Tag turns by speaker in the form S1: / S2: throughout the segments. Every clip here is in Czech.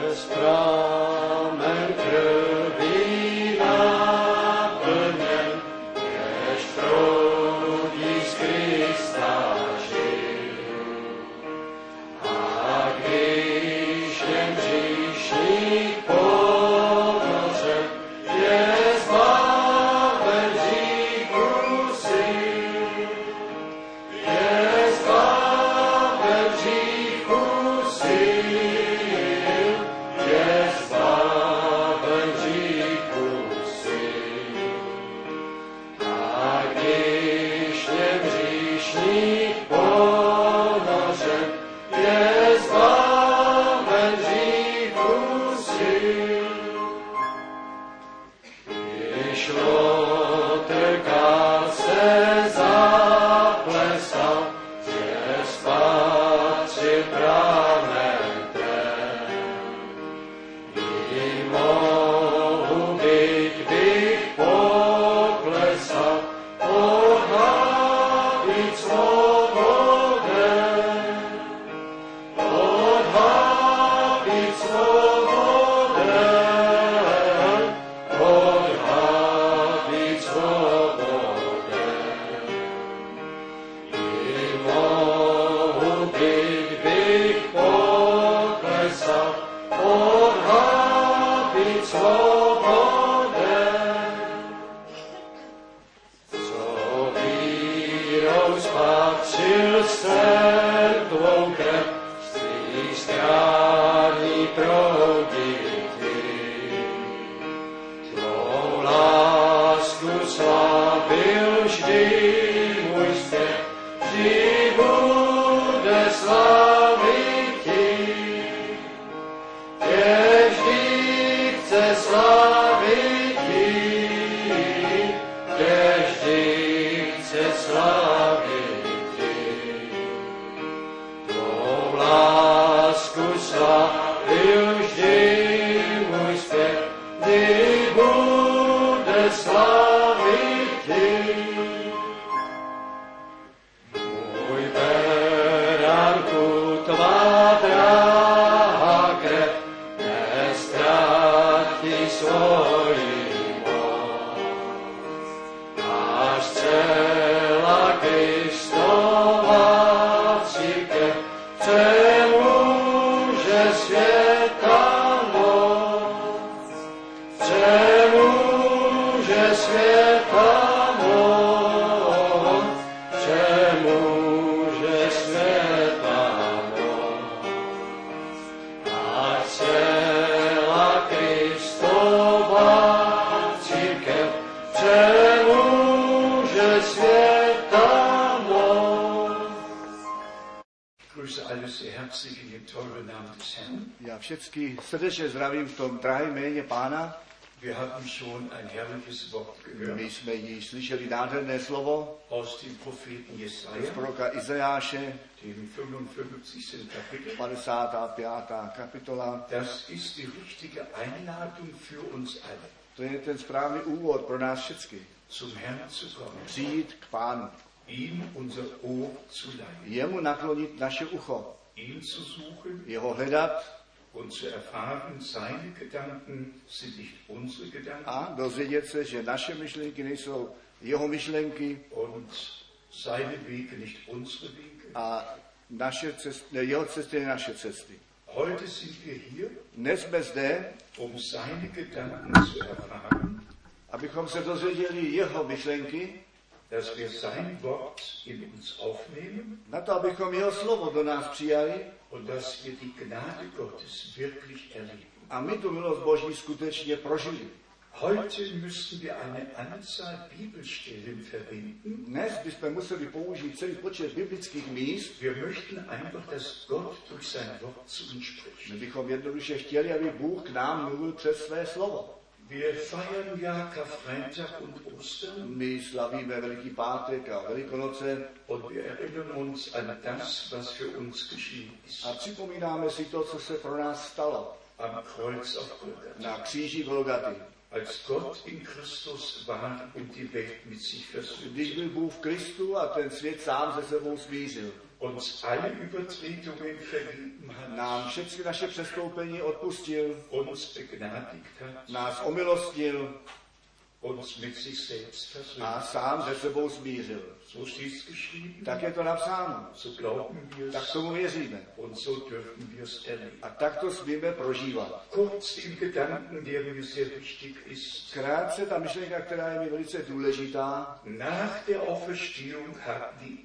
S1: des Frommens Krübel abnehmen, erst Frodis Christa Schild. A Griechen sich podnoszę, jest Paweł dziś kusil. Jest Paweł dziś kusil. Jest Paweł dziś kusil. Tak wiśnie wrziśni ponoszę, jest Paweł dziś kusil. Śrotelka se zaplesał, gdzie spaczy bramem ten. I mogu być, bych poklesał, odhawić swobodę. Odhawić swobodę. Odhawić wodę i mohu być, bych poklesał, odhawić swobodę. Co wirą spatrzył serwą krew, z tej strani progi ty. Tvou lásku slavil vždy můj zpěv, vždy bude slavit ti. Tě vždy chce slavit ti, tě vždy chce slavit ti. Tvou lásku slavil vždy můj zpěv, kdy bude slavit tě. Můj beránku, tvá drahá krev, nestrátí svoji moc. Až celá Kristova církev přemůže světa moc. Přemůže světa moc. Přemůže světa moc. A celá Kristova církev přemůže světa moc.
S2: Ich grüße alle sehr herzlich in dem tollen Namen des Herrn.
S3: Já všechny srdečně zdravím v tom drahém jméně Pána.
S2: Wir haben schon ein herrliches Wort gehört
S3: My jsme ji slyšeli nádherné slovo
S2: aus dem Propheten
S3: z
S2: Jesaja,
S3: proroka Izajáše,
S2: dem 55. Kapitel.
S3: 55. kapitola.
S2: Das ist die richtige Einladung für uns alle,
S3: To je ten správný úvod pro nás všechny.
S2: zum Herrn zu kommen,
S3: Přijít k Pánu,
S2: ihm unser Ohr zu leihen,
S3: jemu naklonit naše ucho,
S2: ihn zu suchen
S3: jeho hledat
S2: und zu erfahren, seine Gedanken sind nicht unsere Gedanken
S3: a dozvědět se, že naše myšlenky nejsou jeho myšlenky
S2: und seine Wege nicht unsere Wege.
S3: a naše cest, ne, jeho cesty ne naše cesty.
S2: Heute sind wir hier,
S3: Dnes jsme zde,
S2: um seine Gedanken zu erfahren,
S3: abychom se dozvěděli jeho myšlenky,
S2: dass wir sein Wort in uns aufnehmen
S3: na to, abychom jeho slovo do nás přijali
S2: und dass wir die Gnade Gottes wirklich erleben.
S3: A my tu milost Boží skutečně prožili.
S2: Heute müssen wir eine Anzahl Bibelstellen verwenden.
S3: Dnes bychom museli použít celý počet biblických míst,
S2: Wir möchten einfach, dass Gott durch sein Wort zu uns spricht.
S3: my bychom jednoduše chtěli, aby Bůh k nám mluvil přes své slovo.
S2: Wir feiern ja Karfreitag und Ostern
S3: My slavíme Veliký pátek a Velikonoce
S2: und wir erinnern uns an das, was für uns geschehen ist.
S3: a připomínáme si to, co se pro nás stalo
S2: Am Kreuz auf Golgatha.
S3: na kříži Golgaty.
S2: Als Gott in Christus war und die Welt mit sich versöhnte.
S3: Když byl Bůh v Kristu a ten svět sám se sebou smířil.
S2: uns alle Übertretungen vergeben hat,
S3: nám všechny naše přestoupení odpustil,
S2: uns begnadigt hat,
S3: nás omilostil
S2: uns mit sich selbst versöhnt. Ah,
S3: a sám se sebou smířil.
S2: So steht es geschrieben,
S3: Tak je to napsáno.
S2: so glauben wir
S3: Tak
S2: es
S3: tomu věříme.
S2: und so dürfen wir es erleben. Ah,
S3: A tak to smíme prožívat.
S2: Kurz den Gedanken, der mir sehr wichtig ist.
S3: Krátce ta myšlenka, která je mi velice důležitá,
S2: Nach der Auferstehung hatten die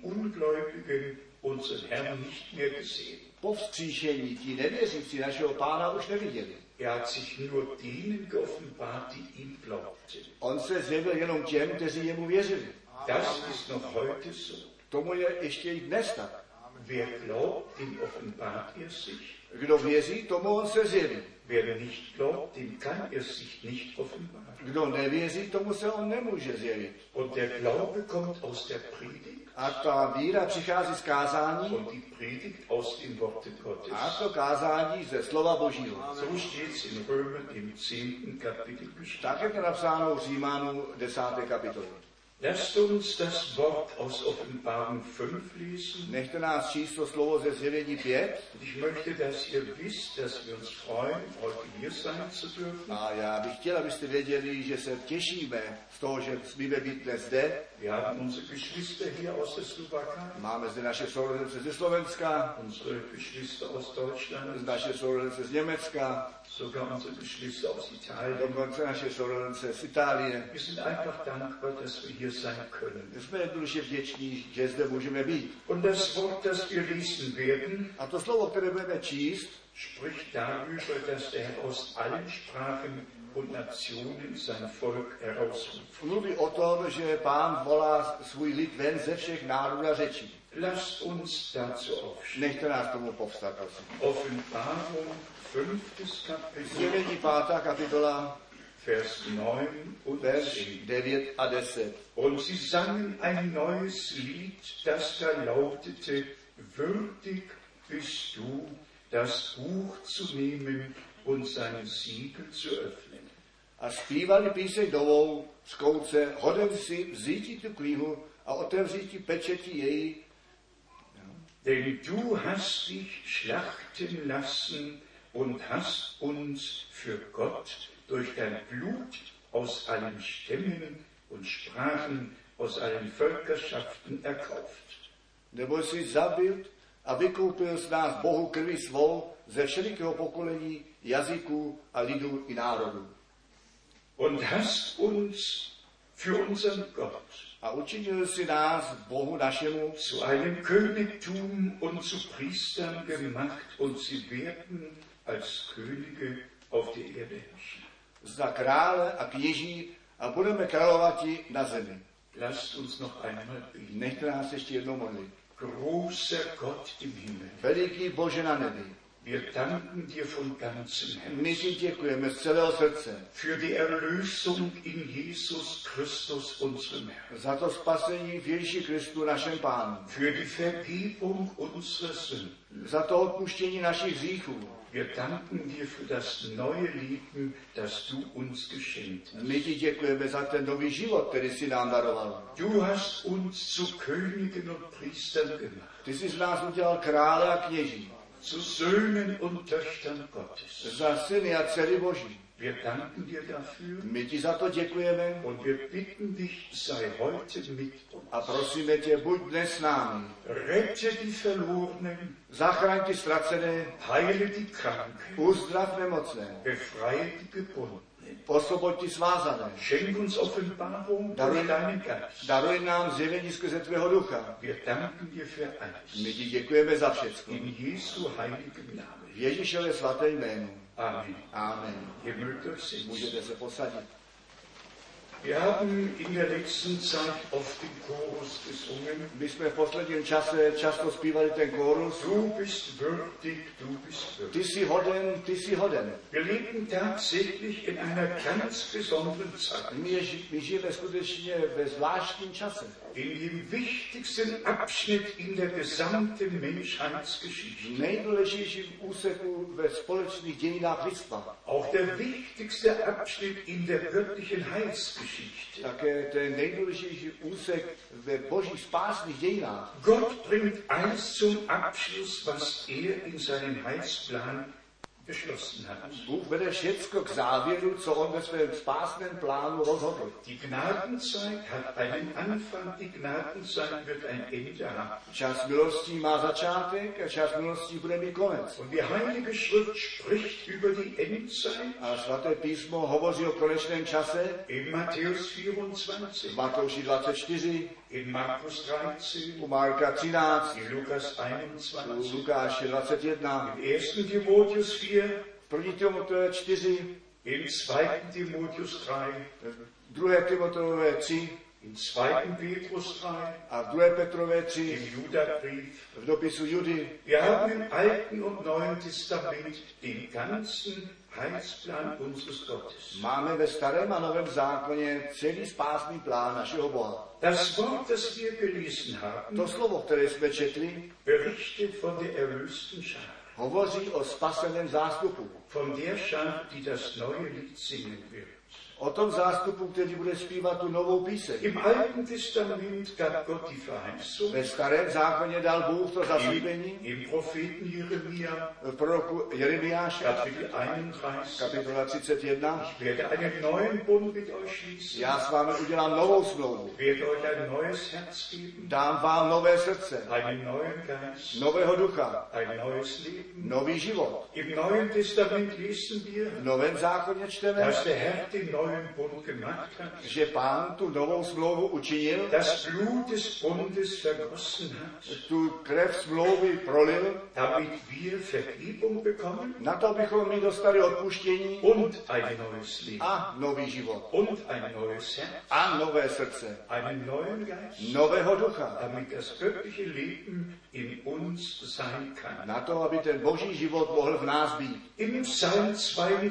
S2: Ungläubigen unseren Herrn nicht mehr gesehen.
S3: po vzkříšení ti nevěřící našeho pána už neviděli.
S2: Er hat sich nur denen geoffenbart, die ihm glaubten.
S3: On se zjevil jenom těm, kteří jemu věřili.
S2: Das ist noch heute so.
S3: Tomu je ještě i dnes tak.
S2: Wer glaubt, dem offenbart er sich.
S3: Kdo věří, tomu on se zjeví.
S2: Wer nicht glaubt, dem kann er sich nicht offenbaren.
S3: Kdo nevěří, tomu se on nemůže zjevit.
S2: Und der Glaube kommt aus der Predigt
S3: A ta víra přichází z kázání
S2: und die Predigt aus dem Worte Gottes.
S3: a to kázání ze slova Božího.
S2: So steht es in Römer im 10. Kapitel geschrieben.
S3: Tak, jak je napsáno v Římanů 10. kapitolu.
S2: Lasst uns das Wort aus Offenbarung 5 lesen.
S3: Nechte nás číst to slovo ze zjevení 5
S2: Und ich möchte, dass ihr wisst, dass wir uns freuen, heute hier sein zu dürfen.
S3: a já bych chtěl, abyste věděli, že se těšíme z toho, že smíme být dnes zde.
S2: Wir haben unsere Geschwister hier aus der Slowakei,
S3: Máme zde naše sourozence ze Slovenska,
S2: unsere Geschwister aus Deutschland,
S3: naše sourozence z Německa,
S2: sogar unsere Geschwister aus Italien.
S3: dokonce naše sourozence z Itálie.
S2: Wir sind einfach dankbar, dass wir hier sein können.
S3: Jsme jednoduše vděční, že zde můžeme být.
S2: Und das Wort, das wir lesen werden,
S3: A to slovo, které budeme číst,
S2: spricht darüber, dass der Herr aus allen Sprachen und Nationen sein Volk herausruft.
S3: mluví o tom, že pán volá svůj lid ven ze všech národů a řečí.
S2: Lasst uns dazu aufstehen.
S3: Nechte nás tomu povstat, prosím.
S2: Offenbarung, fünftes Kapitel,
S3: Zjevení 5. kapitola,
S2: Vers 9 und
S3: verš
S2: 10.
S3: 9 a 10.
S2: Und sie sangen ein neues Lied, das da lautete, würdig bist du, das Buch zu nehmen und seine Siegel zu öffnen.
S3: A zpívali píseň novou z kouce, hoden si vzíti tu knihu a otevřít ti pečetí její,
S2: Denn du hast dich schlachten lassen und hast uns für Gott durch dein Blut aus allen Stämmen und Sprachen, aus allen Völkerschaften erkauft.
S3: nebo jsi zabil a vykoupil z nás Bohu krvi svou ze všelikého pokolení, jazyků a lidů i národů.
S2: Und hast uns für unseren Gott
S3: A učinil si nás, Bohu našemu,
S2: zu einem Königtum und zu Priestern gemacht und sie werden als Könige auf der Erde herrschen.
S3: za krále a kněží a budeme královati na zemi.
S2: Lasst uns noch einmal beten.
S3: Nechte nás ještě jednou modlit.
S2: Großer Gott im Himmel,
S3: Veliký Bože na nebi,
S2: wir danken dir von ganzem Herzen
S3: my ti děkujeme z celého srdce
S2: für die Erlösung in Jesus Christus, unserem Herrn,
S3: za to spasení v Ježíši Kristu, našem Pánu,
S2: für die Vergebung unserer Sünden.
S3: za to odpuštění našich hříchů.
S2: Wir danken dir für das neue Leben, das du uns geschenkt hast.
S3: My ti děkujeme za ten nový život, který jsi nám daroval.
S2: Du hast uns zu Königen und Priestern gemacht.
S3: Ty jsi z nás udělal krále a kněží,
S2: zu Söhnen und Töchtern Gottes.
S3: za syny a dcery Boží.
S2: Wir danken dir dafür
S3: My ti za to děkujeme
S2: und wir bitten dich, sei heute mit uns.
S3: a prosíme tě, buď dnes s námi.
S2: Rette die Verlorenen,
S3: Zachraň ty ztracené,
S2: heile die Kranken,
S3: uzdrav nemocné,
S2: befreie die Gebundenen.
S3: osvoboď ti svázané.
S2: Schenk uns Offenbarung durch
S3: Darum-
S2: deinen Geist.
S3: Daruj nám zjevení skrze tvého ducha.
S2: Wir danken dir für
S3: My
S2: alles.
S3: ti děkujeme za všechno.
S2: In Jesu heiligem Namen.
S3: V Ježíšově svaté jménu.
S2: Amen.
S3: Amen.
S2: Ihr mögt euch sehen.
S3: Můžete se posadit.
S2: Wir haben in der letzten Zeit oft den Chorus gesungen.
S3: My jsme v posledním čase často zpívali ten kórus.
S2: Du bist würdig, du bist würdig.
S3: Ty jsi hoden, ty jsi hoden.
S2: Wir leben tatsächlich in einer ganz besonderen Zeit.
S3: My, jež, my žijeme skutečně ve zvláštním čase.
S2: in dem wichtigsten Abschnitt in der gesamten Menschheitsgeschichte,
S3: v nejdůležitějším úseku ve společných dějinách lidstva.
S2: auch der wichtigste Abschnitt in der göttlichen Heilsgeschichte.
S3: Také ten nejdůležitější úsek ve božích spásných dějinách.
S2: Gott bringt alles zum Abschluss, was er in seinem Heilsplan beschlossen hat.
S3: Bůh vede všecko k závěru, co on ve svém spásném plánu rozhodl.
S2: Die Gnadenzeit hat einen Anfang, die Gnadenzeit wird ein Ende haben.
S3: Čas milostí má začátek a čas milostí bude mít konec.
S2: Und die Heilige Schrift spricht über die Endzeit
S3: A svaté písmo hovoří o konečném čase
S2: in Matthäus
S3: v
S2: 24,
S3: Matouši 24,
S2: in Markus 13,
S3: u Marka 13,
S2: in Lukas
S3: u
S2: 21,
S3: Lukáše 21,
S2: im 1. Timotheus 4,
S3: v 1. Timoteje 4,
S2: im 2. Timotheus 3,
S3: v 2. Timotejové 3
S2: im 2. Petrus 3,
S3: a v 2. Petrové 3,
S2: im Judabrief.
S3: v dopisu Judy.
S2: Wir haben im Alten und Neuen Testament den ganzen Heilsplan unseres Gottes.
S3: Máme ve starém a novém zákoně celý spásný plán našeho Boha.
S2: Das Wort, das wir gelesen haben,
S3: To slovo, které jsme četli,
S2: berichtet von der erlösten Schar,
S3: hovoří o spaseném zástupu.
S2: von der Schar, die das neue Lied singen wird.
S3: O tom zástupu, který bude zpívat tu novou píseň.
S2: Im Alten Testament gab Gott die Verheißung,
S3: Ve starém zákoně dal Bůh to
S2: im,
S3: zaslíbení
S2: im Propheten Jeremia,
S3: v proroku Jeremiáši,
S2: Kapitel 31,
S3: kapitola 31.
S2: ich werde einen neuen Bund mit euch schließen,
S3: Já s vámi udělám novou smlouvu.
S2: werde euch ein neues Herz geben,
S3: Dám vám nové srdce,
S2: einen neuen Geist,
S3: nového ducha,
S2: ein neues Leben.
S3: nový život.
S2: Im Neuen Testament lesen wir,
S3: V novém zákoně čteme,
S2: dass der Herr den neuen Bund gemacht hat,
S3: že pán tu novou smlouvu učinil,
S2: das Blut des Bundes vergossen hat,
S3: tu krev smlouvy prolil,
S2: damit wir Vergebung bekommen
S3: na to bychom my dostali odpuštění
S2: und ein neues Leben
S3: a nový život.
S2: und ein neues Herz,
S3: A nové srdce,
S2: einen neuen Geist,
S3: nového ducha,
S2: damit das göttliche Leben in uns sein kann.
S3: na to, aby ten boží život mohl v nás být.
S2: Im Psalm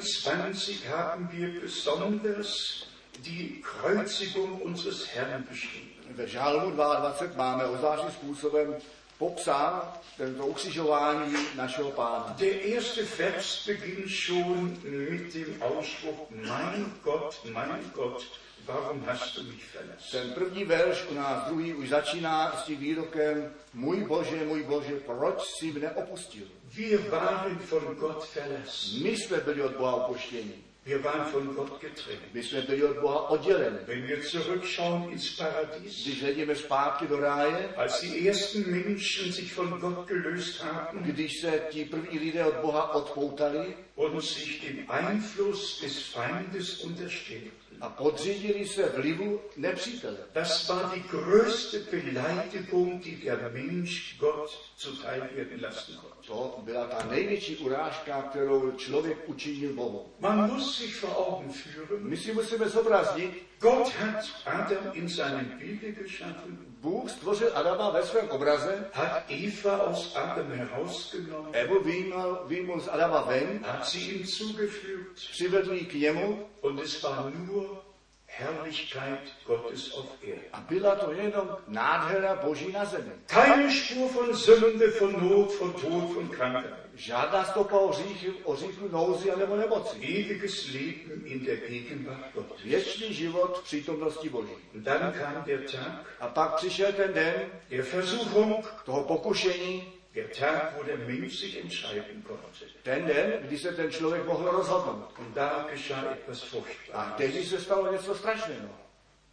S2: 22 haben wir besonders die Kreuzigung unseres Herrn beschrieben.
S3: Ve žálmu 22 máme ozvláštním způsobem popsán tento ukřižování našeho pána.
S2: Der erste Vers beginnt schon mit dem Ausspruch, mein Gott, mein Gott, warum hast du mich verlassen?
S3: Ten první verš u nás druhý už začíná s tím výrokem Můj Bože, můj Bože, proč jsi mne opustil?
S2: Wir waren von Gott verlassen.
S3: My jsme byli od Boha opuštěni,
S2: Wir waren von Gott getrennt.
S3: my jsme byli od Boha odděleni.
S2: Wenn wir zurückschauen ins Paradies,
S3: Když hledíme zpátky do ráje,
S2: als die ersten Menschen sich von Gott gelöst haben
S3: když se ti první lidé od Boha odpoutali
S2: und sich dem Einfluss des Feindes unterstellten.
S3: a podřídili se vlivu nepřítele.
S2: Das war die größte Beleidigung, die der Mensch Gott zuteil werden lassen konnte.
S3: To byla ta největší urážka, kterou člověk učinil Bohu.
S2: Man muss sich vor Augen führen,
S3: My si musíme zobrazit,
S2: Gott hat Adam in seinem Bilde geschaffen,
S3: Bůh stvořil Adama ve svém obraze,
S2: hat Eva aus Adam herausgenommen,
S3: Evu vyjmul, vyjmul z Adama ven,
S2: hat sie hinzugefügt
S3: přivedl ji k němu
S2: und es war nur Herrlichkeit Gottes auf Erden.
S3: A byla to jenom nádhera boží na zemi.
S2: Keine Spur von Sünde, von Not, von Tod, von Krankheit.
S3: Žádná stopa o hříchu, o hříchu nouzi anebo nemoci.
S2: Ewiges Leben in der Gegenwart Gottes.
S3: Věčný život v přítomnosti boží.
S2: Und dann kam der Tag
S3: A pak přišel ten den
S2: der Versuchung,
S3: toho pokušení,
S2: der Tag, wo der Mensch sich entscheiden konnte.
S3: ten den, kdy se ten člověk mohl rozhodnout.
S2: Und da geschah etwas
S3: A
S2: Furchtbares.
S3: tehdy se stalo něco strašného.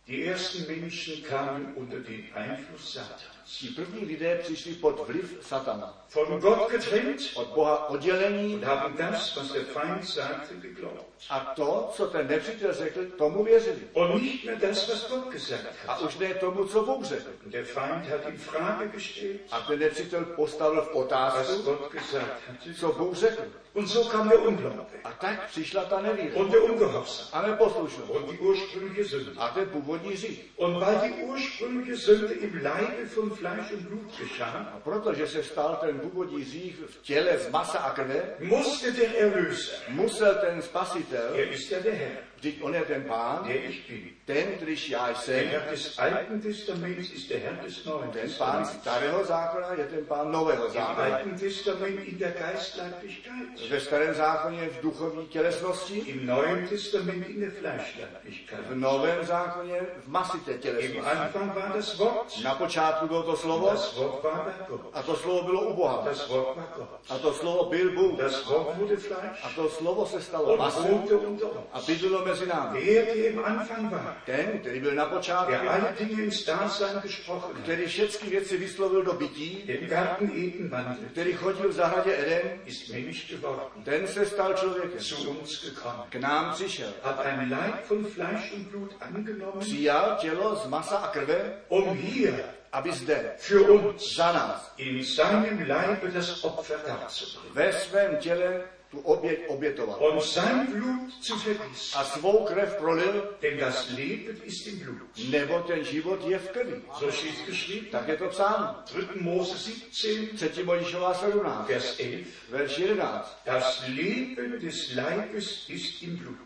S2: Die ersten Menschen kamen unter den Einfluss Satans.
S3: Ti první lidé přišli pod vliv satana.
S2: Von Gott getrennt
S3: Od Boha oddělení
S2: und haben das, was der Feind sagte, geglaubt.
S3: a to, co ten nepřítel řekl, tomu věřili.
S2: Und nicht mehr das, was Gott gesagt
S3: A
S2: hat.
S3: už ne tomu, co Bůh řekl.
S2: Und der Feind hat in Frage gestellt,
S3: A ten nepřítel postavil v
S2: was
S3: otázku,
S2: Gott gesagt hatte.
S3: co Bůh řekl.
S2: Und so kam der Unglaube
S3: A tak přišla ta nevíra.
S2: und der Ungehorsam
S3: a neposlušnost.
S2: und die ursprüngliche Sünde.
S3: A ten původní hřích.
S2: Und weil die ursprüngliche Sünde im Leibe von Fleisch und Blut geschah,
S3: A protože se stal ten původní hřích v těle z masa a krve,
S2: musste der Erlöser,
S3: musel ten spasitel,
S2: er ist ja der Herr,
S3: Vždyť on je ten pán,
S2: der ich bin.
S3: ten, kterýž já
S2: Der
S3: jsem,
S2: Herr des Alten Testaments ist der Herr des Neuen
S3: ten pán
S2: Testaments.
S3: starého zákona je ten pán nového
S2: Im
S3: zákona.
S2: Alten Testament in der Geistleiblichkeit,
S3: Ve starém zákoně v duchovní tělesnosti,
S2: im Neuen Testament in der
S3: v
S2: Fleischleiblichkeit.
S3: novém zákoně v masité
S2: Im
S3: tělesnosti.
S2: Anfang war das Wort,
S3: Na počátku bylo to slovo
S2: das Wort war bei Gott,
S3: a to slovo bylo u Boha.
S2: das Wort war Gott,
S3: A to slovo byl Bůh.
S2: das Wort wurde
S3: A
S2: Fleisch
S3: to slovo se stalo
S2: und
S3: masou
S2: wohnte unter
S3: a
S2: uns.
S3: bydlilo mezi námi.
S2: Der, der im Anfang war,
S3: Ten, který byl na počátku,
S2: der alle Dinge ins Dasein gesprochen hat,
S3: který všechny věci vyslovil do bytí,
S2: im Garten Eden wandelte,
S3: který chodil v zahradě Eden,
S2: ist Mensch geworden,
S3: ten se stal člověkem.
S2: zu uns gekommen,
S3: K nám přišel.
S2: hat ein Leib von Fleisch und Blut angenommen,
S3: Přijal tělo z masa a krve,
S2: um hier
S3: aby zde,
S2: für uns
S3: za nás,
S2: in seinem Leibe das Opfer darzubringen
S3: ve svém těle tu oběť obětoval.
S2: und sein Blut zu vergießen.
S3: A svou krev prolil,
S2: Denn das Leben ist im Blut.
S3: nebo ten život je v krvi.
S2: So steht geschrieben,
S3: Tak je to psáno.
S2: 3. Mose 17,
S3: 3. Mojžíšová 17,
S2: Vers 11.
S3: verš 11.
S2: Das Leben des Leibes ist im Blut.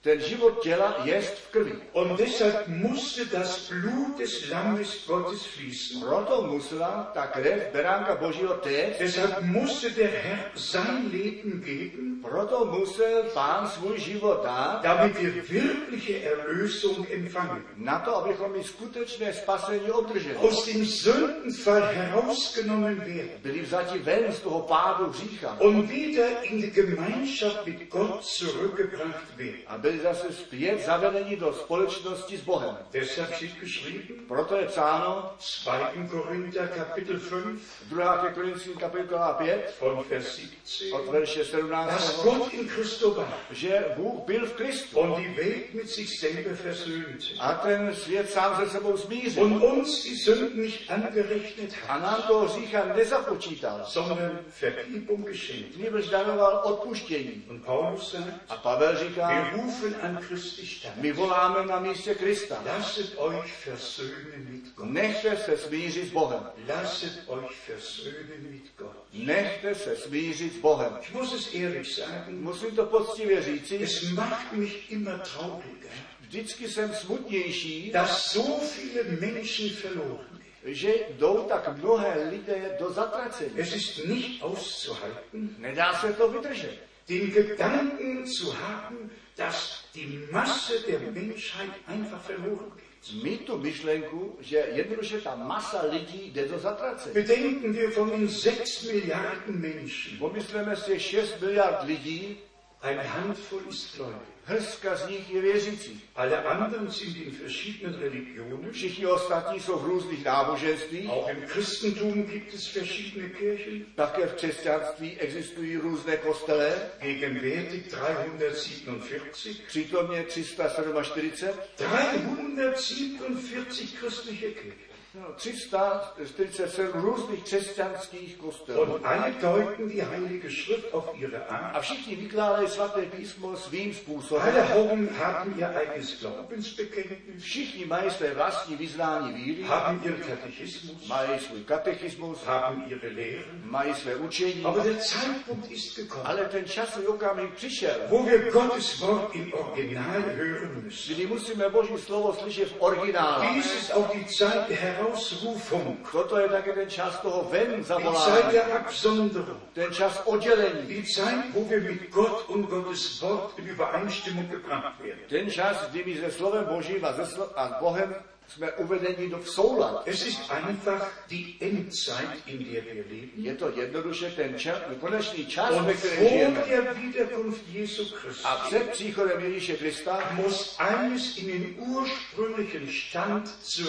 S3: Ten život těla jest v krvi.
S2: Und deshalb musste das Blut des Lammes Gottes fließen.
S3: Proto musela ta krev beránka božího teď,
S2: Deshalb musste der Herr sein Leben geben,
S3: proto musel pán svůj život dát,
S2: damit wir wirkliche Erlösung empfangen.
S3: na to, abychom mi skutečné spasení obdrželi.
S2: Aus dem Sündenfall herausgenommen werden.
S3: Byli vzati ven z toho pádu hřícha
S2: und wieder in die Gemeinschaft mit Gott zurückgebracht werden.
S3: a byli zase zpět zavedeni do společnosti s Bohem.
S2: Deshalb steht geschrieben,
S3: Proto je psáno
S2: 2. Korinther Kapitel 5
S3: 2. ke Korinským kapitola 5
S2: von Vers 17,
S3: od verše
S2: dass
S3: 17.
S2: Gott in Christo war
S3: že Bůh byl v Kristu
S2: und die Welt mit sich selber versöhnte
S3: a ten svět sám se sebou smířil
S2: und uns die Sünden nicht angerechnet hat,
S3: a nám toho hřícha nezapočítal,
S2: sondern Vergebung geschenkt.
S3: nebož daroval odpuštění.
S2: Und Paulus sagt,
S3: A Pavel
S2: wir
S3: říká,
S2: rufen an Christi statt.
S3: my voláme na místě Krista.
S2: Lasset euch versöhnen mit Gott.
S3: Nechte se smířit s Bohem.
S2: Lasset euch versöhnen mit Gott.
S3: Nechte se smířit s Bohem.
S2: Ich muss es ehrlich sagen,
S3: Musím to poctivě říci,
S2: Es macht mich immer trauriger,
S3: vždycky jsem smutnější,
S2: dass so viele Menschen verloren gehen.
S3: že jdou tak mnohé lidé do zatracení.
S2: Es ist nicht auszuhalten,
S3: Nedá se to vydržet.
S2: den Gedanken zu haben, dass die Masse der Menschheit einfach verloren geht.
S3: Mít tu myšlenku, že jednoduše ta masa lidí jde do zatracení.
S2: Bedenken wir von den sechs Milliarden Menschen,
S3: Pomysleme si 6 miliard lidí,
S2: eine Handvoll ist gläubig.
S3: hrstka z nich je věřící.
S2: Alle anderen sind in verschiedenen Religionen.
S3: Všichni ostatní jsou v různých náboženstvích,
S2: Auch im Christentum gibt es verschiedene Kirchen,
S3: také v křesťanství existují různé kostele,
S2: gegenwärtig 347.
S3: přítomně 347,
S2: 347 christliche Kirchen.
S3: no, 347 různých křesťanských kostelů.
S2: Und alle deuten die Heilige Schrift auf ihre
S3: A
S2: Art. Also
S3: všichni vykládají svaté písmo svým způsobem.
S2: Alle haben, haben ihr eigenes Glaubensbekenntnis,
S3: Všichni mají své vlastní vyznání víry,
S2: haben ihren Katechismus,
S3: mají svůj katechismus,
S2: haben ihre Lehren.
S3: mají své učení,
S2: Aber der Zeitpunkt ist gekommen,
S3: ale ten časový okamžik přišel,
S2: wo wir Gottes Wort im Original hören müssen.
S3: kdy musíme Boží slovo slyšet v originálu.
S2: Dies ist auch die Zeit der Herausrufung,
S3: Toto je také ten čas toho ven
S2: die Zeit
S3: zavolání,
S2: der Absonderung,
S3: ten čas oddělení,
S2: die Zeit, wo wir mit Gott und Gottes Wort in Übereinstimmung gebracht werden.
S3: ten čas, kdy my se slovem Božím a, ze slo- a Bohem jsme uvedeni do v soulad.
S2: Es ist einfach die Endzeit, in der wir leben.
S3: Je to jednoduše ten čas, konečný čas,
S2: Und
S3: ve kterém
S2: vor
S3: žijeme.
S2: der Wiederkunft Jesu
S3: A
S2: Christi
S3: před příchodem Ježíše Krista
S2: muss alles in den ursprünglichen Stand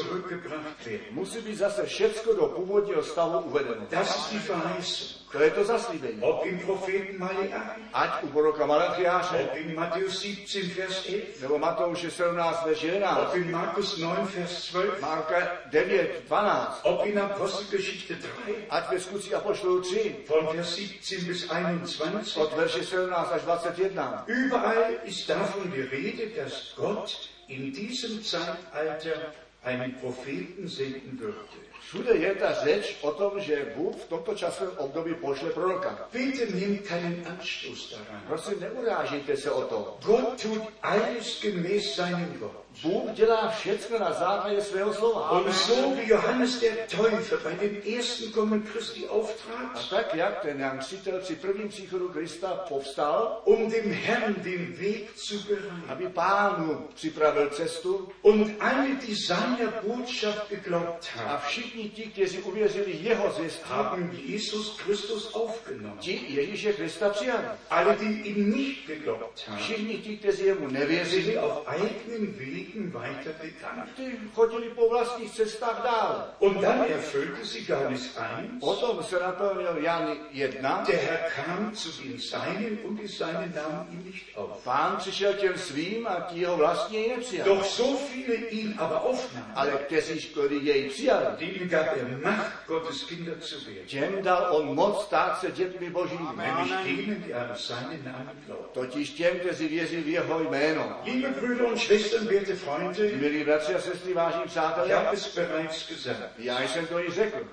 S2: zurückgebracht werden.
S3: musí být zase všecko do původního stavu uvedeno.
S2: Das ist die Verheißung.
S3: To je to zaslíbení.
S2: Ob im Propheten Malachi,
S3: Ať u proroka Malachiáše,
S2: ob in Matthäus 17, Vers 11,
S3: nebo Matouše 17, než 11,
S2: ob in Markus 9, Vers 12,
S3: Marka 9, 12,
S2: ob in Apostelgeschichte 3,
S3: ať ve skutcích Apoštolů 3,
S2: von Vers 17 bis 21,
S3: od verše 17 až 21.
S2: Überall ist davon die Rede, dass Gott in diesem Zeitalter einen Propheten senden würde.
S3: Všude je ta řeč o tom, že Bůh v tomto časovém období pošle proroka.
S2: Bitte nehmt keinen Anstoß daran.
S3: Prosím, neurážíte se o to.
S2: Gott tut alles gemäß seinem Wort.
S3: Bůh dělá všechno na základě svého slova.
S2: Und so wie Johannes der Täufer bei dem ersten Kommen Christi
S3: A
S2: auftrat,
S3: tak, jak ten nám přítel při prvním příchodu Krista povstal,
S2: um dem Herrn den Weg zu bereiten.
S3: aby pánu připravil cestu
S2: Und alle, die seiner Botschaft geglaubt
S3: a
S2: haben,
S3: všichni ti, kteří uvěřili jeho zvěstí,
S2: haben Jesus Christus aufgenommen.
S3: ti Ježíše Krista přijali.
S2: Alle, die ihm nicht geglaubt haben,
S3: Všichni ti, kteří jemu
S2: sind
S3: nevěřili,
S2: auf eigenen Wegen weitergegangen.
S3: ty chodili po vlastních cestách dál.
S2: Und dann erfüllte sich Johannes 1,
S3: Potom se naplnil Jan 1,
S2: der Herr kam zu den Seinen und die Seinen nahmen ihn nicht auf.
S3: pán přišel těm svým a ti jeho vlastně ji nepřijali.
S2: Doch so viele ihn aber aufnahmen,
S3: Ale kteří kteří jej přijali,
S2: denen gab er Macht, Gottes Kinder zu werden.
S3: těm dal on moc stát se dětmi božími.
S2: Nämlich denen, die an seinen Namen glauben.
S3: Totiž těm, kteří věří v jeho jméno.
S2: Liebe Brüder und Schwestern, werte Freunde,
S3: Milí bratři a sestry, vážení
S2: ich
S3: přátelé,
S2: habe es bereits gesagt.
S3: já jsem to již řekl.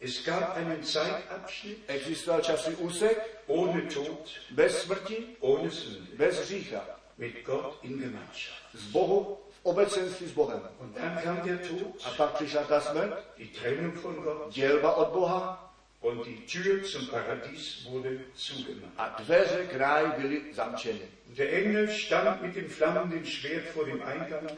S2: Es gab einen Zeitabschnitt
S3: Existoval časový úsek
S2: ohne Tod,
S3: bez smrti,
S2: ohne Sünde,
S3: bez hřícha.
S2: mit Gott in Gemeinschaft.
S3: S Bohu v obecenství s Bohem.
S2: Und dann kam der Tod,
S3: A pak přišla ta smrt,
S2: die Trennung von Gott
S3: dělba od Boha
S2: und die Tür zum Paradies wurde zugemacht.
S3: a dveře k ráji byly zamčeny.
S2: Und der Engel stand mit dem flammenden Schwert vor dem Eingang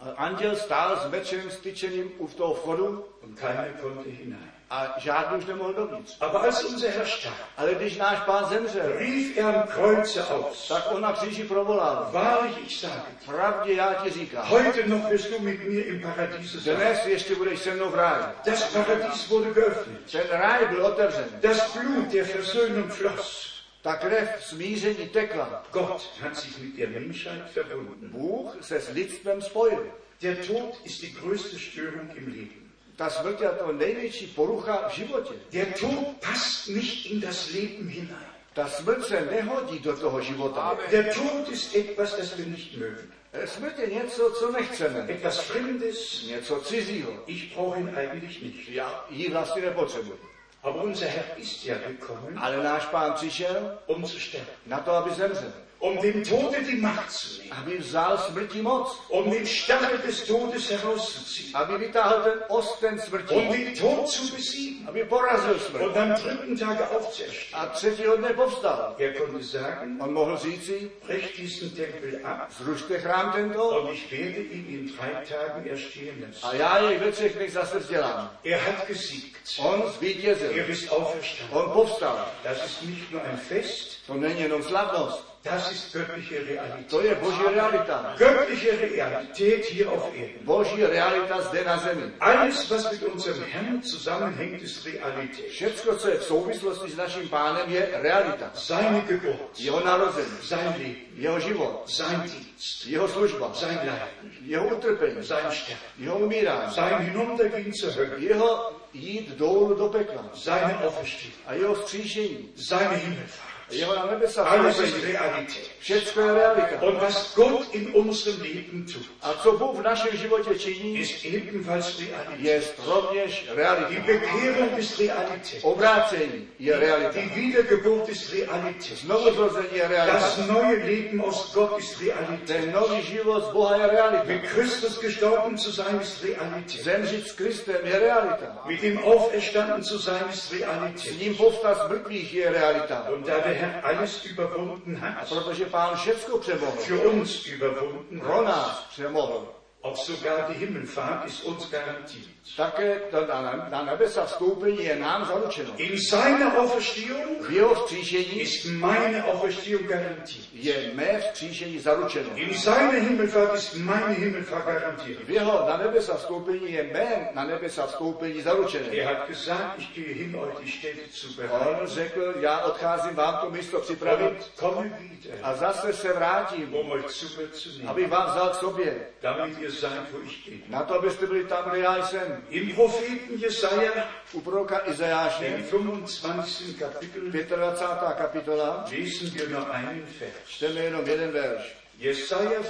S3: A anděl stál s mečem styčeným u toho vchodu
S2: und keiner konnte hinein.
S3: a žádný už nemohl dovnitř.
S2: Aber als unser Herr starb,
S3: Ale když náš pán zemřel,
S2: rief er am Kreuze aus.
S3: tak on na kříži provolal.
S2: Wahrlich, ich sage dir,
S3: Pravdě já ti říkám,
S2: heute noch wirst du mit mir im Paradiese sein.
S3: dnes ještě budeš se mnou v ráji.
S2: Das Paradies wurde geöffnet.
S3: Ten ráj byl otevřen.
S2: Das Blut der Versöhnung floss.
S3: Ta krev smíření tekla.
S2: Gott hat sich mit der Menschheit verbunden.
S3: Bůh se s lidstvem spojil.
S2: Der Tod ist die größte Störung im Leben.
S3: Ta smrt je to největší porucha v životě.
S2: Der Tod passt nicht in das Leben hinein.
S3: Ta smrt se nehodí do toho života.
S2: Der Tod ist etwas, das wir nicht mögen.
S3: Smrt je něco, co nechceme.
S2: Etwas Fremdes.
S3: Něco cizího.
S2: Ich brauche ihn eigentlich nicht.
S3: Já ji vlastně nepotřebuji.
S2: Aber unser Herr ist ja gekommen,
S3: Ale náš pán přišel
S2: um zu sterben.
S3: na to, aby zemřel.
S2: Um dem Tode die Macht zu nehmen.
S3: Aby vzal smrti moc.
S2: Um den Stachel des Todes herauszuziehen.
S3: Aby vytáhl ten osten smrti.
S2: Um den Tod zu besiegen.
S3: Aby porazil
S2: Und
S3: smrt.
S2: am dritten Tage aufzuerstehen.
S3: A třetího dne povstal.
S2: Er konnte sagen,
S3: On mohl říci,
S2: brech diesen Tempel ab
S3: zrušte chrám tento
S2: und ich werde ihn in drei Tagen erstehen lassen.
S3: a já jej ve třech dnech zase vzdělám.
S2: Er hat gesiegt.
S3: On zvítězil.
S2: Er ist auferstanden.
S3: On povstal.
S2: Das ist nicht nur ein Fest,
S3: To není jenom slavnost,
S2: das ist göttliche Realität.
S3: to je boží realita.
S2: Göttliche Realität hier auf Erden.
S3: Boží realita zde na zemi.
S2: Alles, was mit unserem Herrn zusammenhängt, ist Realität.
S3: Všecko, co je v souvislosti s naším pánem, je realita.
S2: Seine Geburt,
S3: Jeho narození,
S2: sein Leben,
S3: jeho život,
S2: sein Dienst,
S3: jeho služba,
S2: sein Leiden,
S3: jeho utrpení,
S2: sein Sterben,
S3: jeho umírání,
S2: sein Hinuntergehen zur Hölle,
S3: jeho jít dolů do pekla
S2: seine Auferstehung,
S3: a jeho vzkříšení,
S2: seine Himmelfahrt.
S3: a jeho na nebesa
S2: Alles ist
S3: vstoupení.
S2: Realität.
S3: Všecko je realita.
S2: Und was Gott in unserem Leben tut,
S3: A co Bůh v našem životě činí,
S2: ist ebenfalls Realität.
S3: je rovněž
S2: Die
S3: realita.
S2: Bekehrung ist Realität.
S3: Obrácení je realita.
S2: Die Wiedergeburt ist Realität.
S3: Znovuzrození je realita.
S2: Das neue Leben aus Gott ist Realität.
S3: Ten nový život z Boha je
S2: Mit
S3: realita.
S2: Christus gestorben zu sein ist Realität.
S3: Zemřít s Kristem je realita.
S2: Mit ihm auferstanden zu sein ist
S3: S
S2: Realität.
S3: ním povstat z mrtvých je realita.
S2: Und da der Herr alles überwunden hat,
S3: Protože pán všecko přemohl.
S2: für uns überwunden
S3: Pro
S2: hat,
S3: nás přemohl.
S2: auch sogar die Himmelfahrt ist uns garantiert.
S3: Také to na, na, na nebesa vstoupení je nám zaručeno.
S2: In seiner Auferstehung
S3: V jeho vzkříšení
S2: ist meine Auferstehung garantiert.
S3: je mé vzkříšení zaručeno.
S2: In seiner Himmelfahrt ist meine Himmelfahrt garantiert.
S3: V jeho na nebesa vstoupení je mé na nebesa vstoupení zaručeno.
S2: Er hat gesagt, ich gehe hin, euch die Städte zu bereiten
S3: On řekl, já odcházím vám to místo připravit
S2: und komme wieder,
S3: a zase se vrátím,
S2: um euch zu mir zu nehmen,
S3: abych vám vzal k sobě.
S2: damit ihr seid, wo ich bin.
S3: Na to, abyste byli tam, kde já jsem.
S2: Im Propheten Jesaja,
S3: U proroka Izajáše,
S2: im 25. Kapitel,
S3: 25. kapitola,
S2: lesen wir nur einen Vers.
S3: čteme jenom jeden verš.
S2: Jesaja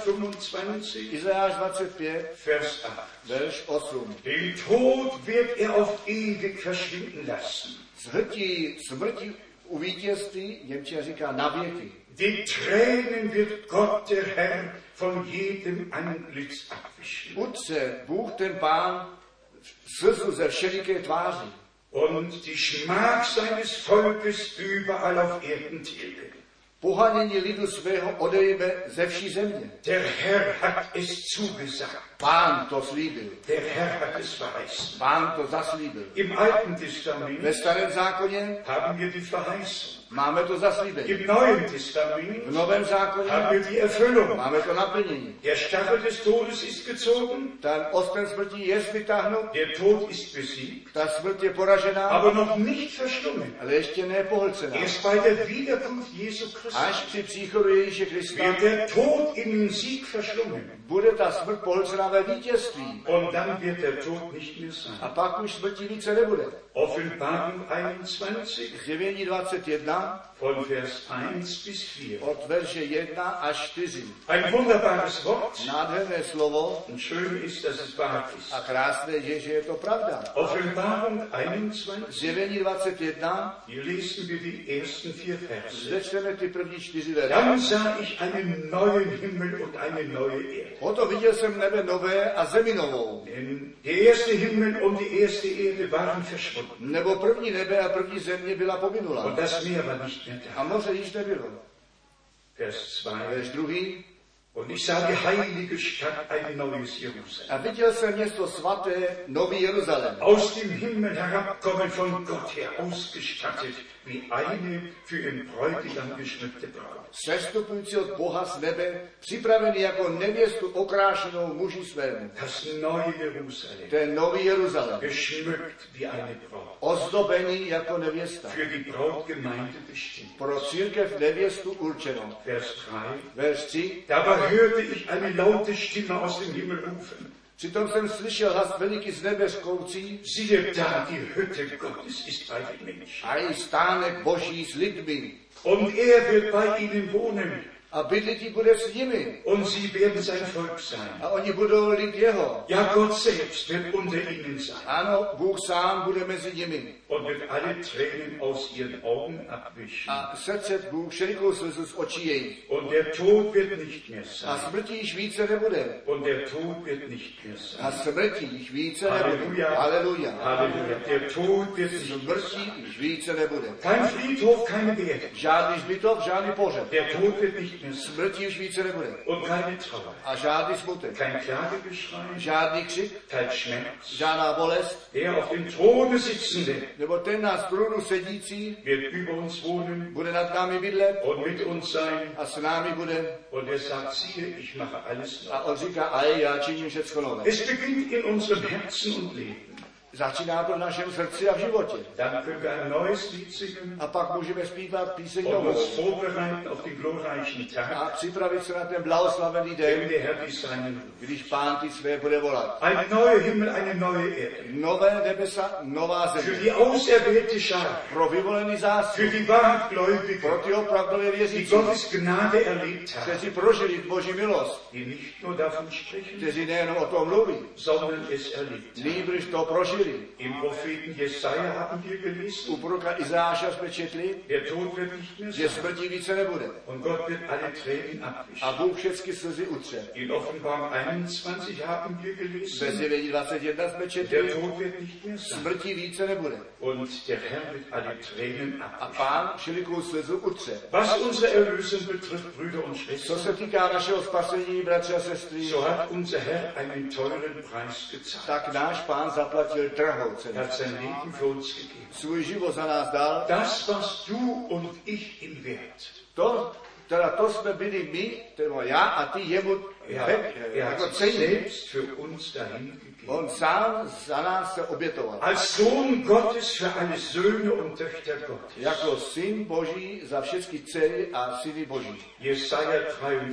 S2: 25,
S3: Izajáš 25,
S2: Vers 8.
S3: verš 8.
S2: Den Tod wird er auf ewig verschwinden lassen.
S3: Zhrtí smrti u vítězství, Němčina říká navěky.
S2: Die Tränen wird Gott, der Herr, von jedem Antlitz abwischen.
S3: Utře Bůh ten pán slzu ze všeliké tváří
S2: Und die Schmach seines Volkes überall auf Erden tilge.
S3: Pohanění lidu svého odejme ze vší země.
S2: Der Herr hat es zugesagt.
S3: Pán to slíbil.
S2: Der Herr hat es verheißen.
S3: Pán to zaslíbil.
S2: Im Alten Testament
S3: Ve starém zákoně
S2: haben wir die Verheißung.
S3: máme to zaslíbení.
S2: Im Neuen
S3: V
S2: Testament
S3: novém zákoně
S2: haben wir die Erfüllung.
S3: máme to naplnění.
S2: Der Stachel des Todes ist gezogen.
S3: Ten osten smrti je vytáhnut,
S2: Der Tod ist besiegt,
S3: ta smrt je poražená,
S2: aber noch nicht verstummen.
S3: ale ještě ne pohlcená.
S2: Erst bei der Wiederkunft Jesu Christi
S3: Až při příchodu Ježíše Krista
S2: wird der Tod im Sieg verschlungen.
S3: bude ta smrt pohlcená ve vítězství.
S2: Und dann wird der Tod nicht mehr sein.
S3: A pak už smrti více nebude.
S2: Offenbarung 21
S3: Zjevení 21
S2: von Vers 1 bis 4.
S3: od verše 1 až 4.
S2: Ein wunderbares Wort.
S3: Nádherné slovo
S2: Und schön ist, dass es wahr ist.
S3: a krásné je, že je to pravda.
S2: Offenbarung 21.
S3: Zjevení 21,
S2: Hier lesen wir die ersten vier Verse.
S3: začneme ty první čtyři verše.
S2: Dann sah ich einen neuen Himmel und eine neue Erde.
S3: Potom viděl jsem nebe nové a zemi novou.
S2: Denn der erste Himmel und die erste Erde waren verschwunden.
S3: Nebo první nebe a první země byla pominula.
S2: Und das Meer war nicht mehr
S3: A
S2: da.
S3: moře již nebylo.
S2: Vers
S3: A
S2: 2.
S3: verš druhý.
S2: Und ich sah die heilige Stadt, ein neues Jerusalem.
S3: A viděl jsem město svaté, Nový Jeruzalém.
S2: Aus dem Himmel herabkommen, von Gott her ausgestattet, wie eine für den Bräutigam geschmückte Braut.
S3: Sestupující od Boha z nebe, připravený jako nevěstu okrášenou muži svému.
S2: Das neue Jerusalem,
S3: To je Nový Jeruzalém.
S2: geschmückt wie eine Braut.
S3: Ozdobený jako nevěsta.
S2: Für die Brautgemeinde bestimmt.
S3: Pro církev nevěstu určeno.
S2: Vers 3.
S3: Verš 3.
S2: Dabei hörte ich eine laute Stimme aus dem Himmel rufen.
S3: Přitom jsem slyšel hlas veliký z nebe řkoucí,
S2: Siehe da, die Hütte Gottes ist bei den Menschen.
S3: a i stánek boží s lidmi.
S2: Und er wird bei ihnen wohnen.
S3: A bydlití bude s nimi.
S2: Und sie werden sein Volk sein.
S3: A oni budou lid jeho.
S2: Ja, Gott selbst wird unter ihnen sein.
S3: Ano, Bůh sám bude mezi nimi.
S2: und wird alle Tränen aus ihren Augen abwischen.
S3: A srdce Bůh všelikou slzu z očí jejich.
S2: Und der Tod wird nicht mehr
S3: A
S2: sein.
S3: smrti již více nebude.
S2: Und der Tod wird nicht mehr sein.
S3: A smrti již více nebude.
S2: Halleluja.
S3: Aleluja.
S2: Halleluja. Der Tod wird nicht mehr sein.
S3: Smrti již více nebude.
S2: Kein Friedhof, keine Werte.
S3: Žádný zbytov, žádný pořeb.
S2: Der Tod wird nicht mehr sein.
S3: Smrti již více nebude.
S2: Und keine Trauer.
S3: A žádný smutek.
S2: Kein Klagegeschrei,
S3: Žádný křik,
S2: kein Schmerz.
S3: žádná bolest.
S2: Der auf dem Throne sitzende
S3: Nebo ten na strunu sedící
S2: wird über uns wohnen
S3: bude nad námi bydlet
S2: und mit uns sein.
S3: a s námi bude.
S2: Und er sagt, siehe, ich mache alles neu.
S3: A on říká, ale já činím všecko nové.
S2: Es beginnt in unserem Herzen und Leben.
S3: Začíná to v našem srdci a v životě.
S2: Dann können wir ein neues Lied singen.
S3: A pak můžeme zpívat píseň
S2: und uns
S3: novou
S2: vorbereiten auf den glorreichen Tag,
S3: a připravit se na ten blahoslavený
S2: wenn
S3: den,
S2: der Herr dich seinen ruft.
S3: když pán ty své bude volat.
S2: Ein neuer Himmel, eine neue Erde.
S3: Nové nebesa, nová
S2: Für
S3: země.
S2: die auserwählte Schar,
S3: Pro vyvolený
S2: für
S3: zástup,
S2: die
S3: pro
S2: Wahrhaftgläubigen,
S3: ty opravdově
S2: die
S3: věřící,
S2: Gottes Gnade erlebt haben,
S3: kteří prožili Boží milost,
S2: die nicht nur davon sprechen,
S3: kteří nejenom o tom mluví,
S2: sondern es erlebt haben.
S3: nýbrž to prožili.
S2: Im Propheten Jesaja haben wir
S3: U
S2: gelesen,
S3: proroka Izáša jsme četli,
S2: der Tod wird nicht mehr
S3: že
S2: sein.
S3: smrti více nebude.
S2: Und Gott wird alle Tränen
S3: A
S2: abwischen.
S3: Bůh všechny slzy utře.
S2: In Offenbarung 21 haben wir
S3: Ve
S2: gelesen,
S3: zjevení 21 jsme
S2: der
S3: četli,
S2: Tod wird nicht mehr sein.
S3: smrti více nebude.
S2: Und der Herr wird alle Tränen abwischen.
S3: A pán všelikou slzu utře.
S2: Was unsere Erlösung betrifft, Brüder und
S3: Co
S2: Schwestern,
S3: se týká našeho spasení, bratři a sestry,
S2: so hat unser Herr einen teuren Preis gezahlt.
S3: tak náš pán zaplatil drahou cenu.
S2: Er hat sein Leben für uns gegeben.
S3: Svůj život za nás dal.
S2: Das, was du und ich ihm wert,
S3: To, teda to jsme byli my, teda já a ty jemu
S2: er,
S3: ve-
S2: er
S3: jako
S2: hat sich
S3: cení.
S2: selbst für uns dahin gegeben.
S3: On sám za nás se obětoval.
S2: Als Sohn Gottes für alle Söhne und Töchter Gottes.
S3: Jako syn Boží za všechny dcery a syny Boží.
S2: Jesaja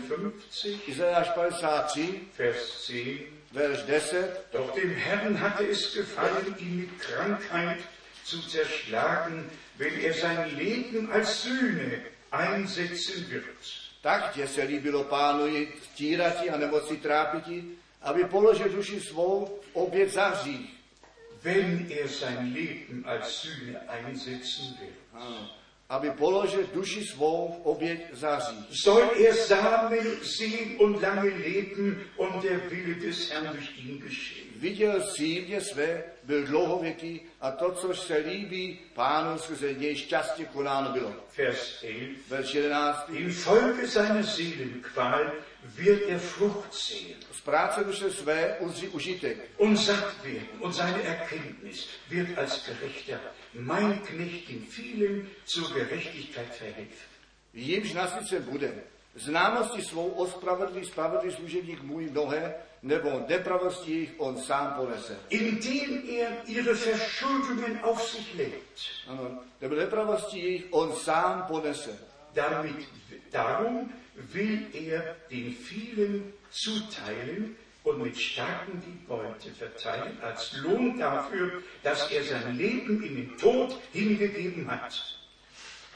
S2: 53,
S3: Izajáš 53,
S2: Vers 10.
S3: verš 10.
S2: Doch dem Herrn hatte es gefallen, ihn mit Krankheit zu zerschlagen, wenn er sein Leben als Sühne einsetzen wird.
S3: Tak tě se líbilo pánovi stírati a nemoci trápiti, aby položil duši svou v oběd za hřích.
S2: wenn er sein Leben als Sühne einsetzen will.
S3: Ano. Aby položil duši svou v oběd za hřích.
S2: Soll er Samen sehen und lange leben und der Wille des Herrn durch ihn geschehen.
S3: Viděl símě své, byl dlouhověký a to, co se líbí pánu, skrze něj šťastně konáno bylo.
S2: Vers 11.
S3: Verš 11.
S2: Infolge seiner Seelenqual wird er Frucht sehen
S3: Z práce duše své uzří užitek
S2: und satt werden und seine Erkenntnis wird als Gerechter mein Knecht in vielen zur Gerechtigkeit verhelfen.
S3: Jímž nasycen bude. Známosti svou ospravedlí spravedlý služebník můj mnohé, nebo nepravosti jich on sám ponese.
S2: Indem er ihre Verschuldungen auf sich lädt.
S3: Ano, nebo nepravosti jich on sám ponese.
S2: Damit, darum will er den vielen zuteilen und mit Starken die Beute verteilen, als Lohn dafür, dass er sein Leben in den Tod hingegeben hat.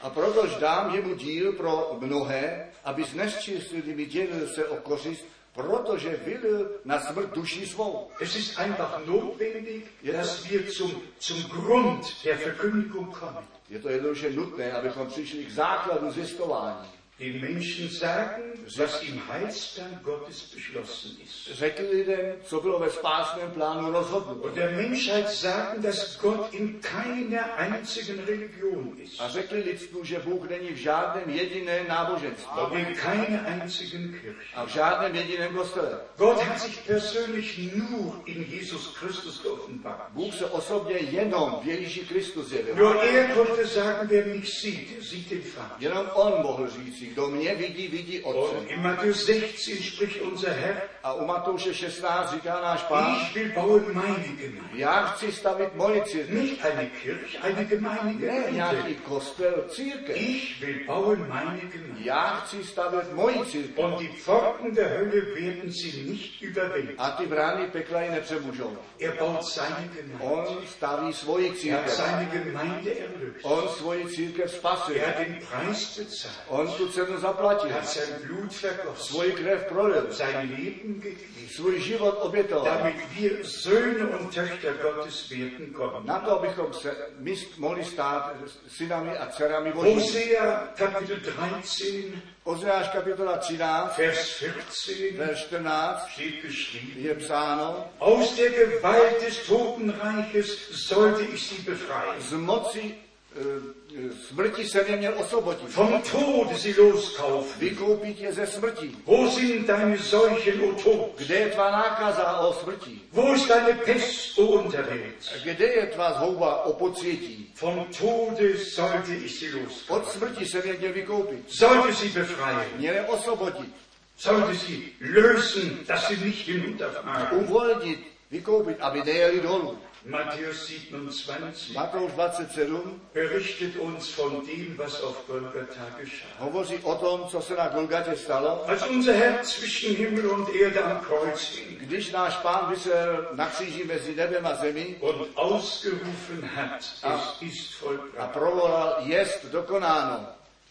S3: A protož dám jemu díl pro mnohé, aby s neštěstnými dělil se o kořist, protože vylil na smrt duši svou.
S2: Es ist einfach notwendig, dass wir zum, zum Grund der Verkündigung kommen.
S3: Je to jednoduše nutné, abychom přišli k základu zjistování.
S2: Den Menschen sagen, was im Heilsplan Gottes beschlossen ist.
S3: Řekli lidem, co bylo ve spásném plánu rozhodnuto.
S2: Und der Menschheit sagen, dass Gott in keiner einzigen Religion ist.
S3: A řekli lidstvu, že Bůh není v žádném jediném náboženství
S2: Und in keiner einzigen Kirche.
S3: a v žádném jediném kostele.
S2: Gott hat sich persönlich nur in Jesus Christus geoffenbart.
S3: Bůh se osobně jenom v Ježíši Kristu zjevil.
S2: Nur er konnte sagen, wer mich sieht, der sieht den Vater.
S3: Jenom on mohl říci, kdo mě vidí, vidí
S2: Und
S3: Otce.
S2: in Matthäus 16 spricht unser Herr,
S3: A u Matouše 16 říká náš pán,
S2: ich will bauen meine Gemeinde.
S3: já chci stavit moji církev.
S2: Nicht eine Kirche, eine Gemeinde.
S3: Ne nějaký
S2: Gemeinde.
S3: kostel, církev.
S2: Ich will bauen meine Gemeinde.
S3: Já chci stavit moji církev.
S2: Und die Pforten der Hölle werden sie nicht überwinden.
S3: A ty brány pekla ji nepřemůžou.
S2: Er baut seine Gemeinde.
S3: On staví svoji
S2: Er hat
S3: církev.
S2: seine Gemeinde erlöst.
S3: On svoji církev
S2: Er
S3: spasuje.
S2: hat den Preis bezahlt.
S3: On tu cenu
S2: Er
S3: zaplatil.
S2: hat sein Blut vergossen.
S3: Svoji krev prolil.
S2: sein Leben gegeben,
S3: svůj život obětoval.
S2: damit wir Söhne und Töchter Gottes werden konnten.
S3: Na to, abychom se my mohli stát synami a dcerami Boží.
S2: Hosea Kapitel 13,
S3: Ozeáš kapitola 13,
S2: Vers 14
S3: verš 14
S2: steht geschrieben,
S3: je psáno,
S2: aus der Gewalt des Totenreiches sollte ich sie befreien.
S3: z moci e, smrti se neměl osvobotit.
S2: Vom Tode sie loskaufen.
S3: Vykoupit je ze smrti.
S2: Wo sind deine Seuchen, o Tod?
S3: Kde je tvá nákaza o smrti?
S2: Wo ist deine Pest, o Unterwelt?
S3: Kde je tvá zhouba o podsvětí?
S2: Vom Tode sollte ich sie loskaufen.
S3: Od smrti se mě měl vykoupit.
S2: Sollte sie befreien.
S3: Měl je osvobodit,
S2: Sollte sie lösen, dass sie nicht hinunterfahren.
S3: uvolnit, vykoupit, aby nejeli dolů.
S2: Matthäus 27
S3: Matouš 27,
S2: berichtet uns von dem, was auf Golgatha geschah.
S3: hovoří o tom, co se na Golgatě stalo,
S2: Als unser Herr zwischen Himmel und Erde am Kreuz hing
S3: když náš pán vysel na kříži mezi nebem a zemí
S2: und ausgerufen hat, es ist
S3: a
S2: vollbracht.
S3: provolal jest dokonáno.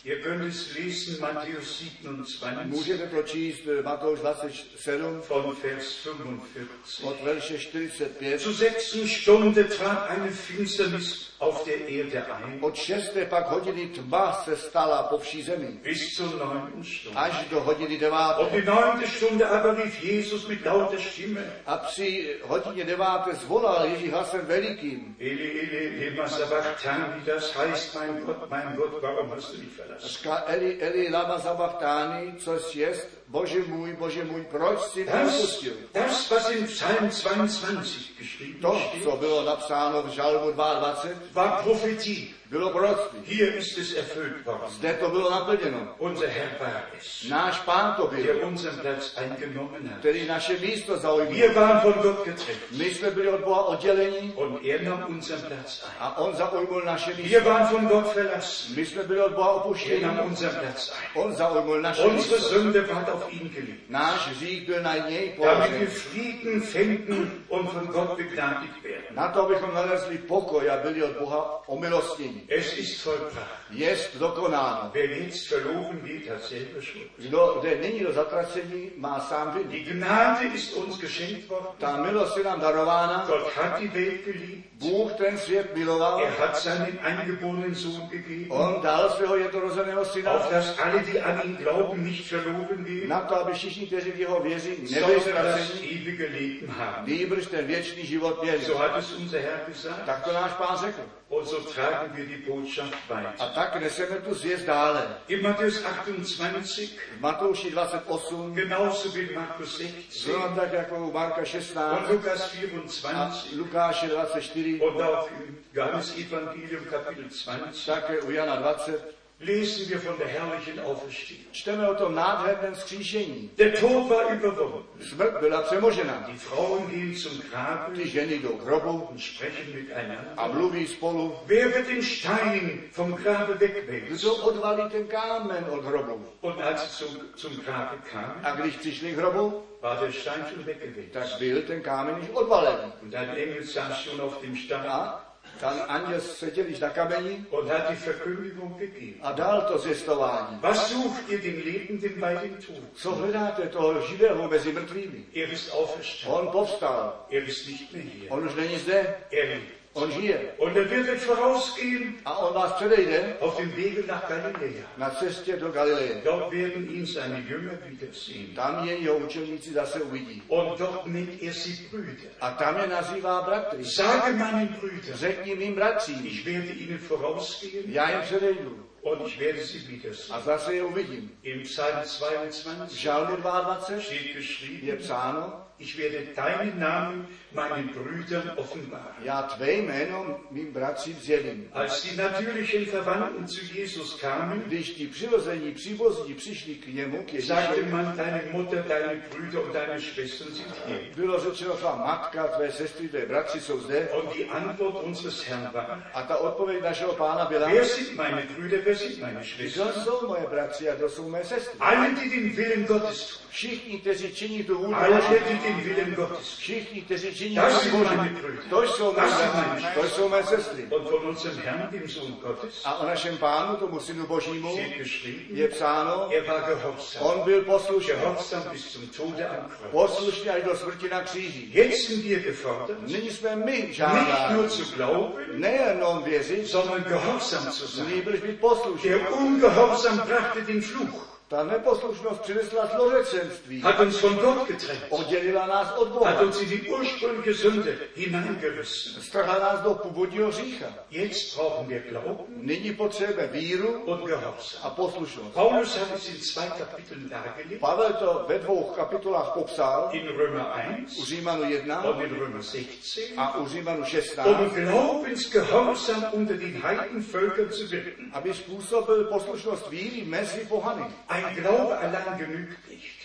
S2: Ihr könnt es lesen, Matthäus 27
S3: Můžete to číst eh, Matouš 27
S2: von Vers 45.
S3: od verše 45.
S2: Zur sechsten Stunde trat eine Finsternis auf der Erde ein,
S3: Od šesté pak hodiny tma se stala po vší zemi,
S2: bis zur neunten Stunde.
S3: až do hodiny deváté.
S2: Und die neunte Stunde aber rief Jesus mit lauter Stimme,
S3: A při hodině deváté zvolal Ježíš hlasem velikým.
S2: Eli, Eli, Lema Sabachthani, das heißt, mein Gott, mein Gott, warum hast du mich verlassen?
S3: Říká Eli, Eli, lama zabachtáni, což jest, bože můj, bože můj, proč jsi mě
S2: Das,
S3: opustil?
S2: das, was in Psalm 22 geschrieben
S3: To,
S2: steht,
S3: co bylo napsáno v žalmu 22,
S2: war Prophetie.
S3: bylo proroctví.
S2: Hier ist es erfüllt worden.
S3: Zde to bylo naplněno.
S2: Unser Herr war es,
S3: Náš pán to byl,
S2: der unseren Platz eingenommen hat.
S3: který naše místo zaujal.
S2: Wir waren von Gott getrennt
S3: My jsme byli od Boha odděleni
S2: und er nahm unseren Platz ein.
S3: a On zaujmul naše místo.
S2: Wir waren von Gott verlassen.
S3: My jsme byli od Boha
S2: Er
S3: opuštěni.
S2: nahm unseren Platz ein.
S3: On zaujmul naše
S2: Unsere
S3: místo.
S2: Sünde ward auf ihn gelegt,
S3: Náš hřích byl na něj
S2: damit wir
S3: položen.
S2: Frieden finden und von Gott begnadigt werden.
S3: Na to, abychom nalezli pokoj a byli od Boha omilostněni. spasení.
S2: Es ist vollbracht.
S3: Jest dokonáno.
S2: Wer nichts verloren geht, hat selber Schuld.
S3: Kdo jde nyní do zatracení, má sám vinu.
S2: Die Gnade ist uns geschenkt worden.
S3: Ta milost je nám darována.
S2: Gott hat die Welt geliebt.
S3: Bůh ten svět miloval.
S2: Er hat seinen eingeborenen Sohn gegeben,
S3: On dal svého jednorozeného syna
S2: auf dass alle, die an ihn glauben, nicht verloren gehen,
S3: na to, aby všichni, kteří v jeho věří, nebyli
S2: sondern das
S3: ztraceni,
S2: ewige Leben haben.
S3: nýbrž ten věčný život věří.
S2: So hat es unser Herr gesagt.
S3: Tak to náš pán řekl.
S2: Und so tragen wir die Botschaft weiter.
S3: A tak neseme tu zvěst dále.
S2: In Matthäus 28,
S3: V Matouši 28,
S2: genauso wie in Markus 16
S3: zrovna tak jako u Marka
S2: und
S3: 16
S2: Lukas
S3: a
S2: 24
S3: Lukáše 24,
S2: und auch im Johannes Evangelium Kapitel 20
S3: také u Jana 20,
S2: lesen wir von der herrlichen Auferstehung.
S3: čteme o tom nádherném skříšení.
S2: Der Tod war überwunden.
S3: Smrt byla přemožena.
S2: Die Frauen gehen zum Grabe
S3: Ty ženy do hrobu
S2: und sprechen miteinander.
S3: a mluví spolu.
S2: Wer wird den Stein vom Grabe wegwälzen?
S3: Kdo odvalí ten kámen od hrobu?
S2: Und als sie zum, zum Grabe kamen,
S3: A když přišli k hrobu,
S2: war der Stein schon weggewälzt.
S3: tak byl ten kámen již odvalen.
S2: Und ein Engel saß schon auf dem Stein
S3: A ten anděl seděl již na kameni
S2: und hat die Verkündigung gegeben.
S3: a dal to zvěstování.
S2: Was sucht ihr den Lebenden bei dem Tod?
S3: Co hledáte toho živého mezi mrtvými?
S2: Er ist auferstanden.
S3: On povstal,
S2: Er ist nicht mehr hier.
S3: on už není zde,
S2: Er lebt.
S3: on žije.
S2: Und er wird euch vorausgehen
S3: A on vás předejde
S2: auf dem Wege nach Galiläa.
S3: na cestě do Galileje.
S2: Dort werden ihn seine Jünger wiedersehen.
S3: Tam je jeho učeníci zase uvidí.
S2: Und dort nennt er sie Brüder.
S3: A tam je nazývá bratry.
S2: Sage meinen Brüdern,
S3: Řekni mým bratřím,
S2: ich werde ihnen vorausgehen
S3: já jim předejdu
S2: und ich werde sie
S3: a
S2: wiedersehen.
S3: zase je uvidím.
S2: Im Psalm
S3: V
S2: 22
S3: žalmu 22
S2: steht
S3: je
S2: geschrieben,
S3: psáno,
S2: ich werde deinen Namen meinen Brüdern offenbaren.
S3: já tvé jméno mým bratřím zjevím.
S2: Als die natürlichen Verwandten zu Jesus kamen,
S3: Když ti přirození příbuzní přišli k němu, k
S2: sagte
S3: Ježíši,
S2: man, deine Mutter, deine Brüder und deine Schwestern sind hier.
S3: Bylo řečeno, tvá matka, tvé sestry, tvé bratři jsou zde.
S2: Und die Antwort unseres Herrn war,
S3: A ta odpověď našeho pána byla,
S2: wer sind meine Brüder, wer sind meine
S3: kdo
S2: Schwestern?
S3: jsou moje bratři a kdo jsou mé sestry.
S2: Alle, die den Willen Gottes tun.
S3: Všichni, kteří činí tu vůli
S2: Alle,
S3: Boží,
S2: die den Willen Gottes
S3: všichni, kteří činí
S2: To
S3: vůli
S2: jsou moji
S3: Boží,
S2: brüder.
S3: to jsou mé
S2: To jsou moji
S3: bratři, to jsou mé sestry.
S2: tun. Und von unserem Herrn, dem Sohn Gottes,
S3: A o našem pánu, tomu synu božímu,
S2: steht geschrieben,
S3: je psáno,
S2: er war gehorsam.
S3: on byl poslušný,
S2: Gehorsam bis zum Tode am Kreuz.
S3: poslušný až do smrti na kříži.
S2: Jetzt sind wir gefordert,
S3: Nyní jsme my
S2: nicht nur
S3: žádáni,
S2: zu glauben,
S3: nejenom věřit,
S2: sondern gehorsam zu sein.
S3: nýbrž být poslušný.
S2: Der Ungehorsam brachte den Fluch,
S3: Ta neposlušnost přinesla zlořečenství.
S2: hat uns von Gott getrennt,
S3: Oddělila nás od Boha.
S2: hat uns in die ursprüngliche Sünde hineingerissen.
S3: Strhla nás do původního hřícha.
S2: Jetzt brauchen wir Glauben
S3: Nyní potřebujeme víru
S2: und Gehorsam.
S3: a poslušnost.
S2: Paulus hat es in zwei Kapiteln dargelegt,
S3: Pavel to ve dvou kapitolách popsal,
S2: in Römer
S3: u
S2: 1
S3: Římanu 1
S2: und in Römer 16.
S3: a u Římanu 16,
S2: um Glaubensgehorsam unter den Heidenvölkern zu wirken.
S3: aby způsobil poslušnost víry mezi pohany.
S2: Ein Glaube allein genügt nicht.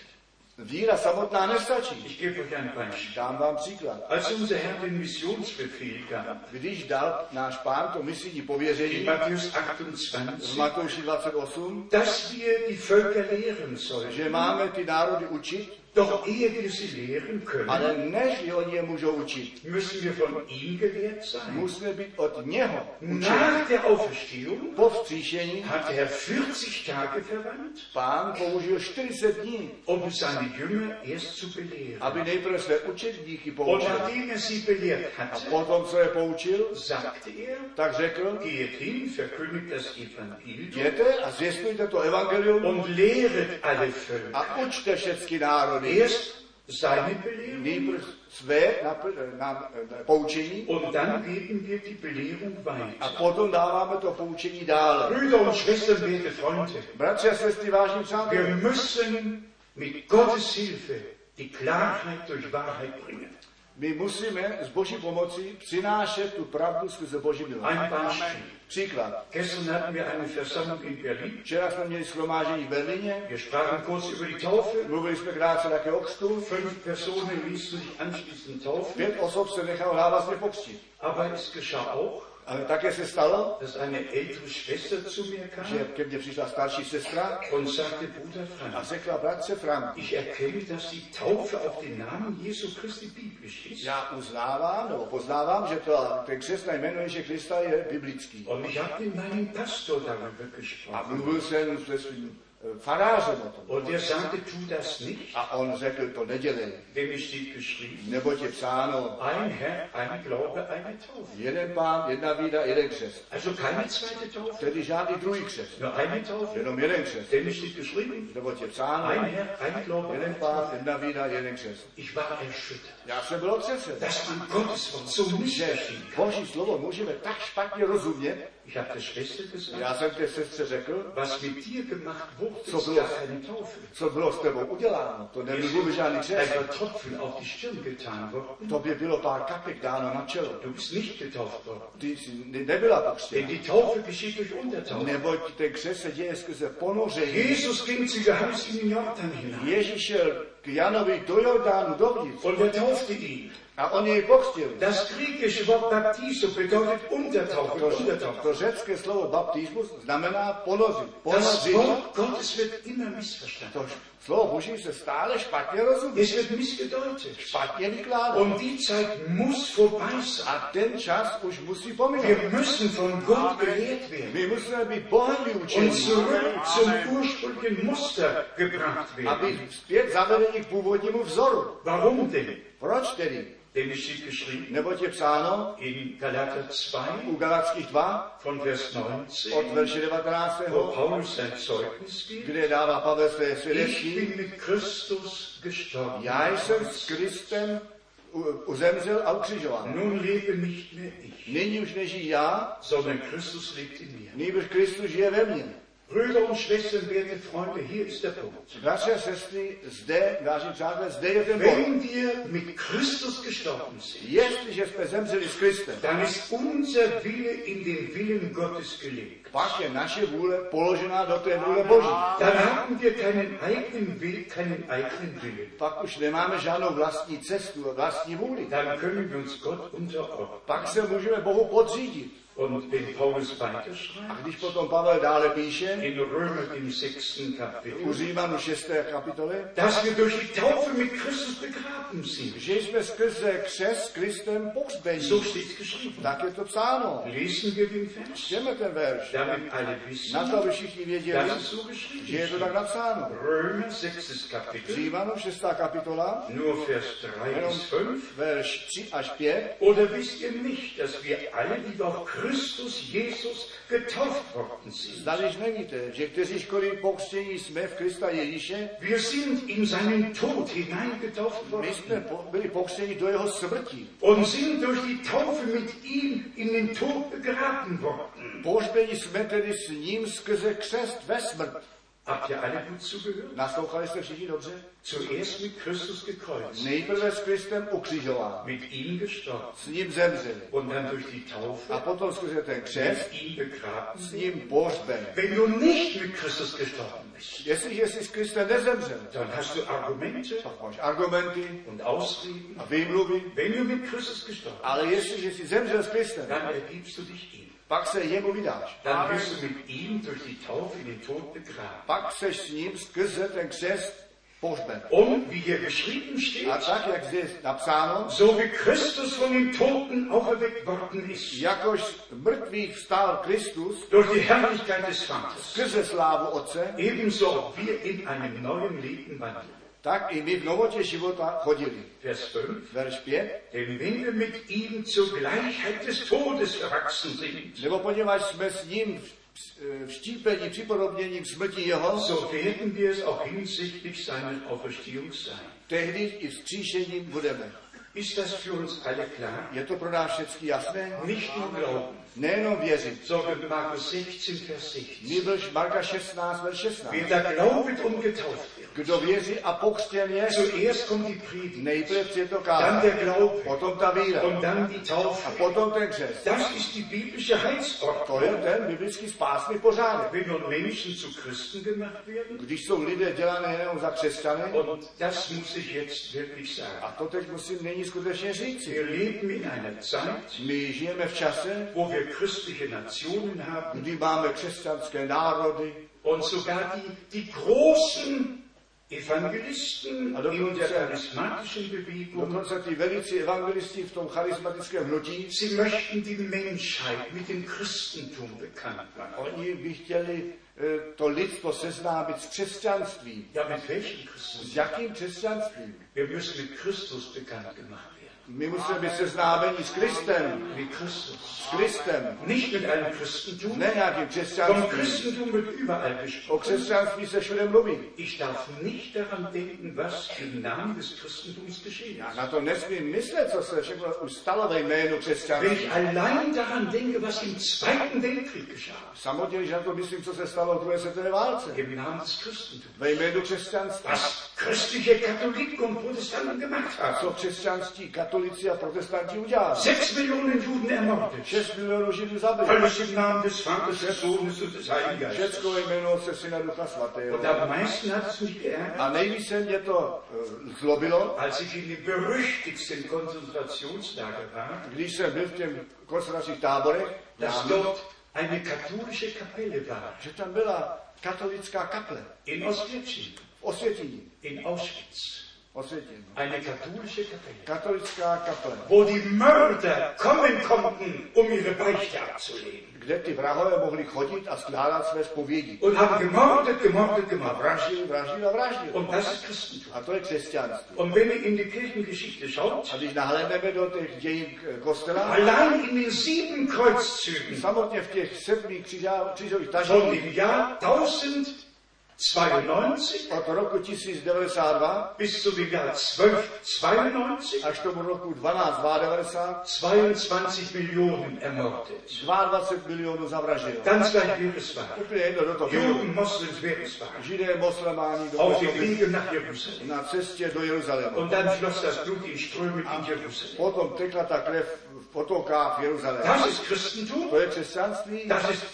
S3: Víra samotná nestačí.
S2: Ich gebe euch ein Beispiel.
S3: Dám vám příklad.
S2: Als unser Herr den Missionsbefehl gab,
S3: Když dal náš pán to misijní
S2: in
S3: pověření
S2: Matthäus
S3: v
S2: 28,
S3: Matouši 28,
S2: dass wir die Völker lehren sollen.
S3: že máme ty národy učit,
S2: Doch ehe wir sie lehren können,
S3: ale než je oni je můžou učit,
S2: müssen wir von ihm gelehrt sein.
S3: musíme být od něho učeni.
S2: Nach der Auferstehung
S3: Po vzkříšení
S2: hat er 40 Tage verwandt,
S3: Pán použil 40 dní,
S2: um seine Jünger erst zu belehren.
S3: aby nejprve své učedníky
S2: Und
S3: poučil.
S2: nachdem er sie belehrt
S3: A
S2: hatte,
S3: potom, co je poučil,
S2: sagte er,
S3: tak řekl,
S2: Geht hin, verkündigt das Evangelium
S3: jděte a zvěstujte to evangelium
S2: und lehret alle Völker.
S3: a učte všechny národy.
S2: Erst seine Belehrung
S3: Nejprve své na, na, na, poučení
S2: und dann geben wir die Belehrung
S3: a
S2: weiter.
S3: potom dáváme to poučení dále.
S2: Brüder und Schwestern, werte Freunde,
S3: Bratři a sestry, vážní
S2: wir
S3: přátelé,
S2: müssen mit Gottes Hilfe die Klarheit durch Wahrheit bringen.
S3: my musíme s Boží pomocí přinášet tu pravdu skrze Boží milost.
S2: Ein Beispiel.
S3: Příklad.
S2: Gestern hatten wir eine Versammlung in Berlin.
S3: Včera jsme měli shromážení v Berlíně,
S2: Wir sprachen kurz über die Taufe.
S3: mluvili jsme krátce také o křtu,
S2: Fünf Personen ließen sich anschließend taufen,
S3: pět osob se nechalo návazně pokřtít.
S2: aber es geschah auch,
S3: Ale také se stalo,
S2: dass eine ältere Schwester zu mir
S3: že
S2: kam
S3: ke mně přišla starší sestra
S2: und sagte, Bruder
S3: a
S2: Frank,
S3: řekla, bratře Frank,
S2: ich erkenne, dass die Taufe auf den Namen Jesu Christi biblisch ist.
S3: já uznávám, nebo poznávám, že to, ten křest na jméno Ježíše Krista je biblický.
S2: Und ich habe mit meinem Pastor darüber
S3: A
S2: gesprochen.
S3: mluvil jsem se svým eh, farářem o tom.
S2: Und er sagte, tu das nicht,
S3: A on řekl, to nedělej,
S2: denn es steht geschrieben,
S3: neboť je psáno,
S2: ein Herr, ein Glaube, eine Taufe.
S3: jeden pán, jedna víra, jeden křest.
S2: Also keine zweite Taufe,
S3: Tedy žádný druhý křest,
S2: nur eine Taufe,
S3: jenom jeden křest.
S2: denn es steht geschrieben,
S3: Neboť je psáno,
S2: ein Herr, ein Glaube,
S3: jeden
S2: eine
S3: pán,
S2: Taufe.
S3: jedna víra, jeden křest.
S2: Ich war erschüttert,
S3: Já jsem byl otřesen.
S2: dass man Gottes Wort so
S3: že
S2: missverstehen kann.
S3: Boží slovo můžeme tak špatně rozumět.
S2: Ich habe der Schwester gesagt,
S3: Já jsem té sestře řekl,
S2: was mit dir gemacht wurde,
S3: So
S2: ist
S3: bloß.
S2: gar keine Taufe.
S3: co bylo s tebou uděláno. To
S2: Mir
S3: nebyl
S2: ist
S3: žádný
S2: ein
S3: křest.
S2: paar Tropfen auf die Stirn getan worden.
S3: Tobě bylo pár kapek dáno na čelo.
S2: Du bist nicht getauft worden.
S3: Ty jsi ne- nebyla
S2: Denn
S3: pokřtěna.
S2: die Taufe geschieht durch Untertaufe.
S3: Neboť ten křest se děje skrze ponoření.
S2: Jesus ging zu Johannes in den Jordan hinein
S3: Ježíš šel k Janovi do Jordánu dovnitř
S2: und er taufte ihn.
S3: a on jej pokřtil.
S2: Das griechische Wort Baptiso bedeutet Untertaufe,
S3: To, to
S2: Untertaufe.
S3: řecké slovo baptismus znamená ponořit.
S2: Das
S3: Ponořit.
S2: Wort Gottes wird immer missverstanden.
S3: To slovo Boží se stále špatně rozumí.
S2: Es wird missgedeutet.
S3: Špatně vykládá.
S2: Und die Zeit muss vorbei sein.
S3: A ten čas už musí pominout.
S2: Wir müssen von Gott belehrt werden.
S3: My musíme být Bohem
S2: und
S3: vyučeni,
S2: zurück zum ursprünglichen Muster gebracht werden.
S3: aby zpět zavedeni k původnímu vzoru.
S2: Warum denn?
S3: Proč tedy?
S2: Denn es steht geschrieben
S3: Neboť je psáno
S2: in Galater 2
S3: u Galackých 2
S2: von Vers
S3: od
S2: 19,
S3: verše 19,
S2: wo Paulus sein Zeugnis gibt,
S3: kde dává Pavel své
S2: ich
S3: svědectví,
S2: bin mit Christus gestorben.
S3: já jsem s Kristem u- uzemřel a ukřižován.
S2: Nun lebe nicht mehr ich,
S3: Nyní už nežijí já,
S2: sondern Christus lebt in mir.
S3: nýbrž Kristus žije ve mně.
S2: Brüder und Schwestern, werte Freunde, hier ist der Punkt.
S3: Bratři a sestry, zde, vážení přátelé, zde je ten bod.
S2: Wenn wir mit Christus gestorben sind,
S3: Jestliže jsme zemřeli s Kristem,
S2: dann ist unser Wille in den Willen Gottes gelegt.
S3: pak je naše vůle položená do té vůle Boží.
S2: Dann haben wir keinen eigenen Weg, keinen eigenen Willen.
S3: pak už nemáme žádnou vlastní cestu a vlastní vůli.
S2: Dann können wir uns Gott unterordnen.
S3: Pak se můžeme Bohu podřídit.
S2: Und wenn Paulus
S3: A
S2: weiterschreibt,
S3: když potom Pavel dále píše,
S2: in Römer im sechsten Kapitel,
S3: u Římanu 6. kapitole,
S2: dass wir durch die Taufe mit Christus begraben sind.
S3: že jsme skrze křes Kristem pohřbení.
S2: So steht es geschrieben.
S3: Tak je to psáno.
S2: Lesen wir den Vers,
S3: Čteme ten verš.
S2: damit alle
S3: Na to,
S2: wissen,
S3: aby všichni věděli,
S2: dass es so
S3: že
S2: geschrieben
S3: je to tak
S2: ist.
S3: napsáno.
S2: Römer sechstes Kapitel,
S3: Římanu 6. kapitola,
S2: nur Vers 3 bis 5.
S3: verš 3 až 5.
S2: Oder wisst ihr nicht, dass wir alle, die auf Christus Jesus getauft worden sind,
S3: Zdališ nevíte, že kteřížkoliv pokřtění jsme v Krista Ježíše,
S2: Wir sind in seinen Tod hineingetauft
S3: my
S2: worden
S3: jsme po- byli pokřtěni do jeho smrti.
S2: und sind durch die Taufe mit ihm in den Tod begraben worden.
S3: Pohřbeni jsme tedy s ním skrze křest ve smrt.
S2: Habt ihr alle gut zugehört?
S3: Naslouchali jste všichni dobře?
S2: Zuerst mit Christus gekreuzigt,
S3: Nejprve s Kristem ukřižován,
S2: mit ihm gestorben
S3: s ním zemřeli.
S2: und dann durch die
S3: A
S2: Taufe
S3: potom skrze ten křest
S2: mit ihm begraben.
S3: s ním pohřben.
S2: Wenn du nicht mit Christus gestorben bist,
S3: Jestliže jsi s Kristem nezemřel,
S2: dann hast du Argumente
S3: tak máš argumenty
S2: und Ausreden.
S3: a výmluvy,
S2: Wenn du mit Christus gestorben bist,
S3: ale jestliže jsi zemřel s Kristem,
S2: dann ergibst du dich ihm.
S3: pak se jemu vydáš.
S2: Dann wirst du mit ihm durch die Taufe in den Tod begraben.
S3: Pak seš s ním skrze ten křest pohřben.
S2: Und wie hier geschrieben steht,
S3: A tak, jak zde je napsáno,
S2: So wie Christus von den Toten auferweckt worden ist,
S3: jakož z mrtvých vstál Kristus
S2: durch die Herrlichkeit des Vaters,
S3: skrze slávu Otce,
S2: ebenso auch wir in einem neuen Leben wandeln.
S3: Tak i my v novotě života chodili.
S2: Vers 5.
S3: Verš 5.
S2: Denn wenn wir mit ihm zur Gleichheit des Todes erwachsen sind,
S3: Nebo poněvadž jsme s ním v- eh, vštípeni připodobněním smrti jeho,
S2: so werden wir es auch hinsichtlich seiner Auferstehung sein.
S3: tehdy i vzkříšením budeme.
S2: Ist das für uns alle klar?
S3: Je to pro nás všechny jasné?
S2: Nicht nur glauben,
S3: Nejenom věřit.
S2: sondern Markus 16, Vers 16.
S3: Nýbrž Marka 16, verš 16.
S2: Wer da glaubet und getauft wird,
S3: Kdo věří a pokřtěn je,
S2: zuerst kommt die Predigt,
S3: nejprve je to
S2: dann
S3: kára,
S2: der Glaube
S3: potom ta víra
S2: und dann die Taufe.
S3: a potom ten křest.
S2: Das ist die biblische
S3: To
S2: Heilsordnung.
S3: je ten biblický spásný pořádek.
S2: Wenn nun Menschen zu Christen gemacht werden,
S3: Když jsou lidé dělané jenom za křesťany,
S2: und das muss ich jetzt wirklich sagen,
S3: a to teď musím nyní skutečně říci.
S2: Wir leben in einer Zeit,
S3: My žijeme v čase,
S2: wo wir christliche Nationen haben
S3: kdy máme křesťanské národy
S2: und sogar die, die großen Evangelisten
S3: Also,
S2: in der
S3: ja.
S2: charismatischen Bewegung,
S3: Dokonce ty velicí evangelisti v tom charismatickém hnutí,
S2: sie möchten die Menschheit mit dem Christentum bekannt machen.
S3: oni by chtěli eh, to lidstvo seznámit s křesťanstvím.
S2: Ja, mit welchem
S3: S
S2: Christentum?
S3: jakým křesťanstvím?
S2: Wir müssen mit Christus bekannt gemacht werden.
S3: My musíme být seznámeni s Kristem.
S2: Mit Christus.
S3: S Kristem.
S2: Nicht mit einem Christentum.
S3: Ne nějakým
S2: Vom
S3: křesťanstvím.
S2: Christentum wird überall
S3: O
S2: gesprochen.
S3: křesťanství se všude mluví.
S2: Ich darf nicht daran denken, was im Namen des Christentums geschehen
S3: Já
S2: ist.
S3: na to nesmím myslet, co se všechno už stalo ve jménu
S2: Wenn
S3: křesťanství.
S2: ich allein daran denke, was im Zweiten Weltkrieg geschah,
S3: Samotně, když na to myslím, co se stalo v druhé světové válce.
S2: im Namen des Christentums,
S3: Ve jménu křesťanství.
S2: was christliche Katholiken und Protestanten gemacht haben.
S3: Co křesťanství, katolici a protestanti udělali.
S2: Sechs Millionen Juden ermordet.
S3: 6 milionů židů zabili.
S2: Alles im Namen des Vaters, des Sohnes und des Heiligen Geistes.
S3: Všecko jmenovalo se Syna Ducha Svatého.
S2: Und am meisten hat es mich geärgert,
S3: A nejvíce mě to eh, zlobilo,
S2: als ich in den berüchtigsten Konzentrationslager war,
S3: když jsem byl v těch koncentračních táborech,
S2: dass
S3: já-
S2: dort eine katholische Kapelle war,
S3: že tam byla katolická kaple
S2: in Oswiecim,
S3: v Osvětíní.
S2: in Auschwitz.
S3: Osvětín.
S2: Eine katholische Kapelle,
S3: Katolická kaple,
S2: wo die Mörder kommen konnten, um ihre Beichte abzulegen.
S3: kde ty vrahové mohli chodit a skládat své zpovědi.
S2: Und haben gemordet, gemordet, gemordet.
S3: Vraždil, vraždil a vraždil.
S2: Und das ist Christentum.
S3: A to je křesťanství.
S2: Und wenn ihr in die Kirchengeschichte schaut,
S3: A když nahlédneme do těch dějin eh, kostela,
S2: allein in den sieben Kreuzzügen
S3: samotně v těch sedmých křižá- křížových
S2: von
S3: tažích
S2: dem Jahr 1092
S3: od roku 1092
S2: bis zu dem Jahr 1292
S3: až tomu roku 1292
S2: 22 Millionen ermordet.
S3: 22 milionů zavraždil.
S2: Ganz gleich, wer es war.
S3: Úplně jedno do toho.
S2: Juden, Moslems, wer es war.
S3: Židé, moslemáni, do
S2: Auf dem Wege nach Jerusalem.
S3: na cestě do Jeruzaléma.
S2: Und dann floss das Blut in Strömen in Jerusalem.
S3: Potom tekla ta krev v potokách v Jeruzaléma.
S2: Das ist Christentum.
S3: To je křesťanství?
S2: Das ist,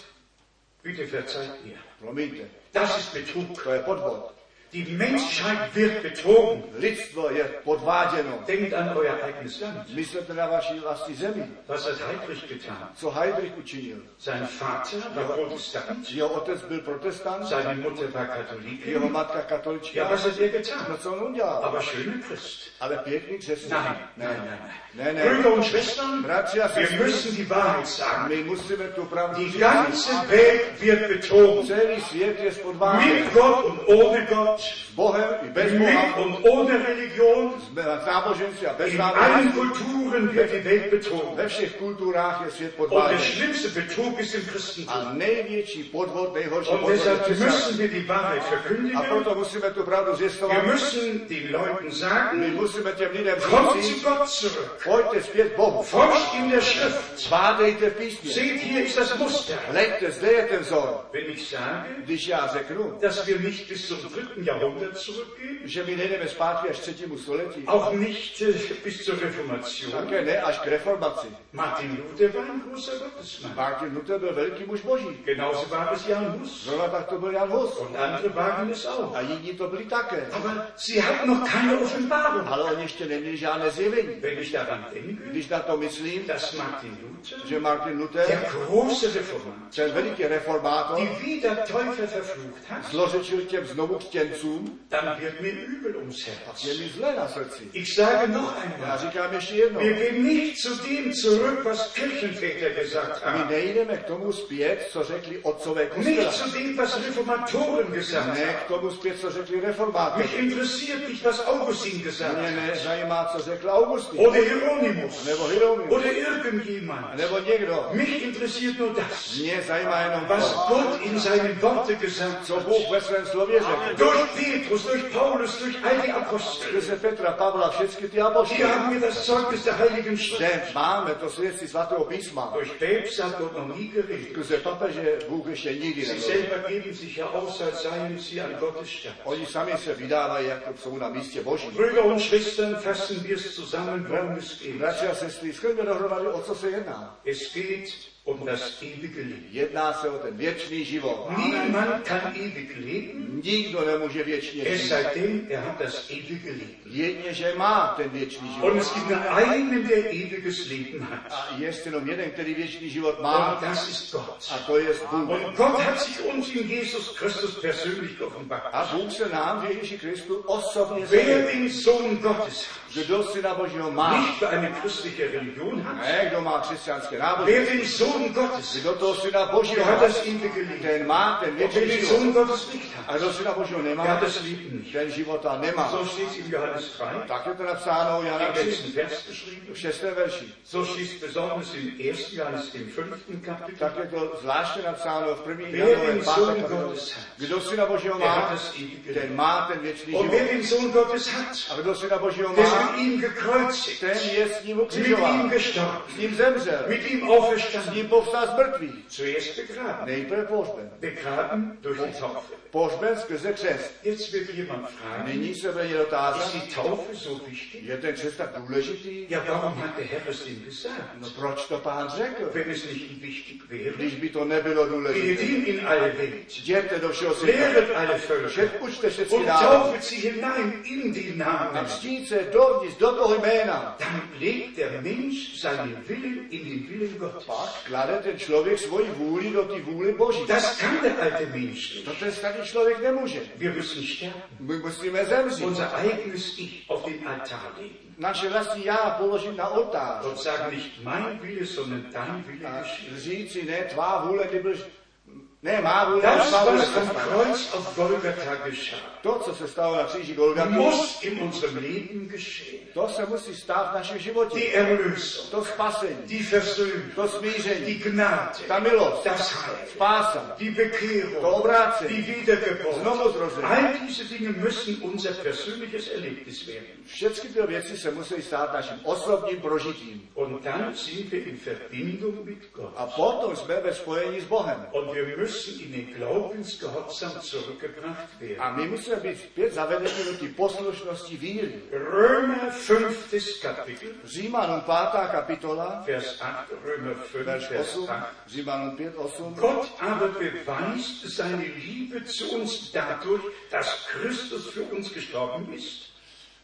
S2: bitte verzeiht mir,
S3: Promiňte,
S2: das ist Betrug.
S3: to je podvod.
S2: Die Menschheit wird betrogen.
S3: Lidstvo je podváděno.
S2: Denkt an euer eigenes Land.
S3: Myslete na vaši vlastní zemi.
S2: Was hat Heidrich getan?
S3: Co Heidrich učinil?
S2: Sein Vater war Protestant,
S3: Jeho otec byl protestant,
S2: seine Mutter war
S3: jeho
S2: Katholikin.
S3: matka
S2: Ja,
S3: katolička.
S2: was hat er
S3: No
S2: getan?
S3: co on udělal?
S2: Aber schöne Christ.
S3: Ale pěkný křesťan.
S2: Nein, nein, nein,
S3: Ne,
S2: nein.
S3: ne.
S2: Brüder und Schwestern,
S3: Bratři a
S2: wir
S3: sestry,
S2: müssen die Wahrheit sagen.
S3: my musíme tu pravdu
S2: Die
S3: říct.
S2: ganze Welt wird betrogen.
S3: Celý svět je podváděn.
S2: Mit Gott und ohne Gott.
S3: S Bohem i bez
S2: Mit
S3: Boha.
S2: und ohne Religion.
S3: Jsme na náboženství a bez
S2: In allen
S3: náboženství.
S2: Kulturen wird die Welt
S3: Ve
S2: betrogen.
S3: všech kulturách je svět
S2: Und der
S3: podváděn.
S2: schlimmste Betrug ist im Christentum.
S3: A největší podvod, nejhorší
S2: Und
S3: podvod je
S2: deshalb
S3: křesťanství.
S2: müssen wir die Wahrheit
S3: A
S2: verkündigen.
S3: proto musíme tu pravdu
S2: Wir
S3: zjistovat.
S2: müssen den Leuten
S3: My
S2: sagen,
S3: musíme těm lidem
S2: kommt zu
S3: říct,
S2: Gott zurück.
S3: pojďte zpět Bohu.
S2: Forscht in der Schrift.
S3: Zvádejte v písmě.
S2: Seht, hier ist das Muster.
S3: Hleďte, zde je ten vzor.
S2: Wenn ich sage,
S3: Když já řeknu,
S2: dass wir nicht bis zum dritten Jahrhundert zurückgehen,
S3: že my nejdeme zpátky až třetímu století,
S2: auch nicht äh, bis zur Reformation.
S3: také ne až k reformaci.
S2: Martin Luther war ein großer Gottesmann.
S3: Martin Luther byl velký muž boží.
S2: Genauso war es Jan Hus.
S3: Zrovna tak to byl Jan Hus.
S2: Und andere waren es auch.
S3: A jiní to byli také.
S2: Aber sie hatten noch keine Offenbarung.
S3: Ale oni ještě neměli žádné zjevení.
S2: Wenn ich daran denke,
S3: Když na to myslím,
S2: dass Martin Luther,
S3: že Martin
S2: der
S3: Luther,
S2: große Reformator,
S3: ten veliký reformátor,
S2: die wieder Teufel verflucht hat,
S3: zlořečil těm znovu ktěncům,
S2: dann wird mir übel ums
S3: je
S2: Herz.
S3: mi zlé na srdci.
S2: Ich sage noch
S3: Já
S2: einmal,
S3: říkám ještě jednou.
S2: wir gehen nicht zu dem zurück, was Kirchenväter gesagt
S3: My
S2: haben.
S3: nejdeme k tomu zpět, co řekli otcové
S2: Nicht
S3: kostela.
S2: zu dem, was Reformatoren gesagt
S3: Ne k
S2: haben.
S3: tomu zpět, co řekli reformátoři.
S2: Mich interessiert nicht, was Augustin gesagt
S3: Mě
S2: hat.
S3: nezajímá, co řekl Augustin,
S2: Oder Hieronymus.
S3: nebo Hieronymus,
S2: Oder irgendjemand.
S3: nebo někdo.
S2: Mich interessiert nur das,
S3: Mě zajímá jenom
S2: was
S3: to,
S2: Gott in seinen Worten gesagt
S3: co
S2: hat.
S3: Bůh ve svém slově řekl.
S2: Durch Petrus, durch Paulus, durch all die Apostel.
S3: Skrze Petra, Pavla, všechny ty
S2: Hier
S3: apoštoly.
S2: haben wir das Zeugnis der Heiligen Schrift.
S3: Zde máme to svědectví svatého písma.
S2: Durch Babes hat Gott noch nie geredet.
S3: Skrze papeže Bůh ještě nikdy
S2: Sie
S3: nebyl.
S2: selber geben sich ja aus, als seien sie an Gottes Stadt.
S3: Oni sami se vydávají, jako jsou na místě boží.
S2: Brüder und Schwestern, fassen wir es zusammen, worum es geht.
S3: Bratři a sestry, skrze dohromady, o co se jedná.
S2: Es geht um das ewige Leben.
S3: Jedná se o ten věčný život.
S2: Niemand kann ewig leben,
S3: Nikdo nemůže věčně
S2: es
S3: žít.
S2: sei denn, er hat das ewige Leben.
S3: Jedně, že má ten věčný život.
S2: Und es gibt nur einen, der ewiges Leben hat.
S3: A je jenom jeden, který věčný život
S2: Und
S3: má,
S2: das ist Gott.
S3: a to je Bůh.
S2: Und Gott hat sich uns in Jesus Christus persönlich offenbart.
S3: A Bůh se nám v Ježíši Kristu osobně
S2: Wer
S3: zjevil.
S2: den Sohn Gottes
S3: Kdo syna Božího
S2: hat,
S3: má,
S2: nicht für eine christliche Religion hat,
S3: ne, kdo má křesťanské
S2: wer
S3: náboženství,
S2: den Sohn Gottes hat,
S3: kdo toho syna Božího
S2: der
S3: má,
S2: hat das ewige Leben.
S3: ten má ten
S2: Und wer
S3: věčný
S2: den
S3: život.
S2: Sohn Gottes nicht hat,
S3: A kdo syna Božího
S2: der
S3: nemá,
S2: hat das Leben nicht.
S3: ten života
S2: So
S3: nemá.
S2: steht es im Johannes 3,
S3: Tak je to napsáno v Jana
S2: im
S3: 3,
S2: sechsten Vers geschrieben.
S3: v 6. verši.
S2: So steht es besonders im ersten Johannes, im fünften Kapitel.
S3: Tak je to zvláště napsáno v první
S2: Wer
S3: Janové
S2: den
S3: 5.
S2: Sohn
S3: kapitole.
S2: Gottes hat,
S3: Kdo syna Božího
S2: der hat
S3: má,
S2: das ewige
S3: ten
S2: Leben.
S3: má ten věčný
S2: Und wer
S3: život.
S2: den Sohn Gottes hat,
S3: A kdo syna Božího
S2: der ist
S3: má,
S2: mit ihm gekreuzigt,
S3: ten je s ním
S2: mit ihm
S3: ukřižován. S
S2: gestorben,
S3: ním zemřel.
S2: mit ihm
S3: S
S2: auferstanden,
S3: ním povstal z mrtvých.
S2: zuerst begraben,
S3: Nejprve pohřben.
S2: begraben durch die Taufe.
S3: Pohřben skrze křest.
S2: Jetzt wird jemand fragen,
S3: Nyní se bude
S2: ist
S3: dotázat,
S2: die Taufe so wichtig?
S3: je ten křest tak důležitý?
S2: Ja, warum hat der Herr es ihm gesagt?
S3: No proč to pán řekl?
S2: Wenn es nicht wichtig wäre,
S3: Když by to nebylo
S2: geht
S3: důležité.
S2: hin in alle Welt,
S3: Jděte do všeho světa.
S2: lehret alle Völker
S3: Všet, učte všechny
S2: und
S3: národy.
S2: taufet sie hinein in den
S3: A
S2: Namen.
S3: vštít se dovnitř do toho jména.
S2: Damit legt der Mensch seinen Willen in den Willen Gottes.
S3: Pak klade ten člověk svoji vůli do té vůli Boží.
S2: Das kann der alte Mensch nicht.
S3: To ten starý člověk nemůže.
S2: Wir müssen sterben,
S3: My musíme zemřít.
S2: unser eigenes Ich auf den Altar legen
S3: Naše vlastní já položit na oltář.
S2: und sagen nicht mein Wille, sondern dein Wille
S3: A
S2: geschieht.
S3: říci, ne, tvá vůle, ty budeš... Ne, má vůle, ale
S2: Das,
S3: tvá vůle.
S2: was
S3: se
S2: am
S3: stane.
S2: Kreuz auf Golgatha geschah,
S3: To, co se stalo na kříži Golgaty,
S2: muss in unserem Leben geschehen.
S3: to se musí stát v našem
S2: Die
S3: životě.
S2: Erlösung,
S3: To spasení,
S2: die Versöhnung,
S3: to
S2: die
S3: smíření, ta
S2: Gnade,
S3: milost,
S2: das Heil,
S3: spása,
S2: die
S3: to
S2: Bekehrung, die
S3: obrácení,
S2: Wiedergeburt.
S3: znovuzrození.
S2: All diese Dinge müssen unser persönliches Erlebnis werden.
S3: Všechny tyto věci se musí stát naším osobním prožitím.
S2: Und dann sind wir in Verbindung mit Gott.
S3: A potom jsme ve spojení s Bohem.
S2: Und wir müssen in den Glaubensgehorsam zurückgebracht werden.
S3: A my musíme být zpět zavedeni do té poslušnosti víry.
S2: Römer 5. Kapitel,
S3: Římanům 5. kapitola,
S2: Vers 8, Römer 5,
S3: verš
S2: Vers
S3: 8,
S2: 8.
S3: Římanům 5, 8.
S2: Gott aber beweist seine Liebe zu uns dadurch, dass Christus für uns gestorben ist.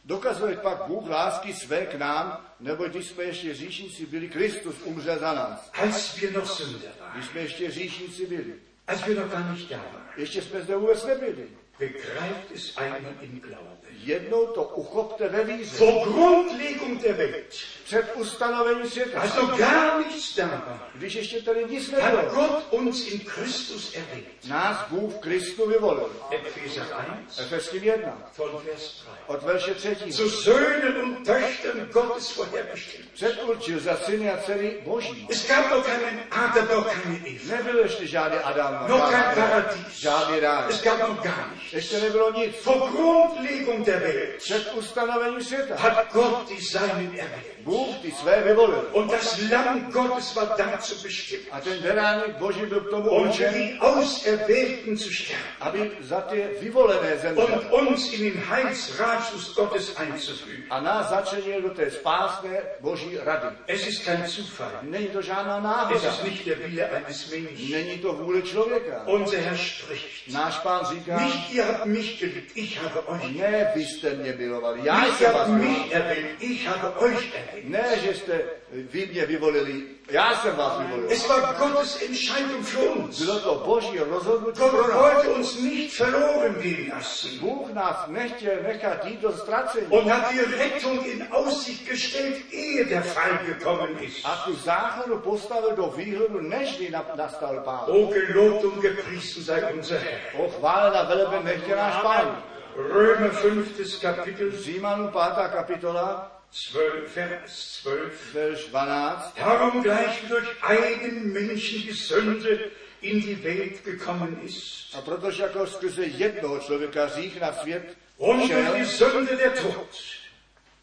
S3: Dokazuje pak Bůh lásky své k nám, nebo když jsme ještě říšníci byli, Kristus umřel za nás.
S2: Als wir noch Sünder waren,
S3: Když jsme ještě říšníci byli,
S2: als wir noch gar nicht da waren,
S3: ještě jsme zde vůbec nebyli.
S2: begreift es einmal im Glauben.
S3: Jednou to uchopte ve víře.
S2: Vor Grundlegung der Welt,
S3: Před ustanovením světa.
S2: als noch gar nichts da war,
S3: Když ještě tady nic
S2: hat
S3: nebylo.
S2: Gott uns in Christus erwählt.
S3: Nás Bůh v Kristu vyvolil.
S2: Epheser 1,
S3: Efeským 1.
S2: von Vers 3.
S3: Od verše
S2: Zu
S3: 3.
S2: Söhnen und Töchtern Gottes vorherbestimmt.
S3: Předurčil za syny a dcery Boží.
S2: Es gab noch keinen Adam, noch keine Eva,
S3: Nebyl ještě žádný Adam,
S2: noch kein
S3: žádný Eva,
S2: Paradies.
S3: žádný ráj.
S2: Es gab noch gar nichts.
S3: Ještě nebylo nic.
S2: Vor Grundlegung der Welt
S3: Před ustanovením světa.
S2: hat Gott die Seinen erwählt.
S3: Bůh ty své vyvolil.
S2: Und das Lamm Gottes war dazu bestimmt,
S3: A ten beránek Boží byl k tomu
S2: um für
S3: určen,
S2: die Auserwählten zu sterben
S3: aby za ty vyvolené
S2: und
S3: zemře.
S2: uns in den Heilsratschluss Gottes einzufügen.
S3: A nás začlenil do té spásné Boží rady.
S2: Es ist kein Zufall.
S3: Není to žádná
S2: Es
S3: náhoda.
S2: ist nicht der Wille eines Menschen.
S3: Není to vůle člověka.
S2: Unser Herr spricht.
S3: Náš pán říká,
S2: Nicht ihr habt mich geliebt, ich habe euch geliebt.
S3: ne, vy jste mě milovali, já
S2: Nicht
S3: jsem
S2: ihr
S3: vás
S2: habt mich
S3: miloval.
S2: erwählt, ich habe euch erwählt.
S3: Ne, že jste eh, vy mě vyvolili, já jsem vás vyvolil.
S2: Es war Gottes Entscheidung für uns.
S3: Bylo to Boží rozhodnutí
S2: Gott
S3: pro nás.
S2: wollte uns nicht verloren gehen lassen
S3: Bůh nás nechtěl nechat jít do ztracení.
S2: und hat die Rettung in Aussicht gestellt, ehe der Fall gekommen ist.
S3: A tu záchranu postavil do výhledu, nežli na- nastal pán.
S2: O gelobt und gepriesen sei unser Herr.
S3: O chválena velebe nechtě náš pán.
S2: Römer 5. Kapitel
S3: Římanů 5. kapitola,
S2: 12, Vers 12.
S3: verš 12.
S2: Darum gleich durch einen Menschen die Sünde in die Welt gekommen ist.
S3: A protože jako skrze jednoho člověka hřích na svět
S2: Und
S3: šel
S2: durch die Sünde der Tod.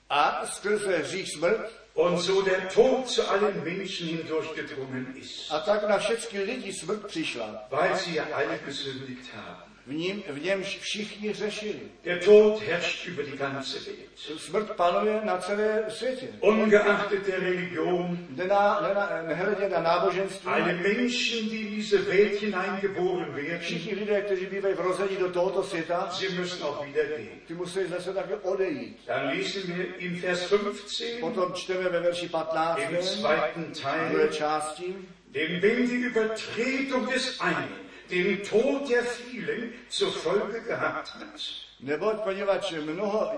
S3: a skrze hřích smrt,
S2: Und so der Tod zu allen Menschen hindurchgedrungen ist,
S3: a tak na všechny lidi smrt přišla,
S2: weil sie ja alle gesündigt haben.
S3: v, ním, v němž všichni řešili.
S2: Der Tod herrscht über die ganze Welt.
S3: Smrt panuje na celé světě.
S2: Ungeachtet der Religion,
S3: Nená, nená, nehledě na náboženství,
S2: alle Menschen, die in diese Welt hineingeboren werden,
S3: všichni lidé, kteří bývají vrozeni do tohoto světa,
S2: sie müssen auch wieder gehen.
S3: ty musí zase také odejít.
S2: Dann lesen wir im Vers 15,
S3: Potom čteme ve verši 15.
S2: im zweiten
S3: druhé
S2: Teil,
S3: části.
S2: Denn wenn die Übertretung des einen den Tod der vielen zur Folge gehabt hat,
S3: Neboť poněvadž mnoho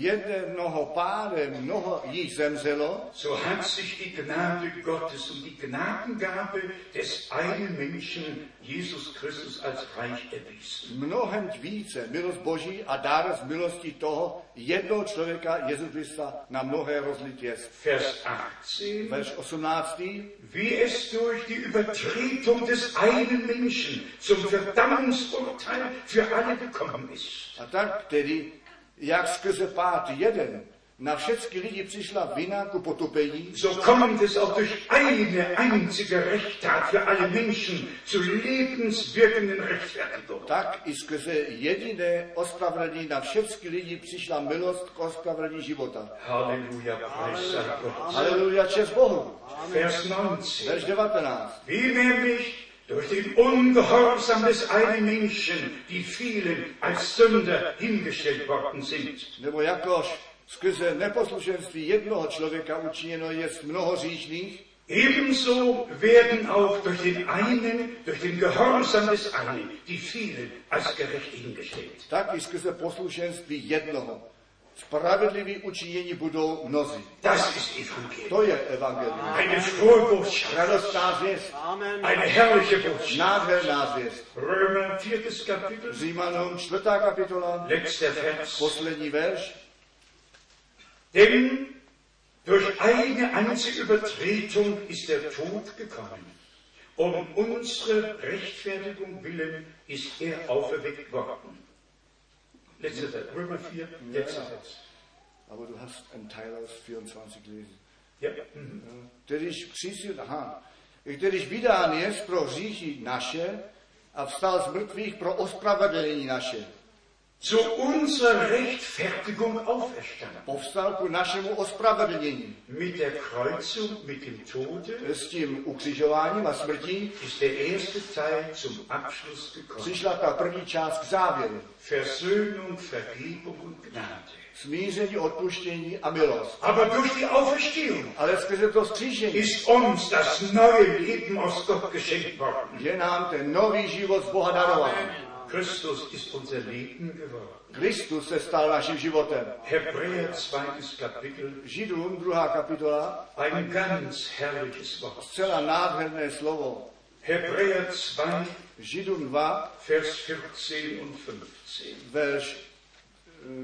S3: jednoho páre, mnoho jich zemřelo,
S2: so hat sich die Gnade Gottes und die Gnadengabe des einen Menschen, Jesus Christus, als reich erwiesen.
S3: mnohem více milost Boží a dar z milosti toho jednoho člověka, Jezu Krista, na mnohé rozlitě.
S2: Vers 18.
S3: Verš 18.
S2: Wie es durch die Übertretung des einen Menschen zum Verdammungsurteil für alle gekommen ist.
S3: A tak tedy, jak skrze pát jeden na všechny lidi přišla vina ku potopení,
S2: So kommt es auch durch eine einzige Rechttat für alle Menschen zu lebenswirkenden Rechtfertigung.
S3: tak i skrze jediné ospravedlnění na všechny lidi přišla milost k ospravedlnění života.
S2: Halleluja, preis sei Gott.
S3: Haleluja, čest Bohu.
S2: Vers 19.
S3: Verš 19.
S2: Wie nämlich durch den Ungehorsam des einen Menschen die vielen als Sünder hingestellt worden sind.
S3: Nebo jakož skrze neposlušenství jednoho člověka učiněno je mnoho říšných,
S2: Ebenso werden auch durch den einen, durch den Gehorsam des einen, die vielen als gerecht hingestellt.
S3: tak i skrze poslušenství jednoho. Spravedliví učinění budou mnozí.
S2: Das ist Evangelium.
S3: To je evangelium.
S2: Eine frohe Botschaft,
S3: Radostná zvěst,
S2: eine herrliche Botschaft.
S3: nádherná zvěst.
S2: Römer 4. Kapitel,
S3: Římanům čtvrtá kapitola,
S2: letzter Vers.
S3: poslední verš.
S2: Denn durch eine einzige Übertretung ist der Tod gekommen. Um unsere Rechtfertigung willen ist er auferweckt worden. Letzter Vers, Römer 4, letzter Vers.
S3: Aber du hast einen Teil aus 24 gelesen.
S2: Ja. Mhm.
S3: Kterýž přísil, aha, kterýž vydán je pro hříchy naše a vstal z mrtvých pro ospravedlnění naše.
S2: zu unserer Rechtfertigung auferstanden.
S3: povstal ku našemu ospravedlnění.
S2: Mit der Kreuzung, mit dem Tode
S3: S tím ukřižováním a smrtí
S2: ist der erste Teil zum Abschluss gekommen.
S3: přišla ta první část k závěru.
S2: Versöhnung, Vergebung und Gnade.
S3: Smíření, odpuštění a milost.
S2: Aber durch die Auferstehung
S3: Ale skrze to střížení
S2: ist uns das neue Leben aus Gott geschenkt worden.
S3: je nám ten nový život z Boha darován.
S2: Christus ist unser Leben geworden.
S3: Kristus se stal naším životem.
S2: Hebräer 2. Kapitel,
S3: Židům, druhá kapitola,
S2: ein ganz herrliches Wort.
S3: zcela nádherné slovo.
S2: Hebräer 2,
S3: Židům 2,
S2: Vers 14 und 15.
S3: verš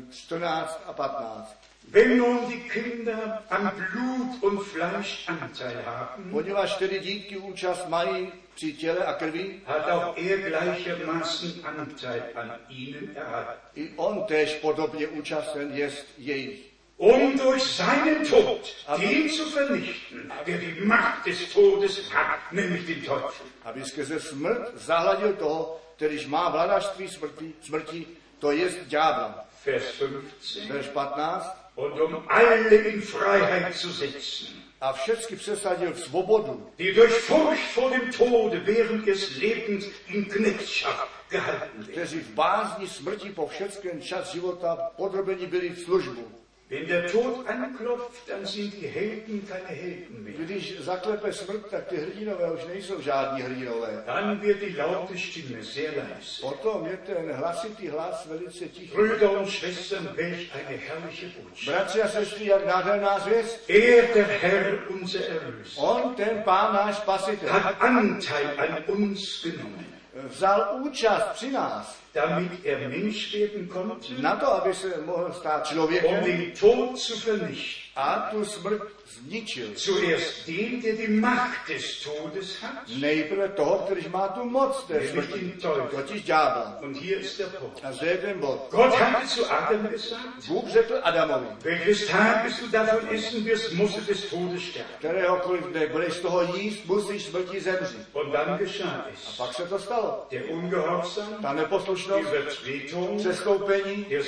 S3: eh, 14 a 15.
S2: Wenn nun die Kinder an Blut und Fleisch Anteil haben,
S3: Poněvadž tedy dítky účast mají při těle a krvi,
S2: hat auch er gleichermaßen Anteil an ihnen erhalten,
S3: i on též podobně účasten jest jejich.
S2: um durch seinen Tod den zu vernichten, der die Macht des Todes hat, nämlich den Teufel.
S3: aby skrze smrt zahladil toho, kterýž má vladařství smrti, smrti to je ďábla.
S2: Vers 15.
S3: Verš 15.
S2: Und um alle in Freiheit zu setzen,
S3: A všecky přesadil v svobodu,
S2: die durch Furcht vor dem Tode während ihres Lebens in Knechtschaft gehalten werden.
S3: kteří v bázni smrti po všeckém čas života podrobeni byli v službu.
S2: Wenn der Tod anklopft, dann sind die Helden keine Helden mehr.
S3: Když zaklepe smrt, tak ty hrdinové už nejsou žádní hrdinové.
S2: Dann wird die laute Stimme sehr leise.
S3: Potom je ten hlasitý hlas velice tichý.
S2: Brüder und Schwestern, welch eine herrliche Botschaft.
S3: Bratři a sestry, jak nádherná zvěst.
S2: Er, der Herr, unser Erlöser,
S3: On, ten pán náš spasitel,
S2: hat Anteil an uns genommen,
S3: vzal účast při nás
S2: damit er Mensch werden konnte,
S3: na to, aby se mohl stát
S2: um
S3: člověkem.
S2: den Tod zu vernichten.
S3: a tu smrt zničil.
S2: Zuerst den, der die Macht des Todes hat.
S3: Nejprve toho, který má tu moc té smrti, totiž ďábla.
S2: Und hier ist der Punkt.
S3: A zde je ten bod.
S2: Gott hatte zu Adam gesagt,
S3: Bůh řekl Adamovi,
S2: welches Tages du davon essen wirst, musst du des Todes sterben.
S3: kteréhokoliv dne budeš z toho jíst, musíš smrti zemřít.
S2: Und dann geschah es.
S3: Pak se to stalo.
S2: Der Ungehorsam,
S3: Ta poslušnost,
S2: Übertretung,
S3: přestoupení,
S2: der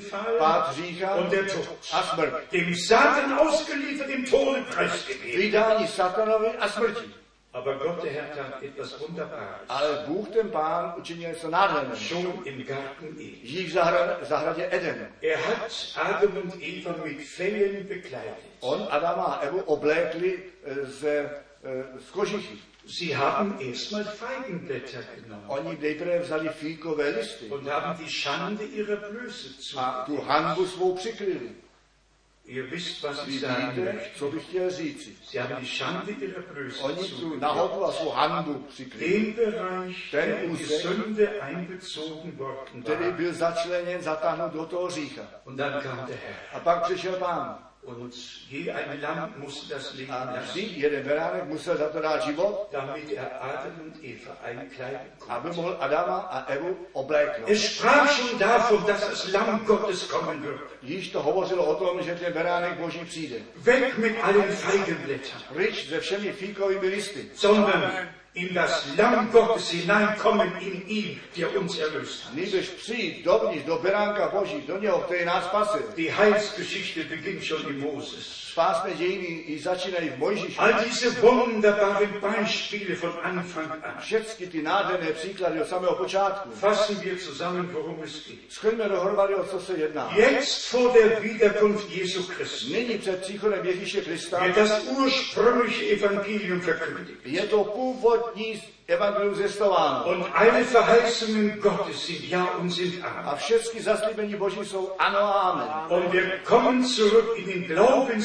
S2: Sündenfall
S3: pád řícha
S2: und der Tod.
S3: a smrt.
S2: Dem Satan ausgeliefert, dem Tode preisgegeben.
S3: Vydání satanovi a smrti.
S2: Aber Gott, der Herr, tat etwas Wunderbares.
S3: Ale Bůh ten pán učinil něco nádherného.
S2: Schon im Garten Eden.
S3: Již v zahra- v zahradě Eden.
S2: Er hat Adam und Eva mit Fellen bekleidet.
S3: On Adama a Evu oblékli eh, ze, eh, z kožichy.
S2: Sie haben erstmal Feigenblätter genommen
S3: Oni nejprve vzali fíkové listy
S2: und haben die Schande ihrer Blöße zu.
S3: a tu hanbu svou přikryli.
S2: Ihr wisst, was
S3: Vy
S2: ich sagen
S3: víte,
S2: möchte.
S3: co bych chtěl říci.
S2: Sie haben die Schande ihrer Blöße
S3: Oni tu
S2: zu.
S3: nahotu a svou hanbu přikryli,
S2: Den Bereich, der in die Sünde einbezogen worden
S3: který
S2: war.
S3: byl začleněn, zatáhnut do toho řícha.
S2: Und dann kam der Herr.
S3: A pak přišel pán.
S2: Und je ein Lamm musste das Leben
S3: A
S2: lassen.
S3: vždy jeden beránek musel za to dát život,
S2: damit er Adam und Eva einkleiden
S3: aby
S2: konnte.
S3: mohl Adama a Evu obléknout.
S2: Es sprach schon davon, dass das Lamm Gottes kommen würde.
S3: Již to hovořilo o tom, že ten beránek boží přijde.
S2: Weg mit allen Feigenblättern,
S3: Pryč se všemi fíkovými listy.
S2: sondern in das Lamm Gottes hineinkommen, in ihn, der uns erlöst hat.
S3: Nýbrž přijít dovnitř do beránka boží, do něho, který nás spasil.
S2: Die Heilsgeschichte beginnt schon in Moses.
S3: Spásné dějiny i začínají v Mojžíši.
S2: All diese wunderbaren Beispiele von Anfang an
S3: Všechny ty nádherné příklady od samého počátku.
S2: fassen wir zusammen, worum es geht.
S3: Schodíme dohromady, o co se jedná.
S2: Jetzt vor der Wiederkunft Jesu Christi
S3: Nyní před příchodem Ježíše Krista
S2: wird das ursprüngliche Evangelium verkündigt.
S3: je to původní evangelium zjistováno.
S2: Und alle Verheißungen Gottes sind Ja und sind
S3: A
S2: Amen.
S3: všechny zaslíbení boží jsou ano a amen.
S2: Und wir kommen zurück in den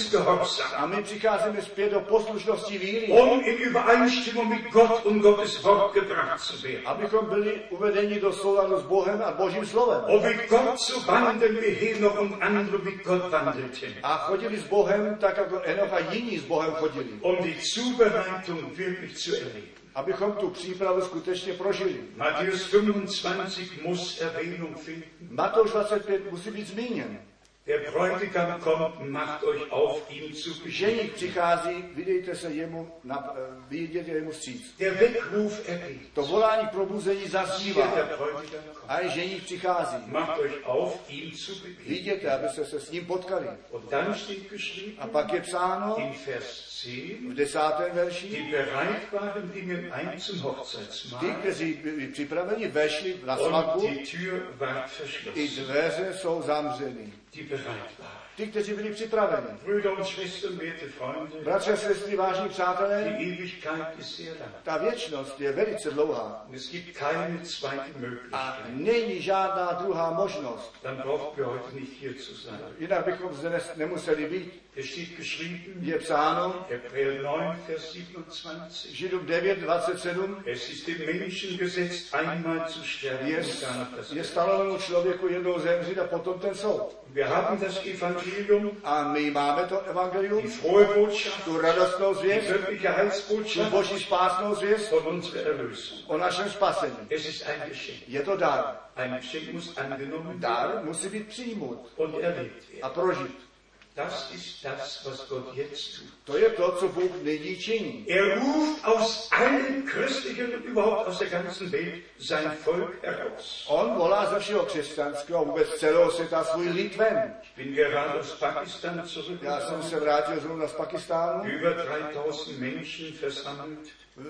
S2: Glaubensgehorsam,
S3: A my přicházíme zpět do poslušnosti víry,
S2: um in Übereinstimmung mit Gott und Gottes Wort gebracht zu werden.
S3: abychom byli uvedeni do souladu s Bohem a Božím slovem.
S2: Um mit Gott zu wandeln, wie Henoch und andere mit Gott wandelten.
S3: A chodili s Bohem tak, jako Enoch a jiní s Bohem chodili.
S2: Um die Zubereitung wirklich zu erleben.
S3: Abychom tu přípravu skutečně prožili.
S2: Matthäus 25 muss Erwähnung finden.
S3: Matouš 25 musí být zmíněn.
S2: Der Bräutigam kommt, macht euch auf, ihm zu
S3: Ženich
S2: beschenken.
S3: přichází, vydejte se jemu, na, eh, vyjděte jemu vstříc.
S2: Der Weckruf ergeht.
S3: To volání k probuzení
S2: Hier
S3: zaznívá.
S2: der Bräutigam kommt.
S3: A i ženich přichází.
S2: Macht euch auf, ihm zu begegnen.
S3: Vyjděte, abyste se s ním potkali.
S2: Und dann steht geschrieben
S3: A pak je psáno
S2: in Vers 10,
S3: v desátém
S2: die
S3: verši,
S2: bereit waren, gingen ein zum
S3: ty,
S2: Hochzeitsmahl
S3: kteří byli připraveni, vešli na
S2: und
S3: svatbu,
S2: die Tür war
S3: i
S2: verschlossen,
S3: dveře jsou zamřeny.
S2: die bereit waren.
S3: Ty, kteří byli připraveni.
S2: Brüder und Schwestern, werte Freunde,
S3: Bratře, sestry, vážní
S2: die
S3: přátelé,
S2: Ewigkeit ist sehr lang.
S3: ta věčnost je velice dlouhá
S2: Und es gibt keine zweite
S3: a
S2: Möglichkeit.
S3: není žádná druhá možnost.
S2: Dann brauchen wir heute nicht hier zu sein.
S3: Jinak bychom zde nes- nemuseli být.
S2: Es steht geschrieben,
S3: Je psáno
S2: Hebräer 9, Vers 27,
S3: Židům 9, 27,
S2: es ist dem Menschen gesetzt, einmal zu sterben
S3: je,
S2: und danach das
S3: je
S2: Leben.
S3: stanoveno člověku jednou zemřít a potom ten soud.
S2: Wir haben das Evangelium
S3: A my máme to
S2: Die
S3: evangelium,
S2: frohe Botschaft,
S3: tu radostnou
S2: die
S3: zvěst,
S2: göttliche
S3: tu
S2: Heilsbotschaft
S3: boží spásnou zvěst
S2: von unserer Erlösung.
S3: o našem spasení.
S2: Es ist ein Geschenk.
S3: Je to dar.
S2: Ein Geschenk muss angenommen
S3: Dar musí být přijmut
S2: und erlebt werden.
S3: a prožit.
S2: Das ist das, was Gott jetzt tut.
S3: To je to, co Bůh nyní činí.
S2: Er ruft aus allen Christlichen und überhaupt aus der ganzen Welt sein Volk heraus.
S3: On volá ze všeho křesťanského, vůbec celého světa svůj lid ven.
S2: Ich bin gerade aus Pakistan zurückgekommen.
S3: Já jsem se vrátil zrovna z Pakistánu.
S2: Über 3000 Menschen versammelt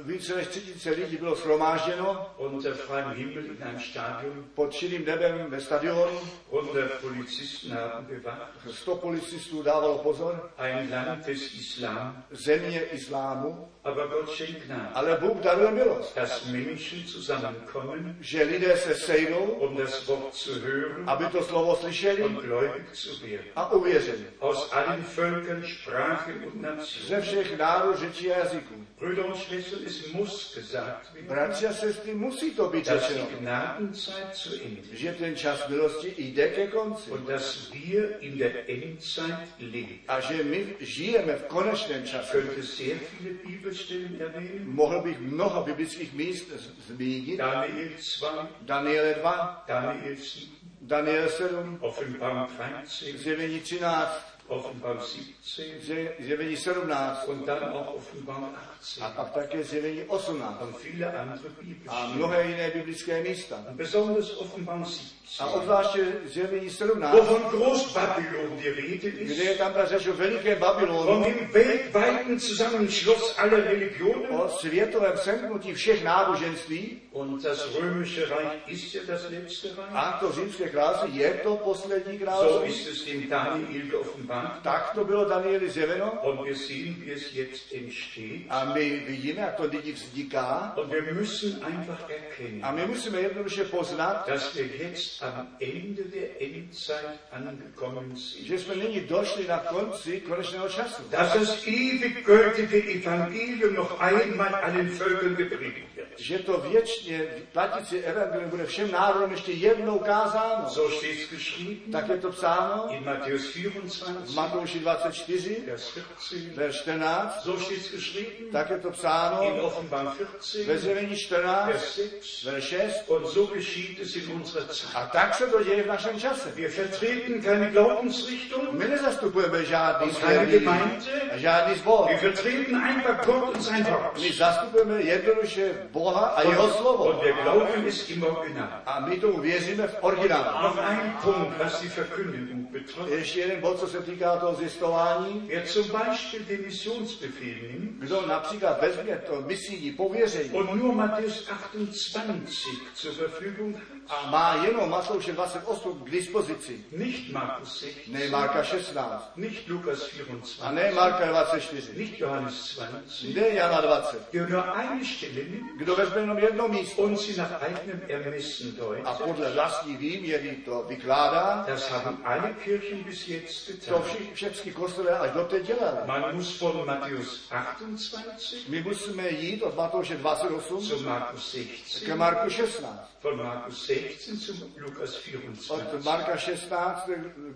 S3: Více než 30 lidí bylo shromážděno
S2: unter freiem Himmel in einem Stadion.
S3: pod širým nebem ve stadionu.
S2: 100 Polizisten haben bewacht.
S3: 100 policistů dávalo pozor.
S2: Ein Land des Islam.
S3: Země islámu.
S2: Aber Gott schenkt Gnade.
S3: Ale Bůh daruje milost,
S2: dass Menschen zusammenkommen,
S3: že lidé se sejdou,
S2: um das Wort zu hören
S3: aby to slovo slyšeli
S2: und gläubig zu werden.
S3: a uvěřili.
S2: Aus allen Völkern, Sprachen und Nationen.
S3: Ze všech národů řečí a jazyků.
S2: Brüder und Schwestern, es muss gesagt werden,
S3: Bratři a sestry, musí to být
S2: dass die
S3: řečeno,
S2: Gnadenzeit zu Ende ist
S3: že ten čas milosti jde ke konci.
S2: und dass wir in der Endzeit leben.
S3: A že my žijeme v konečném
S2: Ich
S3: čase.
S2: könnte sehr viele Bibelstellen erwähnen.
S3: Mohl bych mnoho biblických míst z- zmínit.
S2: Daniel 2,
S3: Daniele 2,
S2: Daniel 7,
S3: Daniel 7,
S2: Offenbarung 13,
S3: Zjevení 13,
S2: Offenbarung 17
S3: ze- zjevení 17
S2: und dann auch Offenbarung 18
S3: a pak také zjevení 18
S2: und viele andere
S3: a
S2: Bibelstellen.
S3: mnohé jiné biblické místa.
S2: Und besonders Offenbarung
S3: A
S2: 17,
S3: obzvláště zjevení 17,
S2: wo von Großbabylon die Rede
S3: kde
S2: ist,
S3: je tam ta řeč o velikém
S2: von
S3: Babylonu,
S2: dem weltweiten Zusammenschluss aller Religionen.
S3: o světovém semknutí všech náboženství
S2: Und das römische Reich ist ja das letzte Reich.
S3: a to římské království je to poslední
S2: Ah, So
S3: království.
S2: ist es dem Daniel geoffenbart.
S3: Tak to bylo Danieli zjeveno
S2: Und wir sehen, wie es jetzt entsteht.
S3: a my vidíme, jak to lidi vzniká
S2: Und wir müssen einfach erkennen,
S3: a my musíme jednoduše poznat,
S2: dass wir jetzt am Ende der Endzeit angekommen sind.
S3: že jsme nyní došli na konci konečného času.
S2: Dass das ewig gültige Evangelium noch einmal allen Völkern gepredigt wird.
S3: Že to věčně platící evangelium bude všem národům ještě jednou kázáno.
S2: So steht es geschrieben
S3: Tak je to psáno
S2: in Matthäus
S3: v
S2: 24,
S3: Matouši 24,
S2: Vers 14.
S3: verš 14,
S2: So steht es geschrieben
S3: tak je to
S2: in
S3: psáno
S2: Offenbarung
S3: ve
S2: 14,
S3: zjevení 14,
S2: Vers 6.
S3: verš 6.
S2: Und so geschieht es in unserer Zeit.
S3: A tak se to děje v našem čase.
S2: Wir vertreten keine Glaubensrichtung.
S3: My nezastupujeme žádný
S2: Aus einer
S3: svět,
S2: Gemeinde?
S3: žádný sbor.
S2: Wir vertreten einfach Gott und sein Wort.
S3: My zastupujeme jednoduše Boha a jeho
S2: Und
S3: slovo.
S2: wir glauben es im Original.
S3: A my tomu věříme v originálu.
S2: Noch ein Punkt, was die Verkündigung betrifft.
S3: Ještě jeden bod, co se týká toho zjistování.
S2: Wer zum Beispiel den Missionsbefehl nimmt
S3: Kdo například vezme to misijní pověření
S2: und nur Matthäus 28 zur Verfügung hat,
S3: a má jenom Matouše 28 k dispozici,
S2: nicht Markus 16,
S3: ne Marka 16
S2: nicht Lukas
S3: a
S2: 24,
S3: ne Marka 24,
S2: nicht Johannes 20,
S3: ne Jana 20.
S2: der nur eine Stelle nimmt
S3: Kdo vezme jenom jedno místo
S2: und sie nach eigenem Ermessen
S3: a
S2: deutet,
S3: podle vlastní výměry to vykládá,
S2: das haben alle Kirchen bis jetzt
S3: to
S2: getan.
S3: vši, všechny kostele až doteď dělali.
S2: Man muss von Matthäus 28
S3: My musíme jít od Matouše 28
S2: zu Markus
S3: k
S2: 16,
S3: Marku 16.
S2: von Markus 16 zu Lukas 24.
S3: Od Marka 16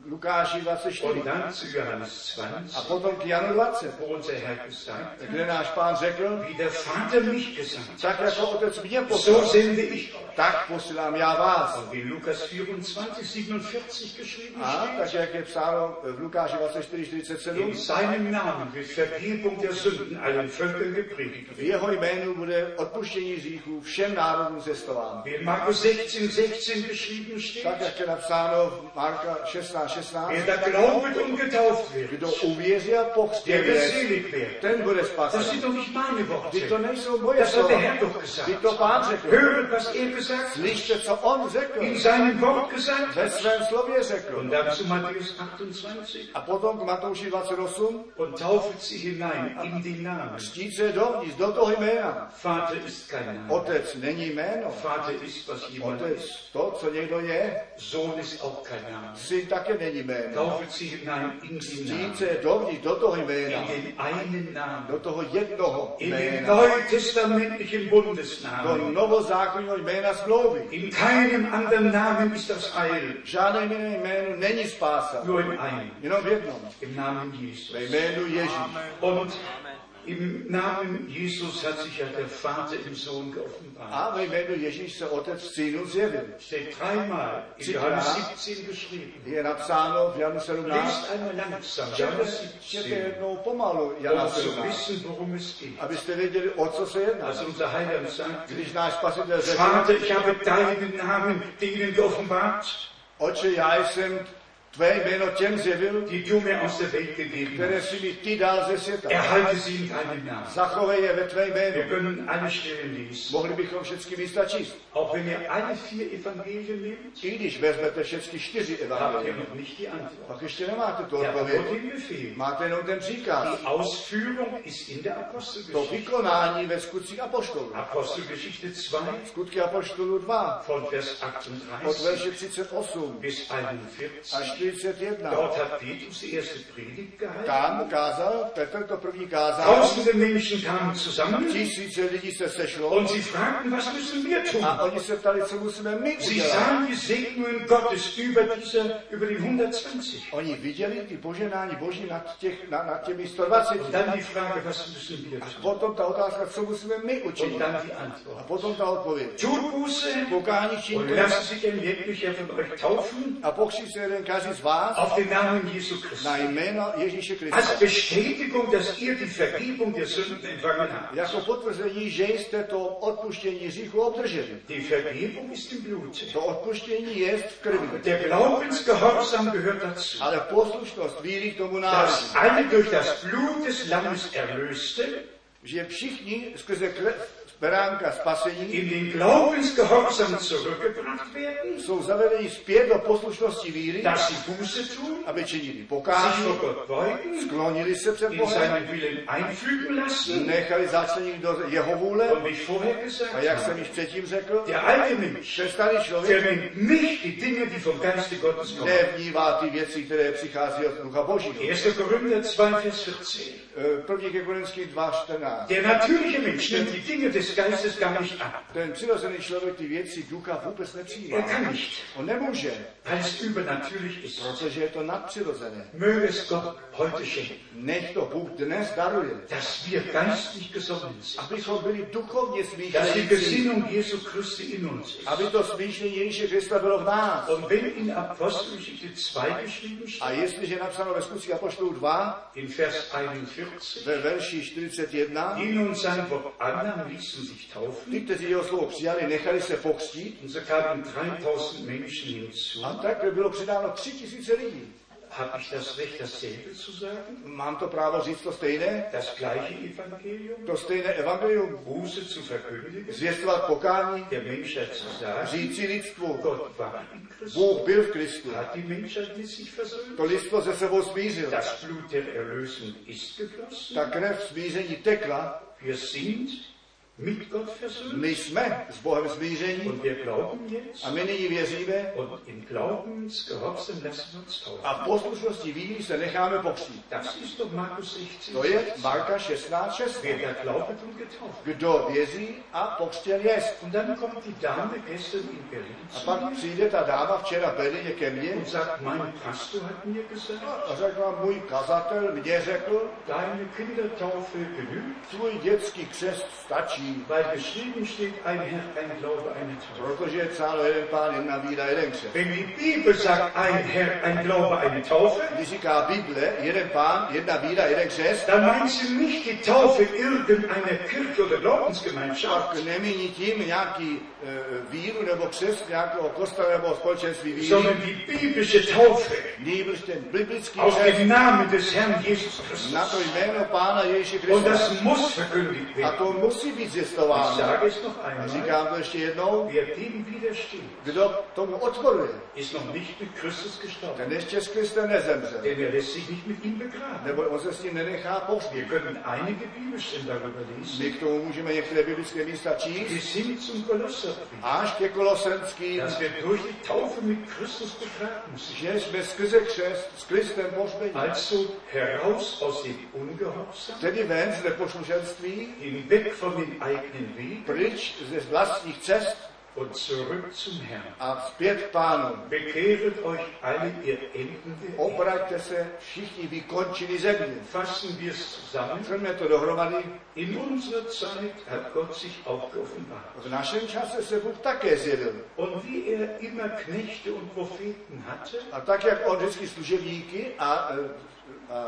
S3: k Lukáši
S2: Und
S3: 24
S2: dann zu Johannes 20,
S3: a potom k Janu 20,
S2: wo unser Herr gesagt hat,
S3: kde náš pán řekl,
S2: wie der Vater mich gesandt
S3: tak jako otec mě
S2: hat, so
S3: poslal,
S2: sende ich euch.
S3: tak posílám já vás.
S2: Und wie Lukas 24, 47 geschrieben
S3: A
S2: steht,
S3: takže jak je psáno v Lukáši 24,
S2: in
S3: 47,
S2: seinem Namen wird Vergebung der Sünden allen Völkern gepredigt.
S3: v jeho jménu bude odpuštění hříchů všem národům zjistováno.
S2: Wie in Markus 16, 16 geschrieben
S3: Tak
S2: steht,
S3: jak je napsáno v Marka 16, 16,
S2: wer da glaubet und getauft wird,
S3: kdo uvěří a
S2: der wird
S3: pochstěvě,
S2: selig werden.
S3: ten bude
S2: Das sind
S3: spasen.
S2: doch nicht meine
S3: Ty to
S2: Worte.
S3: nejsou moje
S2: Das hat
S3: slova,
S2: der Herr doch gesagt.
S3: ty to pán řekl.
S2: Höret, was er gesagt hat.
S3: Slyšte, co on řekl,
S2: In seinem Wort gesagt
S3: ve
S2: hat.
S3: svém slově
S2: Und
S3: řekl.
S2: dann zu Matthäus 28.
S3: A potom k Matouši 28,
S2: und taufet sie hinein in den Namen.
S3: štít se dovnitř, do toho jména.
S2: Vater ist kein Name.
S3: Otec není jméno,
S2: Vater ist, was jemand ist.
S3: otec to, co někdo je.
S2: Sohn ist auch kein Name.
S3: Syn také není jméno.
S2: Taufet sie hinein in den
S3: Říct
S2: Namen.
S3: je dovnitř do toho jména,
S2: In den einen Namen.
S3: do toho jednoho
S2: In den
S3: jména,
S2: neutestamentlichen
S3: do
S2: Bundesnamen.
S3: novozákonního jména smlouvy.
S2: In keinem anderen Namen ist das Heil.
S3: Žádné jiné jméno není spása,
S2: Nur in einem.
S3: jenom v jednom,
S2: Im Namen
S3: ve
S2: Jesus.
S3: jménu Ježíš.
S2: Und im Namen Jesus hat sich ja der Vater im Sohn geoffenbart.
S3: A ve jménu Ježíš se otec v synu zjevil.
S2: Steht dreimal in
S3: Zitat.
S2: Johannes 17 geschrieben.
S3: Je napsáno v Janu
S2: Lest
S3: 17,
S2: einmal langsam, Johannes
S3: čtěte- čtěte
S2: 17,
S3: jednou pomalu Jana
S2: um zu
S3: 17,
S2: wissen, worum es geht.
S3: abyste věděli, o co se jedná.
S2: Als unser Heiland sagt,
S3: Když náš spasitel řekl,
S2: Vater, ich habe deinen Namen denen geoffenbart,
S3: oče, já jsem tvé jméno těm zjevil,
S2: die du mir aus der Welt gegeben
S3: které
S2: hast.
S3: si mi ty dal ze světa.
S2: Erhalte sie in deinem Namen.
S3: Zachovej je ve tvé
S2: Wir
S3: jménu.
S2: können alle Stellen lesen.
S3: Mohli bychom všechny místa číst.
S2: Auch wenn ihr alle vier Evangelien nehmt,
S3: I když vezmete všechny čtyři
S2: habt ihr
S3: evangelie,
S2: noch nicht die Antwort.
S3: pak ještě nemáte tu
S2: Ja, aber nur
S3: odpověď.
S2: den Befehl.
S3: Máte jenom ten příkaz.
S2: Die Ausführung ist in der
S3: To
S2: Apostelgeschichte.
S3: vykonání ve skutcích apoštolů.
S2: Apostelgeschichte 2
S3: Skutky apoštolů 2,
S2: von Vers
S3: od
S2: 38
S3: verše 38
S2: bis 41.
S3: až 41.
S2: Dort hat Petrus die erste Predigt gehalten.
S3: Tam kázal, Petr to první kázal,
S2: Tausende Menschen kamen zusammen
S3: tisíce lidí se sešlo
S2: und sie fragten, was müssen wir tun?
S3: a oni se ptali, co musíme my
S2: Sie
S3: udělat.
S2: sahen die Segnungen Gottes über, dieser, über den 120.
S3: Oni viděli ty poženání Boží nad, těch, na, nad těmi 120.
S2: Und dann die Frage, was müssen wir
S3: A
S2: tun?
S3: potom ta otázka, co musíme my
S2: Und
S3: učinit.
S2: dann die
S3: A
S2: Antwort.
S3: potom ta odpověď.
S2: Tut Buße
S3: Pokání
S2: und
S3: činíte
S2: lasst sich ein jeglicher von euch taufen
S3: a pokřít se jeden každý jeden z vás
S2: auf den Namen Jesu Christi.
S3: na jméno Ježíše Krista.
S2: Als Bestätigung, dass ihr die Vergebung der Sünden empfangen habt.
S3: Jako potvrzení, že jste to odpuštění říchu obdrželi.
S2: Die Vergebung ist im Blut.
S3: To odpuštění je v krvi.
S2: Der Glaubensgehorsam gehört dazu.
S3: Ale poslušnost víry k tomu
S2: Dass
S3: nás,
S2: alle durch das Blut des Lammes Erlöste
S3: že všichni skrze krev beránka spasení
S2: in den Glaubensgehorsam zurückgebracht werden,
S3: jsou zavedeni zpět do poslušnosti víry,
S2: dass sie Buße tun,
S3: aby činili
S2: sich
S3: pokání,
S2: vor Gott beugen,
S3: sklonili se před
S2: in
S3: Bohem,
S2: seinen Willen einfügen lassen.
S3: nechali začlenit do jeho vůle
S2: Und wie ich vorher gesagt
S3: a jak jsem
S2: habe,
S3: již předtím řekl,
S2: der alte Mensch,
S3: ten starý
S2: der
S3: člověk
S2: nennt nicht die Dinge, die vom Geiste Gottes kommen.
S3: nevnívá ty věci, které přichází od Ducha Božího.
S2: 1. Korinther 2, Vers 14.
S3: Eh, První ke Korinským 2.14.
S2: Der natürliche Mensch nimmt die Dinge des Geistes gar nicht an.
S3: Ten přirozený člověk ty věci ducha vůbec nepřijímá.
S2: Er kann nicht,
S3: On nemůže,
S2: weil es übernatürlich ist.
S3: protože je to nadpřirozené.
S2: Möge es Gott heute schenken,
S3: Nech to Bůh dnes daruje,
S2: dass wir geistlich gesonnen sind,
S3: abychom byli duchovně
S2: dass die
S3: smýšlející,
S2: Gesinnung Jesu Christi in uns ist.
S3: aby to smýšlení Ježíše Krista bylo v nás.
S2: Und wenn in Apostelgeschichte 2 geschrieben
S3: A
S2: steht,
S3: jestliže je napsáno ve skutcích Apoštolů 2,
S2: in Vers 41,
S3: ve verši 41,
S2: ihn und sein Wort annahmen, ließen sich taufen,
S3: ty, kteří jeho slovo přijali, nechali se pokřtít
S2: und so kamen 3000 Menschen hinzu.
S3: a tak bylo přidáno tři tisíce lidí.
S2: Habe ich das Recht, dasselbe zu sagen?
S3: Mám to právo říct to stejné?
S2: Das gleiche Evangelium?
S3: To stejné evangelium,
S2: Buße zu verkündigen?
S3: zvěstovat pokání,
S2: Der Menschheit zu sagen,
S3: říci lidstvu,
S2: Gott war in Christus,
S3: Bůh byl v Kristu.
S2: hat die Menschheit mit sich versöhnt.
S3: To lidstvo se sebou smířil.
S2: Das Blut der Erlösung ist geflossen.
S3: Ta krev smíření tekla,
S2: Wir sind mit Gott versöhnt.
S3: my jsme s Bohem smíření
S2: Und wir glauben jetzt.
S3: a my nyní věříme
S2: Und im Glaubensgehorsam lassen wir uns taufen.
S3: a v poslušnosti víry se necháme pokřtít.
S2: Das ist doch Markus 16.
S3: To je Marka 16,
S2: Wer da glaubet und getauft.
S3: Kdo věří a pokřtěn jest.
S2: Und dann kommt die Dame gestern in Berlin
S3: A
S2: zu
S3: pak
S2: mir
S3: přijde ta dáma včera v Berlíně ke mně
S2: und sagt, mein Pastor hat mir gesagt,
S3: a řekla, můj kazatel mě řekl,
S2: deine Kindertaufe genügt,
S3: tvůj dětský křest stačí,
S2: weil geschrieben steht, ein Herr, ein Glaube, eine Taufe.
S3: protože je psáno jeden pán, jedna víra, jeden křest.
S2: Wenn die Bibel sagt, ein Herr, ein Glaube, eine Taufe,
S3: Když říká Bible, jeden pán, jedna víra, jeden křest,
S2: dann meint sie nicht die Taufe irgendeiner Kirche oder Glaubensgemeinschaft,
S3: tak nemíní tím nějaký e, víru nebo křest nějakého kostela nebo společenství víry,
S2: sondern die biblische Taufe
S3: nýbrž ten biblický
S2: auf
S3: křest
S2: den Namen des Herrn Jesus
S3: na to
S2: Christus.
S3: jméno Pána Ježíše
S2: Und
S3: Krista.
S2: das muss verkündigt
S3: A
S2: werden.
S3: to musí být
S2: Ich
S3: zjistováno.
S2: sage es noch
S3: A
S2: einmal,
S3: říkám to ještě jednou,
S2: wer dem widersteht,
S3: kdo tomu odporuje,
S2: ist noch nicht mit Christus gestorben,
S3: ten ještě s Kristem nezemře,
S2: denn er lässt sich nicht mit ihm begraben.
S3: nebo on se s ním nenechá
S2: Wir
S3: pohřbít.
S2: können einige Bibelstellen darüber lesen,
S3: My k tomu můžeme některé biblické místa číst,
S2: bis hin zum Kolosserbrief,
S3: až ke Kolosenským,
S2: dass wir durch die Taufe mit Christus begraben sind.
S3: že jsme skrze křest s Kristem pohřbeni.
S2: Also heraus aus dem Ungehorsam,
S3: Tedy ven z neposlušenství,
S2: hinweg von dem eigenen Weg
S3: pryč ze vlastních cest
S2: und zurück zum Herrn.
S3: a zpět k pánu.
S2: Bekehret euch alle, ihr Enden der Erde.
S3: Obraťte se všichni vykončili země.
S2: Fassen wir es zusammen.
S3: Shrňme to dohromady.
S2: In unserer Zeit hat Gott sich auch geoffenbart.
S3: V našem čase se Bůh také zjevil.
S2: Und wie er immer Knechte und Propheten hatte,
S3: A tak, jak on vždycky služebníky, a, a, a,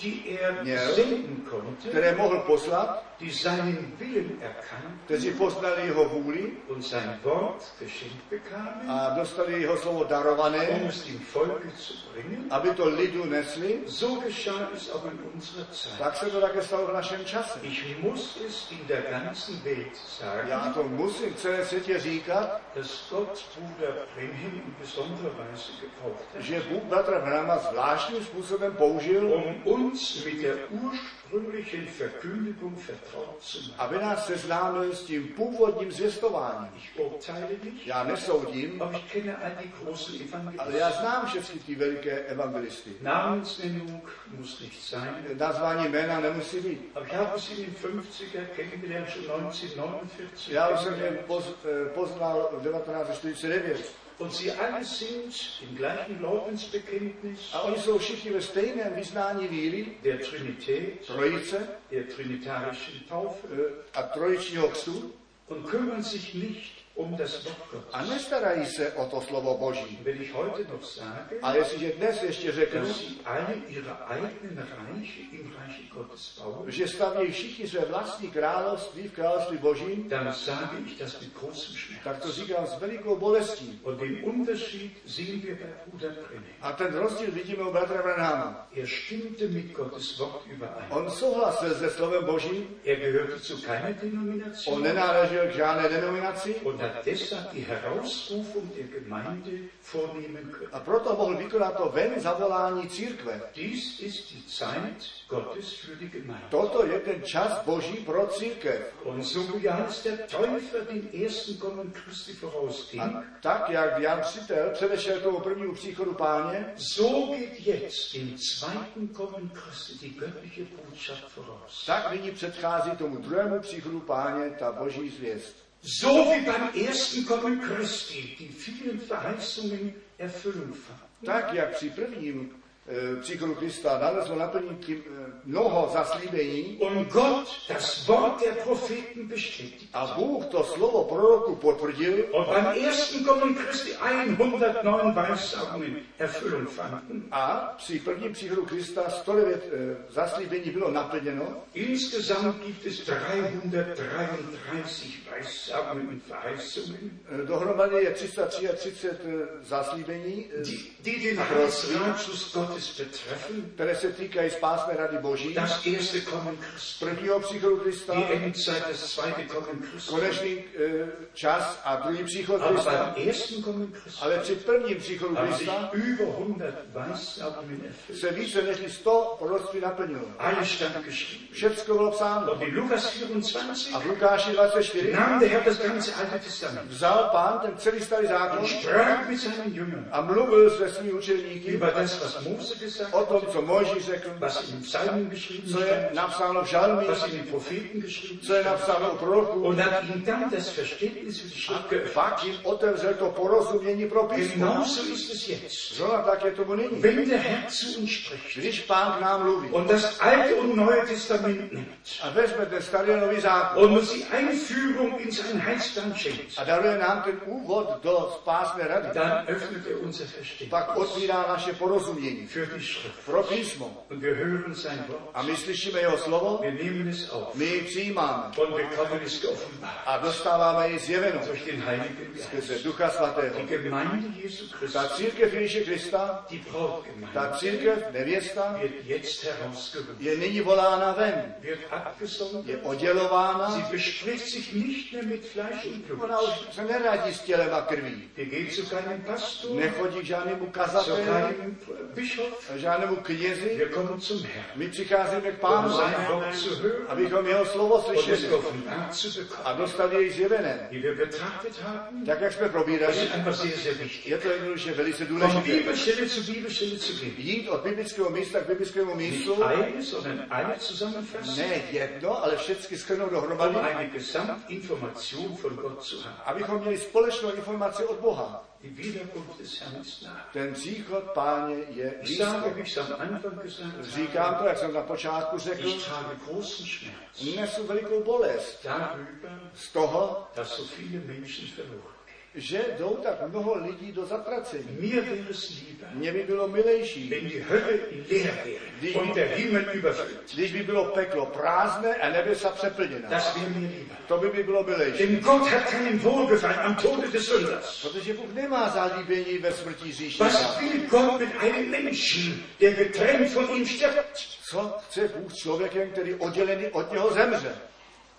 S2: die er
S3: Ja.
S2: senden konnte,
S3: které mohl poslat,
S2: die seinen Willen erkannt
S3: kteří poznali jeho vůli
S2: und sein Wort geschenkt bekamen,
S3: a dostali jeho slovo
S2: um
S3: darované,
S2: es dem Volke zu bringen,
S3: aby to lidu nesli,
S2: so geschah es auch in unserer Zeit.
S3: tak se to také stalo v našem čase.
S2: Ich muss es in der ganzen Welt
S3: Já
S2: sagen,
S3: to musím v celém světě říkat,
S2: dass Gott Bruder Brenhem in besonderer Weise gebraucht hat,
S3: že Bůh bratra Brahma zvláštním způsobem použil
S2: um uns mit der ursprünglichen Verkündigung vertraut zu machen.
S3: aby nás seznámil s tím původním zvěstováním.
S2: Ich urteile nicht,
S3: Já nesoudím,
S2: aber ich kenne all die großen
S3: ale já
S2: Evangelisten.
S3: znám všechny ty veliké evangelisty.
S2: Namensnennung muss nicht sein,
S3: Nazvání jména nemusí být.
S2: aber ich habe sie in den 50er kennengelernt, schon 1949.
S3: Já už jsem je
S2: kennengelernt.
S3: poz, eh, poznal v 1949.
S2: Und sie alle sind im gleichen Glaubensbekenntnis
S3: A oni jsou všichni ve stejném vyznání víry,
S2: der Trinität,
S3: trojice
S2: der trinitarischen Taufe.
S3: eh, a trojičního kstu
S2: und kümmern sich nicht um das Wort Gottes.
S3: a nestarají se o to slovo Boží.
S2: Und wenn ich heute noch sage,
S3: A jestliže dnes ještě řeknu,
S2: dass sie alle ihre eigenen Reiche im Reiche Gottes bauen,
S3: že staví všichni své vlastní království v království Božím,
S2: dann sage ich das mit großem Schmerz.
S3: tak to říkám s velikou bolestí.
S2: Und den Unterschied sehen wir bei Bruder Brennan.
S3: A ten rozdíl vidíme u bratra Branhama.
S2: Er stimmte mit Gottes Wort überein.
S3: On souhlasil se slovem Božím,
S2: Er gehörte zu keiner
S3: on
S2: Denomination
S3: nenáležel k žádné denominaci
S2: und hat deshalb die Herausrufung der Gemeinde vornehmen können.
S3: a proto mohl vykonat to ven zavolání církve.
S2: Dies ist die Zeit Gottes für die Gemeinde.
S3: Toto je ten čas Boží pro církev.
S2: Und so wie Johannes der Täufer den ersten Kommen Christi
S3: A
S2: vorausging,
S3: tak, jak Jan Křtitel předešel tomu prvnímu příchodu páně,
S2: so geht jetzt im zweiten Kommen Christi die göttliche Botschaft voraus.
S3: tak nyní předchází tomu druhému příchodu páně ta boží zvěst.
S2: So wie beim ersten Kommen Christi die vielen Verheißungen Erfüllung fanden.
S3: Tak, jak při prvním eh, příchodu Krista nalezlo naplnit tím, eh, mnoho zaslíbení
S2: Und Gott das Wort der Propheten bestätigt.
S3: a Bůh to slovo proroku potvrdil
S2: Und beim ersten Kommen Christi 109 Weissagungen Erfüllung fanden.
S3: a při prvním příchodu Krista 109 eh, zaslíbení bylo naplněno,
S2: Insgesamt gibt es 333 Weissagungen und Verheißungen,
S3: eh, dohromady je 333 eh, zaslíbení, eh,
S2: die, die den Ratschluss Gottes betreffen.
S3: které se týkají spásné rady boží,
S2: Das erste Kommen Christi,
S3: prvního příchodu Krista,
S2: die Endzeit, das zweite Kommen Christi.
S3: konečný eh, čas a druhý příchod
S2: Aber
S3: Krista.
S2: beim ersten Kommen Christi
S3: Ale při prvním příchodu
S2: haben sich
S3: Krista
S2: über 100 Weissagungen erfüllt.
S3: se více než 100 proroctví naplnilo.
S2: Alles stand geschrieben.
S3: Všecko bylo psáno.
S2: Und in Lukas 24
S3: A v Lukáši 24
S2: nahm der Herr das ganze Alte Testament
S3: vzal pán ten celý starý zákon
S2: und sprach mit seinen Jüngern
S3: a mluvil se svými učeníky
S2: über das, was Mose gesagt
S3: o
S2: hat,
S3: tom, co Mojžíš řekl,
S2: was in den Psalmen geschrieben
S3: co je
S2: stand,
S3: napsáno v žalmi,
S2: was in den Propheten geschrieben
S3: co je
S2: stand.
S3: napsáno u proroků.
S2: Und hat ihnen dann das Verständnis für die Schrift geöffnet.
S3: Pak jim otevřel to porozumění pro písmo.
S2: Genauso ist es jetzt.
S3: Zrovna tak je tomu nyní.
S2: Wenn der Herr zu uns spricht
S3: Když pán k nám mluví
S2: und das Alte und Neue Testament nimmt
S3: a vezme ten starý a nový zákon
S2: und uns die Einführung in seinen Heilstand schenkt,
S3: a daruje nám ten úvod do spásné rady,
S2: dann öffnet er unser Verständnis
S3: pak otvírá naše porozumění
S2: für die Schrift.
S3: pro písmo.
S2: Und wir hören sein Wort,
S3: A my slyšíme jeho slovo,
S2: wir nehmen es auf.
S3: my ji přijímáme
S2: und bekommen es geoffenbart
S3: a dostáváme ji zjevenou.
S2: durch den Heiligen Geist.
S3: skrze Ducha Svatého.
S2: Die Gemeinde Jesu
S3: Ta
S2: Christi,
S3: církev Ježíše Krista,
S2: die
S3: ta
S2: Brautgemeinde,
S3: církev, nevěsta,
S2: wird jetzt herausgerufen,
S3: je nyní volána ven,
S2: wird
S3: je
S2: abgesondert. Sie
S3: oddělována,
S2: bespricht sich nicht mehr mit Fleisch und Blut.
S3: ona už se neradí s tělem a krví.
S2: Die geht zu keinem Pastor,
S3: Nechodí k žádnému
S2: zu
S3: kazateli,
S2: keinem Bischof.
S3: žádnému knězi,
S2: Wir kommen zum Herrn,
S3: my přicházíme k
S2: um
S3: pánu,
S2: sein Wort zu hören
S3: abychom jeho slovo
S2: und es
S3: slyšeli
S2: geoffenbart zu bekommen.
S3: a dostali jej zjevené.
S2: Die wir betrachtet haben,
S3: Tak, jak jsme
S2: das
S3: probírali,
S2: ist einfach sehr, sehr wichtig.
S3: je to jednoduše velice
S2: Von
S3: důležité.
S2: Bibelstelle zu Bibelstelle zu gehen.
S3: Jít od biblického místa k biblickému místu,
S2: Nicht eine, sondern alle zusammenfassen.
S3: ne jedno, ale všechny skrnout
S2: um
S3: dohromady,
S2: eine Gesamtinformation von Gott zu haben.
S3: abychom měli společnou informaci od Boha.
S2: Die Wiederkunft des Herrn ist nah.
S3: Ten příchod, páně, je
S2: Ich
S3: blízko.
S2: sage, wie ich es am Anfang gesagt
S3: Říkám
S2: habe,
S3: to, jak jsem na počátku řekl,
S2: ich trage großen Schmerz
S3: nesu velikou bolest
S2: darüber,
S3: z toho,
S2: dass so viele Menschen verloren gehen.
S3: že jdou tak mnoho lidí do zatracení.
S2: Mir wäre es lieber,
S3: Mně by bylo milejší,
S2: wenn die Hölle leer wäre und der Himmel überfüllt.
S3: když by bylo peklo prázdné a nebesa přeplněná.
S2: Das wäre mir lieber.
S3: To by mi bylo milejší.
S2: Denn Gott hat keinen Wohlgefallen am Tode des Sünders.
S3: Protože Bůh nemá zalíbení ve smrti říšníka.
S2: Was will Gott mit einem Menschen, der getrennt von ihm stirbt?
S3: Co chce Bůh s člověkem, který oddělený od něho zemře?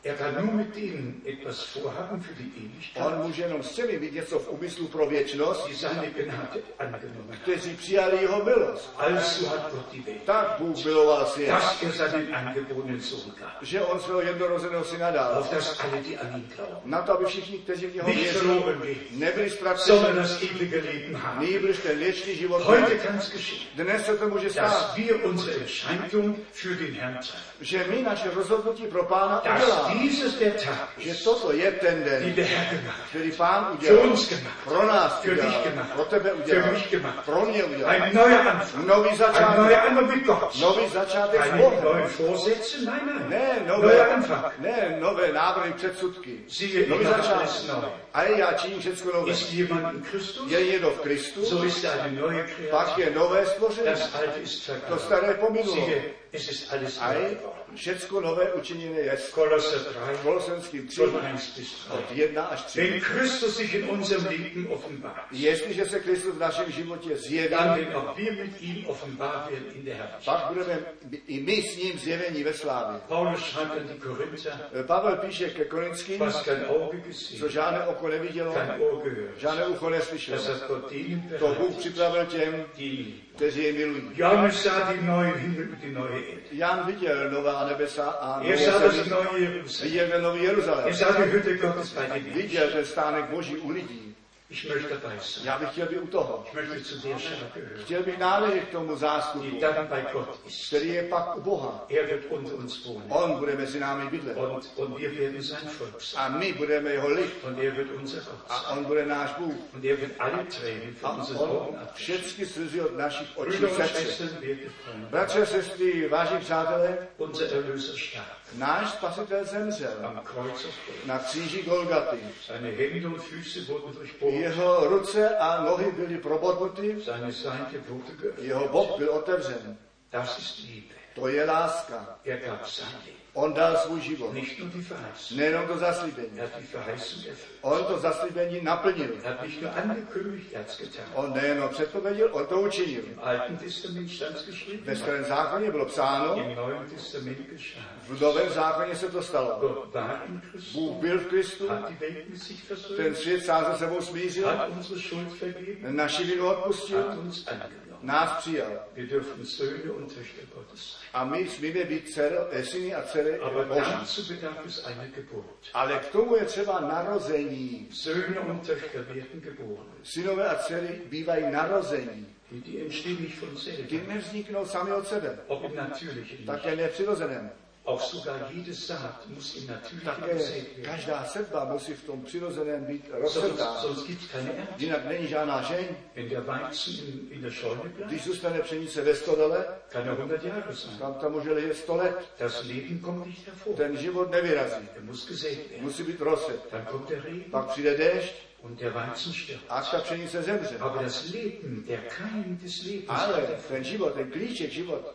S2: Er kann nur mit denen etwas vorhaben für die Ewigkeit.
S3: On může jenom s těmi vidět, co v úmyslu pro věčnost,
S2: die seine Gnade angenommen hat.
S3: kteří přijali jeho milost.
S2: Also hat Gott die Welt,
S3: Tak Bůh miloval svět.
S2: dass er seinen angeborenen Sohn gab,
S3: že on svého jednorozeného syna
S2: auf
S3: dal,
S2: dass alle, die an ihn glauben,
S3: na to, aby všichni, kteří v něho
S2: nicht
S3: věří,
S2: verloren gehen,
S3: nebyli
S2: sondern
S3: ztraceni,
S2: das ewige Leben haben.
S3: nýbrž ten věčný život.
S2: Heute kann es geschehen,
S3: Dnes se to může stát,
S2: dass wir unsere Entscheidung für den Herrn treffen.
S3: že my naše rozhodnutí pro pána
S2: Dass
S3: uděláme.
S2: dieses der Tag
S3: Že
S2: ist,
S3: toto je ten
S2: den
S3: den,
S2: der Herr genau. gemacht
S3: který pán
S2: hat, für
S3: udělal.
S2: uns gemacht
S3: Pro nás
S2: Für dich
S3: udělal,
S2: gemacht.
S3: pro tebe
S2: Für
S3: udělal,
S2: mich gemacht.
S3: pro mě
S2: hat.
S3: udělal.
S2: Ein neuer Anfang,
S3: Nový
S2: ein
S3: začátek,
S2: neuer Anfang mit Gott.
S3: nový začátek s
S2: Keine neuen
S3: Bohem.
S2: Vorsätze, nein, nein,
S3: Ne,
S2: neuer
S3: nové,
S2: Anfang.
S3: ne, nové návrhy, předsudky.
S2: Siehe,
S3: Nový
S2: immer alles
S3: začátek.
S2: neu.
S3: a já činím všechno nové.
S2: Ist jemand in Christus,
S3: Je někdo v Kristu,
S2: so ist er eine neue Kreatur.
S3: pak je nové stvoření.
S2: Das Alte ist
S3: To
S2: vergangen.
S3: staré pominulo.
S2: Siehe, es ist alles
S3: A
S2: neu
S3: je
S2: geworden.
S3: všecko nové učiněné je v
S2: Kolosser 3,
S3: Kolosenským 3,
S2: von 1 bis 3.
S3: od 1 až 3.
S2: Wenn Christus sich in unserem Leben offenbart,
S3: Jestliže se Kristus v našem životě
S2: dann
S3: zjeví,
S2: werden auch wir mit ihm offenbar werden in der Herrlichkeit.
S3: pak budeme i my s ním zjevení ve slávě.
S2: Paulus schreibt an die Korinther,
S3: Pavel píše ke Korinským,
S2: was kein Auge
S3: co
S2: gesehen,
S3: žádné oko nevidělo,
S2: kein Ohr gehört.
S3: žádné ucho
S2: Das
S3: neslyšelo.
S2: hat Gott denen
S3: To Bůh
S2: bereitet,
S3: připravil těm,
S2: die ihn lieben.
S3: kteří jej milují.
S2: Johannes sah den neuen Himmel und die neue Erde.
S3: Jan viděl nová nebesa a nové
S2: Er sah das
S3: země.
S2: neue Jerusalem.
S3: viděl ten nový Jeruzalém.
S2: Er sah die Hütte Gottes bei den Menschen.
S3: Viděl ten stánek Boží u lidí.
S2: Ich möchte dabei sein.
S3: Já bych chtěl být u toho.
S2: Ich möchte zu der Schar gehören,
S3: Chtěl bych náležet k tomu
S2: die
S3: zástupu,
S2: dann bei Gott ist.
S3: který je pak u Boha.
S2: Er wird unter uns wohnen.
S3: On bude mezi námi bydlet.
S2: Und, und wir werden sein Volk sein.
S3: A my budeme jeho lid.
S2: Und er wird unser Gott
S3: A
S2: sein.
S3: on bude náš Bůh.
S2: Und er wird alle Tränen
S3: A
S2: von unseren Augen
S3: on
S2: abwischen.
S3: všechny slzy od našich očí
S2: Brüder und
S3: setře.
S2: Schwestern, werte Freunde,
S3: Bratře, sestry, vážení přátelé,
S2: unser Erlöser starb
S3: náš spasitel zemřel
S2: am Kreuz auf Golgatha.
S3: na kříži Golgaty.
S2: Seine Hände und Füße wurden durchbohrt,
S3: Jeho ruce a nohy byly probodnuty,
S2: seine Seite wurde geöffnet.
S3: jeho bok byl otevřen.
S2: Das ist Liebe.
S3: To je láska.
S2: Er gab sein Leben.
S3: On dal svůj život.
S2: Nicht nur die Verheißung.
S3: Nejenom to zaslíbení.
S2: Er hat die Verheißung erfüllt.
S3: On to zaslíbení naplnil.
S2: Er hat nicht nur angekündigt, er hat es getan.
S3: On nejenom předpověděl, on to učinil.
S2: Im Alten Testament stand es geschrieben,
S3: Ve starém zákoně bylo psáno,
S2: im Neuen Testament geschah.
S3: v novém zákoně se to stalo.
S2: Gott war in Christus,
S3: Bůh byl v Kristu,
S2: hat die Welt mit sich
S3: ten
S2: versöhnt,
S3: svět sám se sebou smířil,
S2: hat unsere Schuld vergeben,
S3: naši vinu
S2: hat
S3: odpustil,
S2: uns angenommen.
S3: nás přijal.
S2: Wir dürfen Söhne und Töchter Gottes sein.
S3: A my smíme být dcer, eh, syny a dcery
S2: Aber
S3: Boží.
S2: dazu bedarf es einer Geburt.
S3: Ale k tomu je třeba narození.
S2: Söhne und Töchter werden geboren.
S3: Synové a dcery bývají narození.
S2: Die, die entstehen nicht von
S3: Ty
S2: selber,
S3: nevzniknou sami od sebe.
S2: ob im Natürlichen nicht.
S3: Také nepřirozeném.
S2: Auch sogar jedes Saat muss im Natürlichen
S3: Také
S2: gesät werden.
S3: každá sedba musí v tom přirozeném být
S2: Sonst,
S3: rozsevná.
S2: sonst gibt es keine Ernte.
S3: Jinak není žádná žeň.
S2: Wenn der Weizen in, in der Scheune bleibt,
S3: Když zůstane pšenice ve stodole,
S2: kann er 100 Jahre sein.
S3: tam tam může ležet 100 let.
S2: Das Leben kommt nicht hervor.
S3: Ten život nevyrazí.
S2: Er muss gesät werden.
S3: Musí být rozset.
S2: Dann kommt der Regen
S3: Pak přijde déšť
S2: und der Weizen stirbt.
S3: a ta pšenice zemře.
S2: Aber das Leben, der Keim des Lebens,
S3: Ale ten život, ten klíček život,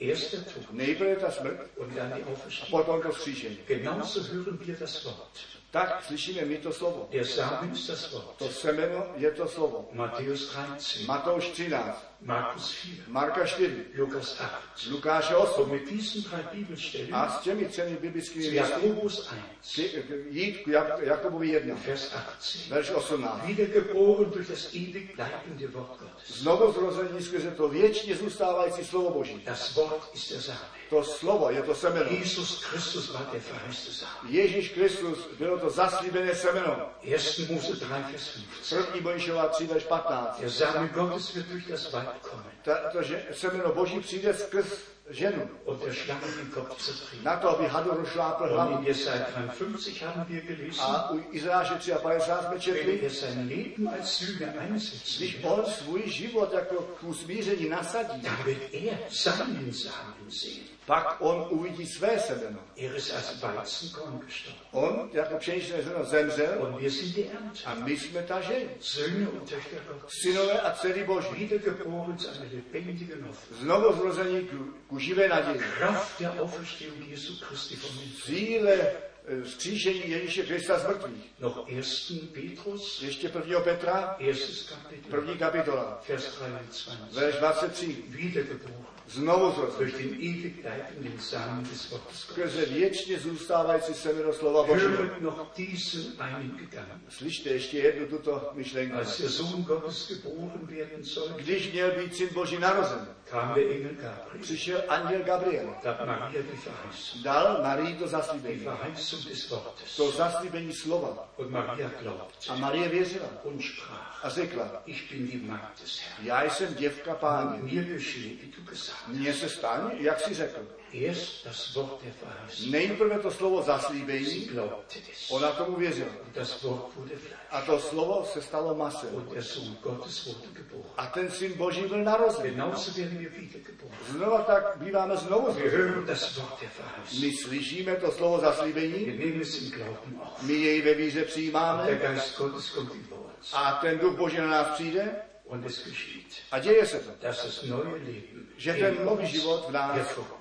S2: erst der Tod
S3: nejprve ta smrt,
S2: und dann die Auferstehung.
S3: potom to vzkříšení.
S2: Genauso hören wir das Wort.
S3: Tak slyšíme my to slovo.
S2: Der Samen ist das Wort.
S3: To semeno je to slovo.
S2: Matthäus 13,
S3: Matouš 13,
S2: Markus 4,
S3: Marka 4,
S2: Lukas 8.
S3: Lukáše
S2: Und
S3: 8.
S2: mit diesen drei Bibelstellen
S3: A s těmi třemi biblickými
S2: zu
S3: místy
S2: Jakobus 1,
S3: Ty- k- jít k Jak- Jakobovi 1,
S2: Vers 18.
S3: verš 18.
S2: Wiedergeboren durch das ewig bleibende Wort Gottes.
S3: Znovu zrození skrze to věčně zůstávající slovo Boží.
S2: Das Wort ist der Same.
S3: To slovo je to semeno.
S2: Jesus Christus war der verheißte Same.
S3: Ježíš Kristus bylo to zaslíbené semeno.
S2: 1. Mose 3, Vers 15.
S3: První Božíšová 3, verš 15.
S2: Der Same Gottes wird durch das Weib kommen
S3: Ta, to že, semeno Boží přijde skrz ženu.
S2: und der Schlange den Kopf zertrieben.
S3: Na to, aby hadu rozšlápl
S2: Und in
S3: hlavu.
S2: Jesaja 53 haben wir gelesen,
S3: A u Izajáše 53 jsme
S2: wenn
S3: četli,
S2: er sein Leben als Sühne einsetzt,
S3: když on svůj život jako k usmíření nasadí,
S2: dann wird er seinen Samen sehen.
S3: pak on uvidí své semeno.
S2: Er ist als Weizenkorn gestorben.
S3: On jako pšeničné semeno zemřel
S2: Und wir sind die Ernte.
S3: a my jsme ta žena.
S2: Söhne und Töchter Gottes.
S3: synové a dcery Boží.
S2: Wiedergeboren zu einer lebendigen Hoffnung.
S3: Znovu zrození k, k živé naději.
S2: Kraft der Auferstehung Jesu Christi vom Menschen.
S3: Cíle eh, vzkříšení Ježíše Krista z mrtvých.
S2: Noch 1. Petrus,
S3: Ještě 1. Petra,
S2: 1. Kapitel,
S3: 1. kapitola,
S2: Vers 23.
S3: verš 23.
S2: Wiedergeboren
S3: Znovu zrození.
S2: durch den ewig bleibenden Samen des Wortes Gottes.
S3: Skrze věčně zůstávající semeno slova Božího.
S2: Höret noch diesen einen Gedanken.
S3: Slyšte ještě jednu tuto myšlenku.
S2: Als der Sohn Gottes geboren werden soll,
S3: Když měl být syn Boží narozen,
S2: kam der Engel Gabriel,
S3: přišel anděl Gabriel.
S2: gab Maria die Verheißung,
S3: Dal Marii to
S2: die
S3: zaslíbení.
S2: Verheißung des Wortes.
S3: To zaslíbení slova.
S2: Und Maria glaubte
S3: A Marie věřila
S2: und sprach,
S3: a řekla,
S2: ich bin die Magd des Herrn.
S3: já jsem děvka páně.
S2: Mir geschehe, wie du gesagt hast.
S3: Mně se stane, jak jsi řekl.
S2: erst das Wort der Verheißung.
S3: Nejprve to slovo
S2: Sie
S3: zaslíbení,
S2: glaubte es.
S3: ona tomu věřila.
S2: Und das Wort wurde Fleisch.
S3: A to slovo se stalo masem.
S2: Und der Sohn Gottes wurde geboren.
S3: A ten syn Boží byl narozen.
S2: Genauso werden wir wiedergeboren.
S3: Znova tak býváme znovu
S2: Wir
S3: zrozeni.
S2: hören das Wort der Verheißung.
S3: My slyšíme to slovo zaslíbení,
S2: Wir nehmen es im Glauben auf.
S3: my jej ve víře přijímáme
S2: Der Geist Gottes kommt über uns.
S3: a ten duch Boží na nás přijde
S2: Und es geschieht,
S3: a děje se to.
S2: dass das neue Leben
S3: Že
S2: in
S3: ten nový
S2: uns
S3: život v nás
S2: hervorkommt.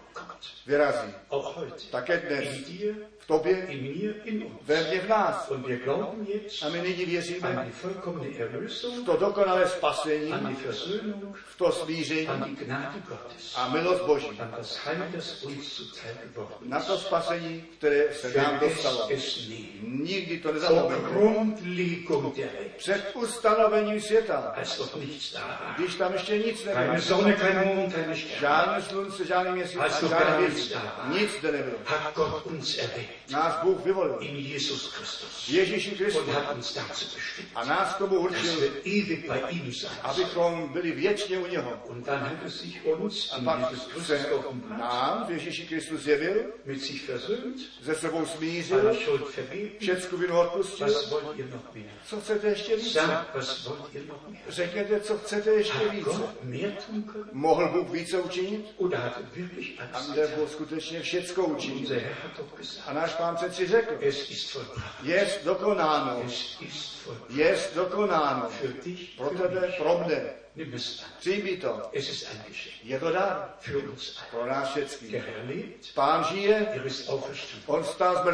S3: vyrazí.
S2: Auch heute.
S3: Také dnes
S2: In dir,
S3: v tobě,
S2: in mir, in uns.
S3: ve mně v nás.
S2: Und wir glauben jetzt
S3: A my nyní
S2: an
S3: věříme
S2: die vollkommene
S3: v
S2: Erlösung,
S3: to dokonalé spasení,
S2: an die Versöhnung,
S3: v to smíření
S2: an die Gnade Gottes,
S3: a milost Boží.
S2: an das Heil, das uns zuteil geworden
S3: Na
S2: ist.
S3: to spasení, které se nám
S2: Vergiss
S3: dostalo.
S2: es nie.
S3: Nikdy to
S2: Zur
S3: nezapomeňte.
S2: Grundlegung der Welt,
S3: Před ustanovením světa,
S2: als doch nichts um da war.
S3: když tam ještě nic
S2: Keine
S3: nebylo,
S2: Sonne, kein Mond, keine Sterne.
S3: žádné slunce, žádný měsíc,
S2: Ale
S3: a
S2: jsou
S3: žádný
S2: právě
S3: věc,
S2: stává.
S3: nic zde nebylo.
S2: Hat Gott uns erwählt
S3: Nás Bůh vyvolil.
S2: in Jesus Christus
S3: Ježíši Kristu.
S2: und hat uns dazu bestimmt,
S3: A nás k tomu
S2: dass
S3: určil,
S2: wir ewig bei ihm sein.
S3: abychom byli věčně u něho.
S2: Und dann hat es sich uns an
S3: Pak
S2: Jesus Christus
S3: se
S2: offenbart,
S3: nám v Ježíši Kristu zjevil,
S2: mit sich versöhnt,
S3: ze sebou smířil,
S2: seiner Schuld vergeben.
S3: všecku vinu odpustil.
S2: Was wollt ihr noch mehr?
S3: Co chcete ještě více?
S2: Sagt, was wollt ihr noch mehr?
S3: Řekněte, co chcete ještě
S2: Hat
S3: více.
S2: Gott mehr tun können?
S3: Jako? Mohl Bůh více učinit?
S2: Oder hat er wirklich alles
S3: A
S2: getan?
S3: nebo skutečně všecko učinit.
S2: Unser Herr hat doch gesagt,
S3: A náš pán přeci řekl,
S2: es ist vollbracht.
S3: jest dokonáno,
S2: Es ist vollbracht.
S3: jest dokonáno.
S2: Für dich,
S3: Pro
S2: für
S3: tebe,
S2: mich.
S3: pro mne.
S2: Nimm es an.
S3: Přijmi to.
S2: Es ist ein Geschenk
S3: Je to dar
S2: für uns alle.
S3: pro nás
S2: Der
S3: všecky.
S2: Herr lebt,
S3: Pán žije,
S2: er ist auferstanden.
S3: on stál z
S2: Er hat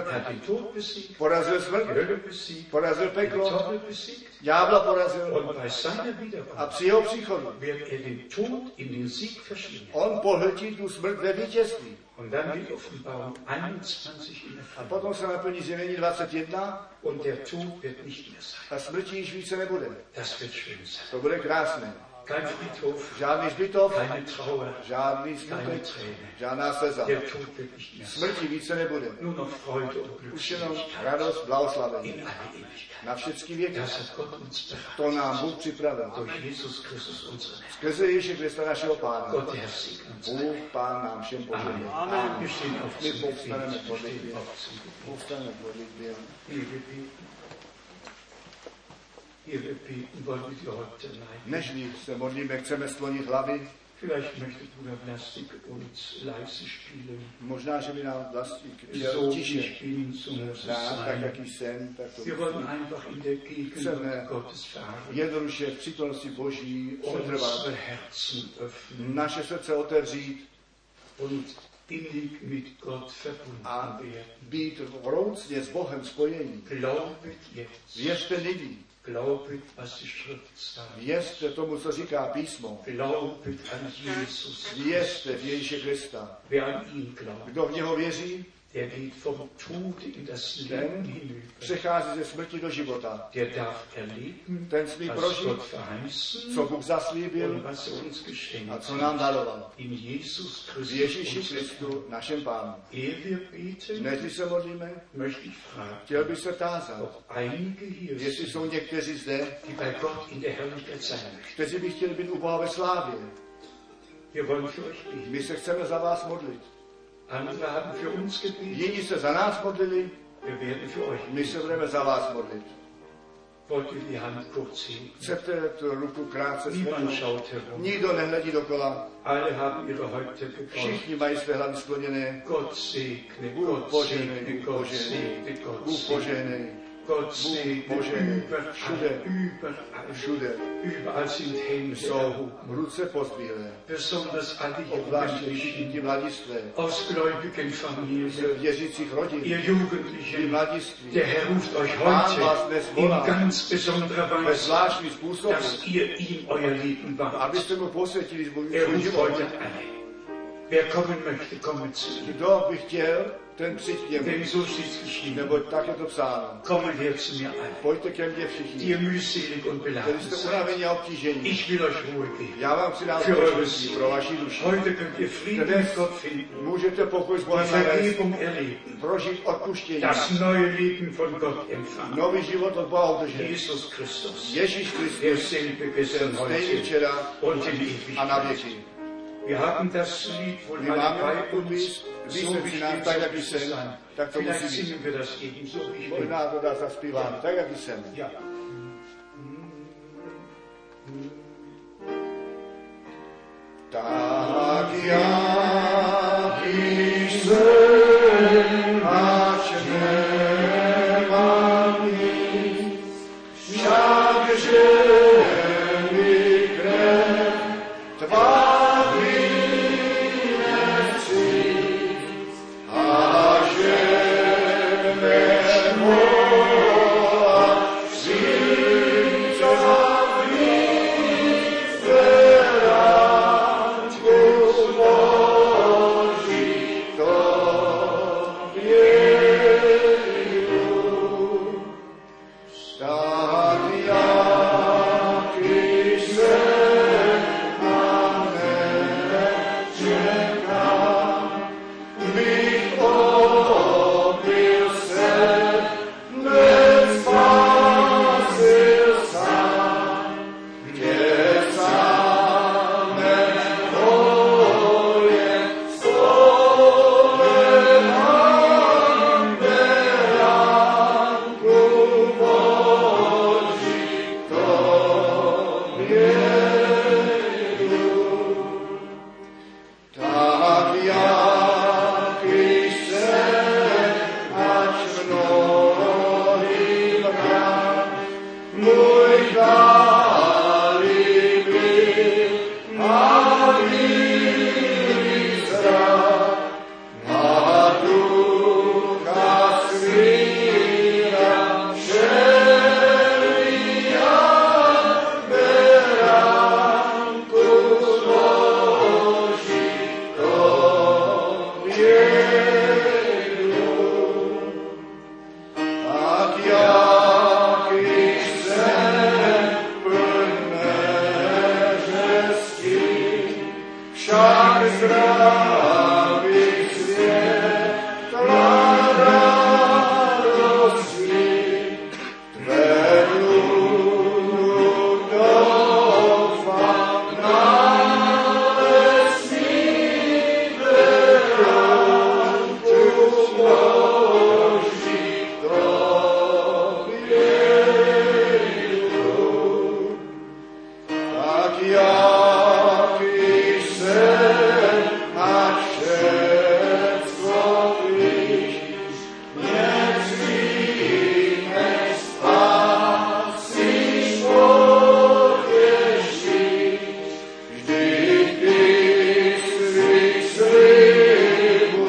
S2: den
S3: mrtvých.
S2: Tod besiegt,
S3: Porazil
S2: die
S3: smrt,
S2: Hölle besiegt,
S3: porazil
S2: die
S3: peklo,
S2: Sonne besiegt.
S3: ďábla porazil
S2: Und bei seiner
S3: a
S2: Wiederkunft
S3: při jeho příchodu
S2: wird er den Tod in den Sieg verschlingen.
S3: on pohltí tu smrt ve vítězství.
S2: Und dann wird Offenbarung 21 in Erfüllung.
S3: Potom se naplní zjevení 21
S2: Und der Tod wird nicht mehr sein.
S3: a smrti již více nebude.
S2: Das wird schön sein.
S3: To bude krásné.
S2: Kein Friedhof,
S3: Žádný zbytov,
S2: keine Trauer,
S3: žádný
S2: keine
S3: smutek,
S2: Träne.
S3: žádná sleza.
S2: Der Tod wird nicht mehr sein.
S3: Smrti více nebude.
S2: Nur noch Freude und
S3: Už jenom
S2: Glückseligkeit
S3: radost, blahoslavení.
S2: in alle Ewigkeit.
S3: Na všechny věky.
S2: Das hat Gott uns bereitet.
S3: To nám Bůh připravil.
S2: Durch Jesus Christus, unseren Herrn.
S3: Skrze Ježíše Krista našeho Pána.
S2: Gott, der Herr, segne uns.
S3: Bůh, Pán nám všem požehnej.
S2: Amen. Wir stehen auf
S3: Wir
S2: zum Gebet.
S3: wollen nicht
S2: Wir stehen
S3: verlegen.
S2: auf zum Gebet.
S3: Povstaňme, modlitbě.
S2: Wir beten. Hier, wir beten, wollen wir dir heute leiten.
S3: Nežli se modlíme, chceme sklonit hlavy.
S2: Vielleicht möchte Bruder Plastik uns leise spielen.
S3: Možná, že by nám vlastník
S2: So
S3: měl tiše
S2: spielen zu müssen
S3: dát, tak
S2: sein.
S3: jaký jsem, tak to
S2: Wir wollen einfach in der Gegenwart Gottes fahren.
S3: jednoduše v přítomnosti Boží otrvat.
S2: Unsere Herzen öffnen
S3: Naše srdce otevřít,
S2: und innig mit Gott verbunden
S3: Ah.
S2: werden.
S3: být vroucně s Bohem spojení.
S2: Glaubet jetzt.
S3: Věřte nyní,
S2: Glaubet, was die Schrift sagt.
S3: věřte tomu, co říká písmo.
S2: Glaubet an Jesus.
S3: Věřte v Ježíše Krista.
S2: Wer an ihn glaubt,
S3: Kdo v něho věří,
S2: der geht vom Tod in das Leben hinüber.
S3: přechází ze smrti do života.
S2: Der darf erleben,
S3: Ten smí
S2: was
S3: prožít,
S2: Gott verheißen
S3: co Bůh
S2: und
S3: zaslíbil
S2: was er uns geschenkt
S3: a co
S2: hat.
S3: nám daroval.
S2: In Jesus
S3: V
S2: Christus.
S3: Ježíši
S2: unserem Herrn.
S3: Kristu, našem Pánu.
S2: Ehe wir beten,
S3: Dnes, když se modlíme,
S2: möchte ich fragen,
S3: chtěl bych se tázat,
S2: ob einige hier
S3: jestli
S2: sind,
S3: jsou někteří zde,
S2: die bei Gott in der Herrlichkeit sein möchten.
S3: kteří by chtěli být u Boha ve slávě.
S2: Wir wollen für euch beten.
S3: My se chceme za vás modlit.
S2: Andere haben für uns gebetet.
S3: Jiní se za nás modlili,
S2: Wir werden für euch beten.
S3: my se budeme za vás modlit.
S2: Wollt ihr die Hand kurz heben?
S3: Chcete tu ruku krátce
S2: Niemand
S3: zvednout?
S2: schaut herum.
S3: Nikdo nehledí dokola,
S2: Alle haben ihre Häupter gebeugt.
S3: všichni mají své hlavy skloněné.
S2: Gott segne,
S3: Bůh
S2: Gott segne,
S3: poženej, Bůh
S2: Gott
S3: poženej,
S2: segne, Gott
S3: Bůh
S2: segne,
S3: poženej.
S2: Gott segne,
S3: poženej.
S2: überall,
S3: Všude.
S2: überall,
S3: Všude
S2: überall sind Hände
S3: jsou
S2: erhoben.
S3: ruce pozbílé,
S2: Besonders alle
S3: obzvláště
S2: Jugendlichen,
S3: všichni ti mladistvé,
S2: aus gläubigen Familien,
S3: věřících rodin,
S2: ihr
S3: ti
S2: Jugendlichen,
S3: mladiství.
S2: der Herr ruft euch
S3: Pán vás
S2: heute
S3: dnes
S2: in
S3: volá
S2: ganz besonderer
S3: ve
S2: Weise,
S3: zvláštní způsob,
S2: dass ihr ihm euer Leben wagt.
S3: abyste mu posvětili svůj
S2: Er
S3: svůj
S2: ruft
S3: život.
S2: heute alle. Wer kommen möchte, komme zu ihm,
S3: Kdo by chtěl, ten přijď k němu,
S2: denn so steht es geschrieben.
S3: neboť tak je to psáno.
S2: Kommen wir zu mir alle.
S3: Pojďte ke mně všichni,
S2: die ihr mühselig und
S3: kteří
S2: beladen
S3: jste
S2: seid.
S3: unavení a obtížení.
S2: Ich will euch Ruhe geben.
S3: Já vám přidám
S2: Für eure
S3: spočinutí
S2: Seele.
S3: pro vaši duši.
S2: Heute könnt ihr Frieden mit Gott finden,
S3: Můžete pokoj s
S2: die
S3: Bohem nalézt,
S2: Vergebung erleben,
S3: prožít odpuštění,
S2: das neue Leben von Gott empfangen.
S3: nový život od Boha obdržet.
S2: Jesus Christus,
S3: Ježíš Kristus,
S2: derselbe gestern,
S3: stejný
S2: heute
S3: včera
S2: und in
S3: a na
S2: Ewigkeit.
S3: věky.
S2: Wir haben das Lied von
S3: My máme
S2: Malachi
S3: tu
S2: uns
S3: míst,
S2: so
S3: výsledky nám
S2: bestimmt
S3: tak, jak
S2: so
S3: jsem,
S2: sein.
S3: tak to
S2: Vielleicht
S3: musí být.
S2: singen wir das eben so ich bin.
S3: Možná to dá zaspívám, tak jak jsem.
S2: Ja.
S3: Tak já jsem, ač nemám nic, však že mi krev tvá vine chci, a že nemohla žít za Tak jak jsem, ač mnohým rám, můj dálý byl, a víry zrám, a ducha svíra, všelijak Tak jak jsem plné řesti, však zdravý světla radosti, tvé důru doufám nalézt. Tak jak jsem, ať všecko víš, nezřímej spásíš, potěšíš. Vždyť ty svých slibů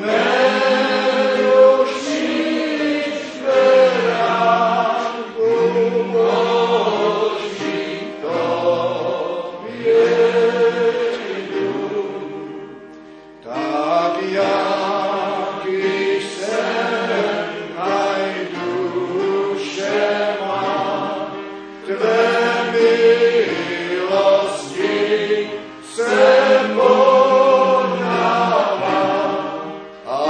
S3: nerušíš, ve ránku Tak jak jsem, aj duše má, tvé milosti se podává. A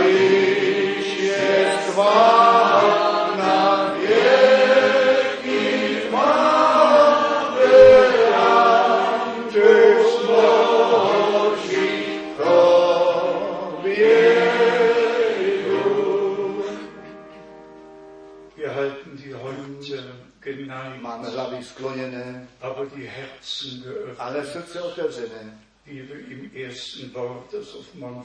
S3: když je tvá na věky má, verám tě smoží
S2: Wir halten die Hände geneigt,
S3: Máme hlavy skloněné,
S2: aber die Herzen geöffnet,
S3: ale srdce otevřené.
S2: wie wir im ersten Wort, das auf Mann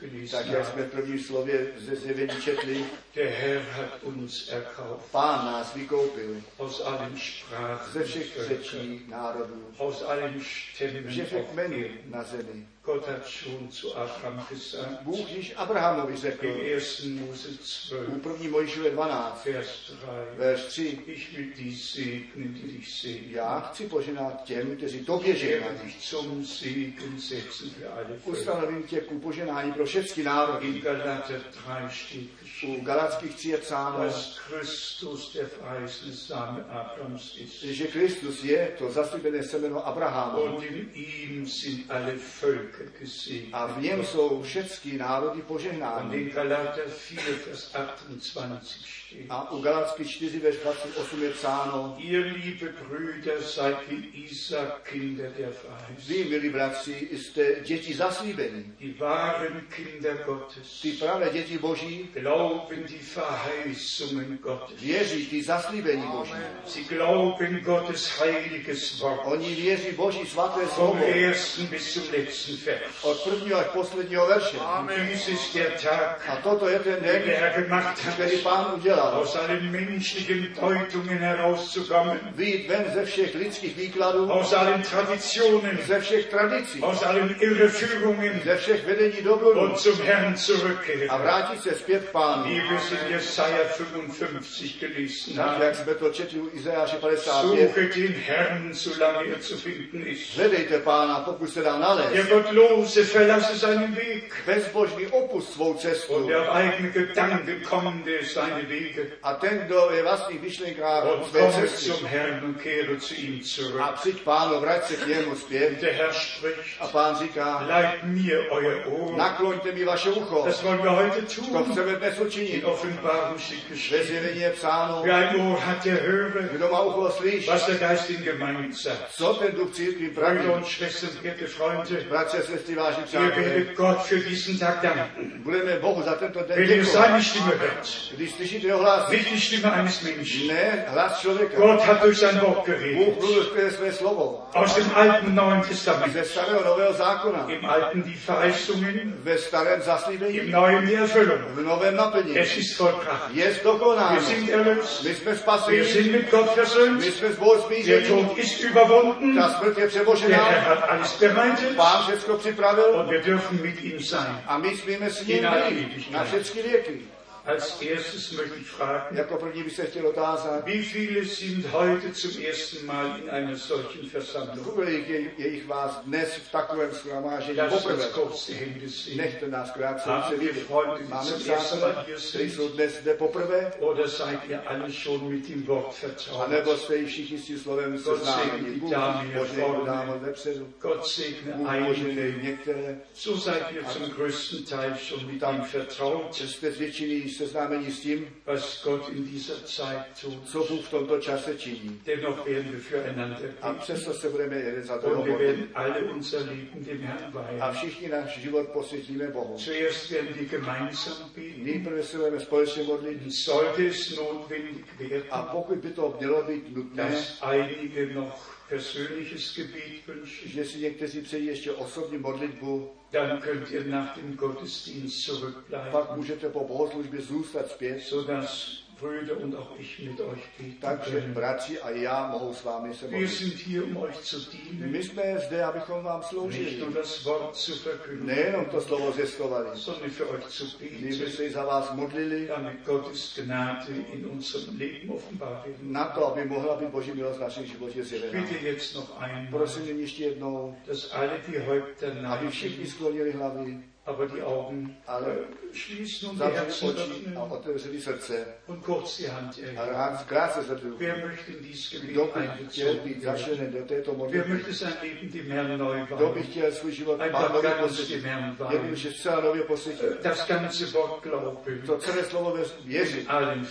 S2: 5
S3: Tak
S2: gelesen
S3: jak jsme
S2: haben.
S3: v prvním slově ze zjevení četli,
S2: Der Herr hat uns erkauft
S3: pán nás vykoupil
S2: aus allen
S3: ze
S2: Sprachen,
S3: všech
S2: Völkern,
S3: řečí národů,
S2: aus allen Stämmen
S3: ze všech
S2: auf
S3: kmenů
S2: Erden.
S3: na zemi.
S2: Gott hat schon zu Abraham gesagt,
S3: Bůh již Abrahamovi řekl
S2: im 1. Mose 12,
S3: u první Mojžíšové 12,
S2: Vers 3,
S3: verš 3,
S2: ich will dich segnen, die dich segnen.
S3: já chci poženat těm, kteří tobě
S2: Ich werde
S3: žehnají.
S2: dich zum Segen setzen für alle Völker.
S3: Ustanovím tě ku poženání pro všechny
S2: In
S3: národy.
S2: Galater 3 steht geschrieben,
S3: U Galackých 3 je psáno,
S2: dass Christus der verheißene Same Abrahams ist.
S3: že Kristus je to zaslíbené semeno Abrahamu
S2: Und in ihm sind alle Völker gesegnet.
S3: a v něm jsou všechny národy
S2: Und
S3: požehnány.
S2: in Galater 4, Vers 28 steht,
S3: A u Galacky 4, verš 28 je psáno,
S2: ihr liebe Brüder seid wie Isaak Kinder der Verheißung,
S3: vy, milí bratři, jste děti zaslíbení.
S2: die wahren Kinder Gottes.
S3: Ty pravé děti boží
S2: Glauben die Verheißungen Gottes.
S3: věří ty zaslíbení boží.
S2: Sie glauben Gottes heiliges Wort
S3: Oni věří boží svaté
S2: vom
S3: slovo.
S2: ersten bis zum letzten Vers.
S3: Od prvního až posledního verše.
S2: Und dies ist der Tag,
S3: A toto je ten
S2: den
S3: den,
S2: er gemacht hat,
S3: který pán udělal.
S2: aus allen menschlichen Deutungen herauszukommen,
S3: Vyjít ven ze všech lidských výkladů,
S2: aus allen Traditionen,
S3: ze všech tradicí,
S2: aus allen Irreführungen
S3: ze všech vedení dobrodů
S2: und zum Herrn
S3: a
S2: zurückkehren.
S3: vrátit se zpět k pánu.
S2: Wie wir es in Jesaja 55 gelesen
S3: Tak,
S2: haben.
S3: jak jsme to četli u Izajáše 55,
S2: Suche den Herrn, solange er zu finden ist.
S3: hledejte pána, pokud se dá
S2: Der
S3: nalézt.
S2: Gottlose verlasse seinen Weg
S3: Bezbožný opust svou cestu
S2: und der auf eigene Gedanken kommende seine Wege
S3: a ten, kdo je vlastních myšlenkách
S2: und
S3: své
S2: komme
S3: cesty
S2: zum Herrn und kehre zu ihm
S3: a
S2: zurück.
S3: přijď pánu, vrať se k němu
S2: Und
S3: zpět
S2: der Herr spricht,
S3: a pán říká,
S2: Leiht mir euer Ohr.
S3: nakloňte mi vaše ucho,
S2: Das wollen wir heute
S3: to
S2: tun.
S3: chceme dnes učinit.
S2: In Offenbarung steht
S3: Ve
S2: geschrieben,
S3: zjevení je psáno,
S2: wer ein Ohr hat, der höre,
S3: kdo má ucho slyší,
S2: was der Geist den Gemeinden sagt.
S3: co ten duch církví praví.
S2: Brüder und Schwestern, werte Freunde,
S3: Bratře, sestry, vážení
S2: wir
S3: přátelé,
S2: werden Gott für diesen Tag danken.
S3: budeme Bohu za tento den
S2: Wenn ihr
S3: děkovat.
S2: seine Stimme hört,
S3: Když slyšíte jeho hlas,
S2: nicht die Stimme eines Menschen.
S3: ne hlas člověka,
S2: Gott hat durch sein Wort
S3: Bůh
S2: geredet.
S3: mluvil skrze své slovo.
S2: Aus dem Alten und Neuen Testament.
S3: Ze starého nového zákona,
S2: Im Alten die Verheißungen,
S3: ve starém
S2: im
S3: zaslíbení,
S2: Neuen die Erfüllung.
S3: v novém naplnění.
S2: Es ist vollbracht.
S3: Je
S2: Wir
S3: dokonáno.
S2: sind erlöst.
S3: My jsme
S2: Wir
S3: spaseni,
S2: sind mit Gott
S3: my
S2: versöhnt.
S3: jsme s Bohem
S2: Der
S3: smíření,
S2: Tod ist überwunden.
S3: ta smrt je
S2: Der
S3: přemožená,
S2: Herr hat alles bereitet
S3: pán všechno připravil
S2: und wir dürfen mit ihm sein.
S3: a my smíme s ním být na všechny věky.
S2: Als erstes möchte ich fragen,
S3: Jako první bych se chtěl otázat,
S2: wie viele sind heute zum ersten Mal in einer solchen Versammlung?
S3: kolik je, je jich vás dnes v takovém shromážení
S2: Lasst
S3: poprvé?
S2: uns kurz die Hände sehen.
S3: Nechte nás krátce
S2: Haben
S3: se
S2: wir
S3: vidět.
S2: Freunde, die
S3: Máme
S2: zum ersten Mal
S3: přátelé,
S2: hier
S3: kteří
S2: sind?
S3: jsou dnes zde poprvé,
S2: Oder seid ihr alle schon mit dem Wort vertraut?
S3: anebo jste již všichni s tím slovem seznámeni. Bůh požehnej dámo vepředu,
S2: Gott segne
S3: Bůh
S2: einige.
S3: požehnej některé.
S2: So seid ihr zum größten Teil schon mit ihm vertraut,
S3: Jste z většiny již seznámeni s tím,
S2: was Gott in dieser Zeit tut.
S3: co Bůh v tomto čase činí.
S2: Dennoch werden wir füreinander
S3: A
S2: beten.
S3: přesto se budeme jeden za
S2: Und
S3: druhého
S2: wir
S3: modlit.
S2: werden alle unser Leben dem Herrn
S3: A
S2: weihen.
S3: všichni náš život posvětíme Bohu.
S2: Zuerst werden wir gemeinsam beten.
S3: Nejprve se budeme společně modlit
S2: Und sollte es notwendig
S3: a
S2: werden,
S3: pokud by to mělo být nutné,
S2: dass einige noch persönliches Gebet wünschen,
S3: že si někteří přejí ještě osobní modlitbu,
S2: dann könnt ihr nach dem Gottesdienst
S3: pak
S2: zurückbleiben,
S3: můžete po bohoslužbě zůstat zpět,
S2: sodass Brüder und auch ich mit euch beten
S3: takže
S2: können.
S3: bratři a já mohou s vámi se
S2: Wir
S3: modlit.
S2: sind hier, um euch zu dienen,
S3: My jsme zde, abychom vám
S2: nicht nur
S3: sloužili.
S2: das Wort zu verkünden,
S3: Nejenom to slovo zjistovali,
S2: sondern für euch zu
S3: my jsme
S2: beten,
S3: se i za vás modlili
S2: damit Gottes Gnade in unserem Leben offenbar wird.
S3: na to, aby mohla být Boží milost v našem životě zjevena.
S2: Bitte jetzt noch einmal,
S3: Prosím nyní ještě jednou,
S2: dass alle die Häupter
S3: aby
S2: neigen,
S3: všichni sklonili hlavy,
S2: aber die Augen äh,
S3: ale
S2: schließen und die
S3: zavřeli
S2: Herzen
S3: oči a
S2: öffnen
S3: otevřeli srdce
S2: und kurz die Hand
S3: a
S2: erheben.
S3: rád krátce zvedli.
S2: Wer möchte in dieses
S3: Kdo
S2: Gebet
S3: by chtěl
S2: einbezogen
S3: být
S2: werden?
S3: začleněn do této
S2: Wer
S3: modlitby?
S2: möchte sein Leben dem Herrn neu
S3: Kdo by
S2: weihen?
S3: chtěl svůj život
S2: Einfach
S3: pánovi
S2: ganz dem
S3: posvětit?
S2: Herrn
S3: Jednou,
S2: weihen.
S3: že zcela nově posvětit.
S2: Das ganze Wort glauben,
S3: To celé slovo ve- věřit
S2: allen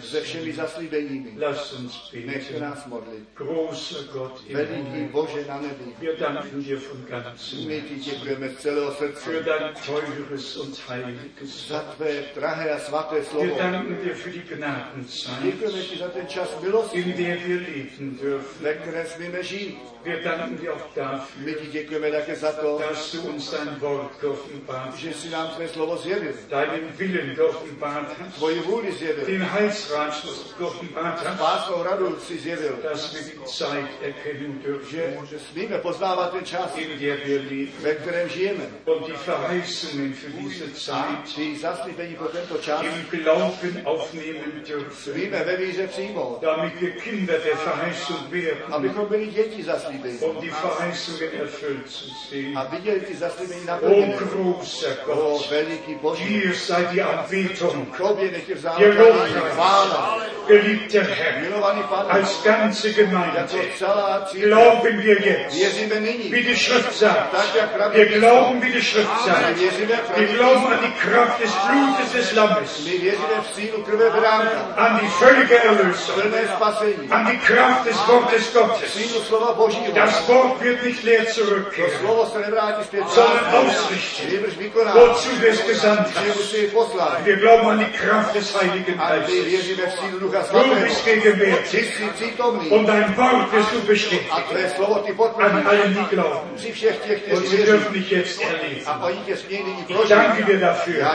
S3: se všemi
S2: verheißen.
S3: zaslíbeními.
S2: Lasst uns
S3: Nechte
S2: beten.
S3: nás modlit.
S2: Großer Gott im
S3: Veliký
S2: Himmel,
S3: Bože na nebi,
S2: wir danken dir von ganzem
S3: my
S2: Herzen
S3: ti děkujeme z celého
S2: für
S3: srdce
S2: dein teures und heiliges
S3: za tvé drahé a svaté
S2: Wir
S3: slovo.
S2: danken dir für die Gnadenzeit,
S3: Děkujeme ti za ten čas milosti,
S2: in der wir leben dürfen.
S3: ve které smíme žít.
S2: Wir danken dir auch dafür,
S3: My ti děkujeme také za to,
S2: dass du uns dein Wort geoffenbart hast,
S3: že jsi nám tvé slovo zjevil,
S2: deinen Willen geoffenbart hast,
S3: tvoji vůli zjevil,
S2: den Heilsrat geoffenbart hast,
S3: pásnou radu si zjevil,
S2: dass wir die Zeit erkennen
S3: že
S2: dürfen,
S3: smíme poznávat ten čas,
S2: in der wir leben.
S3: ve kterém žijeme.
S2: Und die Verheißungen für diese Zeit
S3: Ty zaslíbení pro tento čas
S2: im Glauben aufnehmen dürfen,
S3: smíme ve víře přijmout.
S2: damit wir Kinder der Verheißung werden,
S3: abychom byli děti zaslíbení
S2: um die Verheißungen erfüllt zu sehen.
S3: a viděli ty zaslíbení
S2: O
S3: naplněné.
S2: großer
S3: O
S2: Gott,
S3: veliký Boží,
S2: dir sei die Anbetung,
S3: tobě nech je
S2: Je
S3: vzáno
S2: rovná.
S3: chvála,
S2: Geliebter Herr,
S3: Milovaný pane,
S2: als ganze
S3: jako
S2: Gemeinde
S3: celá církev,
S2: glauben wir jetzt,
S3: věříme nyní.
S2: wie die Schrift sagt.
S3: Tak, jak praví
S2: Wir
S3: písmo.
S2: glauben, wie die Schrift sagt.
S3: Věříme v
S2: Wir
S3: pravdu.
S2: glauben an die Kraft des Blutes des Lammes,
S3: My věříme v sílu krve beránka,
S2: an die völlige Erlösung,
S3: plné spasení,
S2: an die Kraft des Wortes Gottes.
S3: sílu slova Božího.
S2: Das Wort wird nicht leer
S3: To
S2: zurückkehren,
S3: slovo se nevrátí zpět.
S2: sondern ausrichten,
S3: Nýbrž vykoná,
S2: wozu du es gesandt
S3: čemu
S2: hast.
S3: si je poslal.
S2: Wir glauben an die Kraft des Heiligen
S3: A my
S2: Geistes.
S3: věříme v sílu Ducha
S2: Du
S3: Svatého.
S2: bist gegenwärtig
S3: Ty jsi přítomný
S2: und dein Wort wirst du bestätigen
S3: a tvé slovo ty
S2: an
S3: potvrdí.
S2: allen, die glauben.
S3: Při všech těch,
S2: Und
S3: kteří
S2: sie
S3: věří.
S2: dürfen dich jetzt erleben.
S3: A oni tě smějí nyní
S2: Ich danke dir
S3: prožít.
S2: dafür.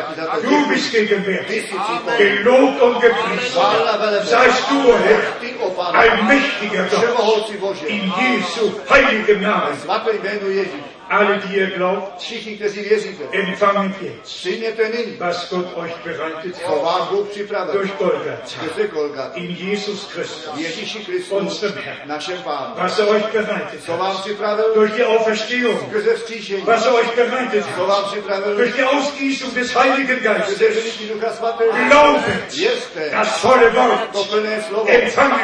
S2: Du bist gegenwärtig. Gelobt und
S3: Chvála
S2: gepriesen
S3: velebe.
S2: seist du, Herr,
S3: Ty, o pane,
S2: allmächtiger Gott,
S3: všemohoucí Bože.
S2: in Jesu heiligem Namen.
S3: Svaté jménu Ježíš.
S2: Alle, die ihr glaubt,
S3: Všichni, kteří věříte,
S2: empfangen jetzt,
S3: přijměte nyní,
S2: was Gott euch bereitet hat
S3: co vám Bůh připravil.
S2: durch Golgatha,
S3: Skrze Golgat.
S2: in Jesus Christus,
S3: Ježíši Kristu,
S2: unserem Herrn.
S3: našem pánu.
S2: Was er euch bereitet
S3: Co vám
S2: hat
S3: připravil?
S2: durch die Auferstehung,
S3: Skrze vzkříšení.
S2: was er euch bereitet
S3: Co
S2: hat
S3: vám připravil?
S2: durch die Ausgießung des Heiligen
S3: Skrze
S2: Geistes.
S3: ženití Ducha Svatého.
S2: No. Glaubet
S3: Jeste.
S2: das volle Wort
S3: To plné slovo.
S2: empfangen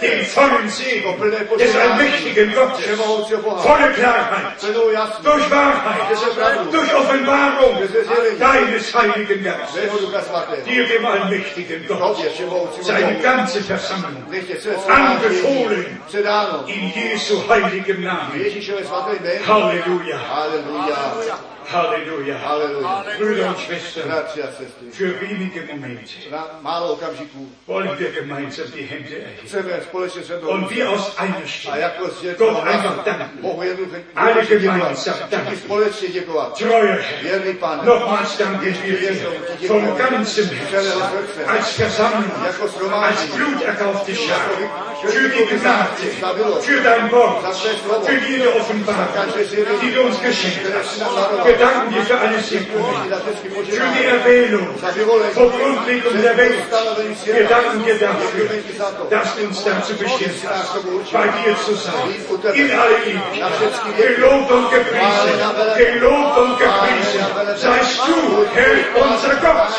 S2: den vollen Segen des allmächtigen Gottes,
S3: Všemohoucího Boha.
S2: volle Klarheit,
S3: Plnou jasnou.
S2: durch Wahrheit, durch Offenbarung deines Heiligen Geistes,
S3: Svého Ducha Svatého.
S2: dir dem allmächtigen Gott,
S3: Tobě všemohoucímu
S2: seine
S3: Bohu.
S2: ganze Versammlung
S3: Nechte své
S2: Anbefohlen.
S3: Předáno.
S2: in Jesu heiligem Namen.
S3: Ježíšové svaté jméno.
S2: Halleluja,
S3: Halleluja.
S2: Halleluja.
S3: Halleluja.
S1: Halleluja.
S2: Brüder und Schwestern,
S3: Bratři a sestry.
S2: für wenige Momente
S3: Na málo okamžiků
S2: wollen wir gemeinsam die Hände erheben
S3: chceme společně se mnou
S2: und wie aus einer
S3: a
S2: Stimme
S3: jako z
S2: Gott
S3: jednoho
S2: einfach
S3: hlasu
S2: danken.
S3: Bohu jednoduché
S2: Ale
S3: jednoduše
S2: gemeinsam
S3: děkovat.
S2: danken.
S3: Všichni společně děkovat.
S2: Treuer Herr,
S3: Věrný No, pane,
S2: Nochmals danke ich dir hier von ganzem Herzen als Versammlung, als bluterkaufte Schar für die Gnade, für dein Wort, für jede Offenbarung, die du uns geschenkt hast. Wir danken dir für alles Segnen, für die Erwählung vor Grundlegung der Welt. Wir danken dir dafür, dass du uns dazu bestimmt hast, bei dir zu sein, in alle Ewigkeit. Gelobt und gepriesen, gelobt und gepriesen seist du, Herr, unser Gott.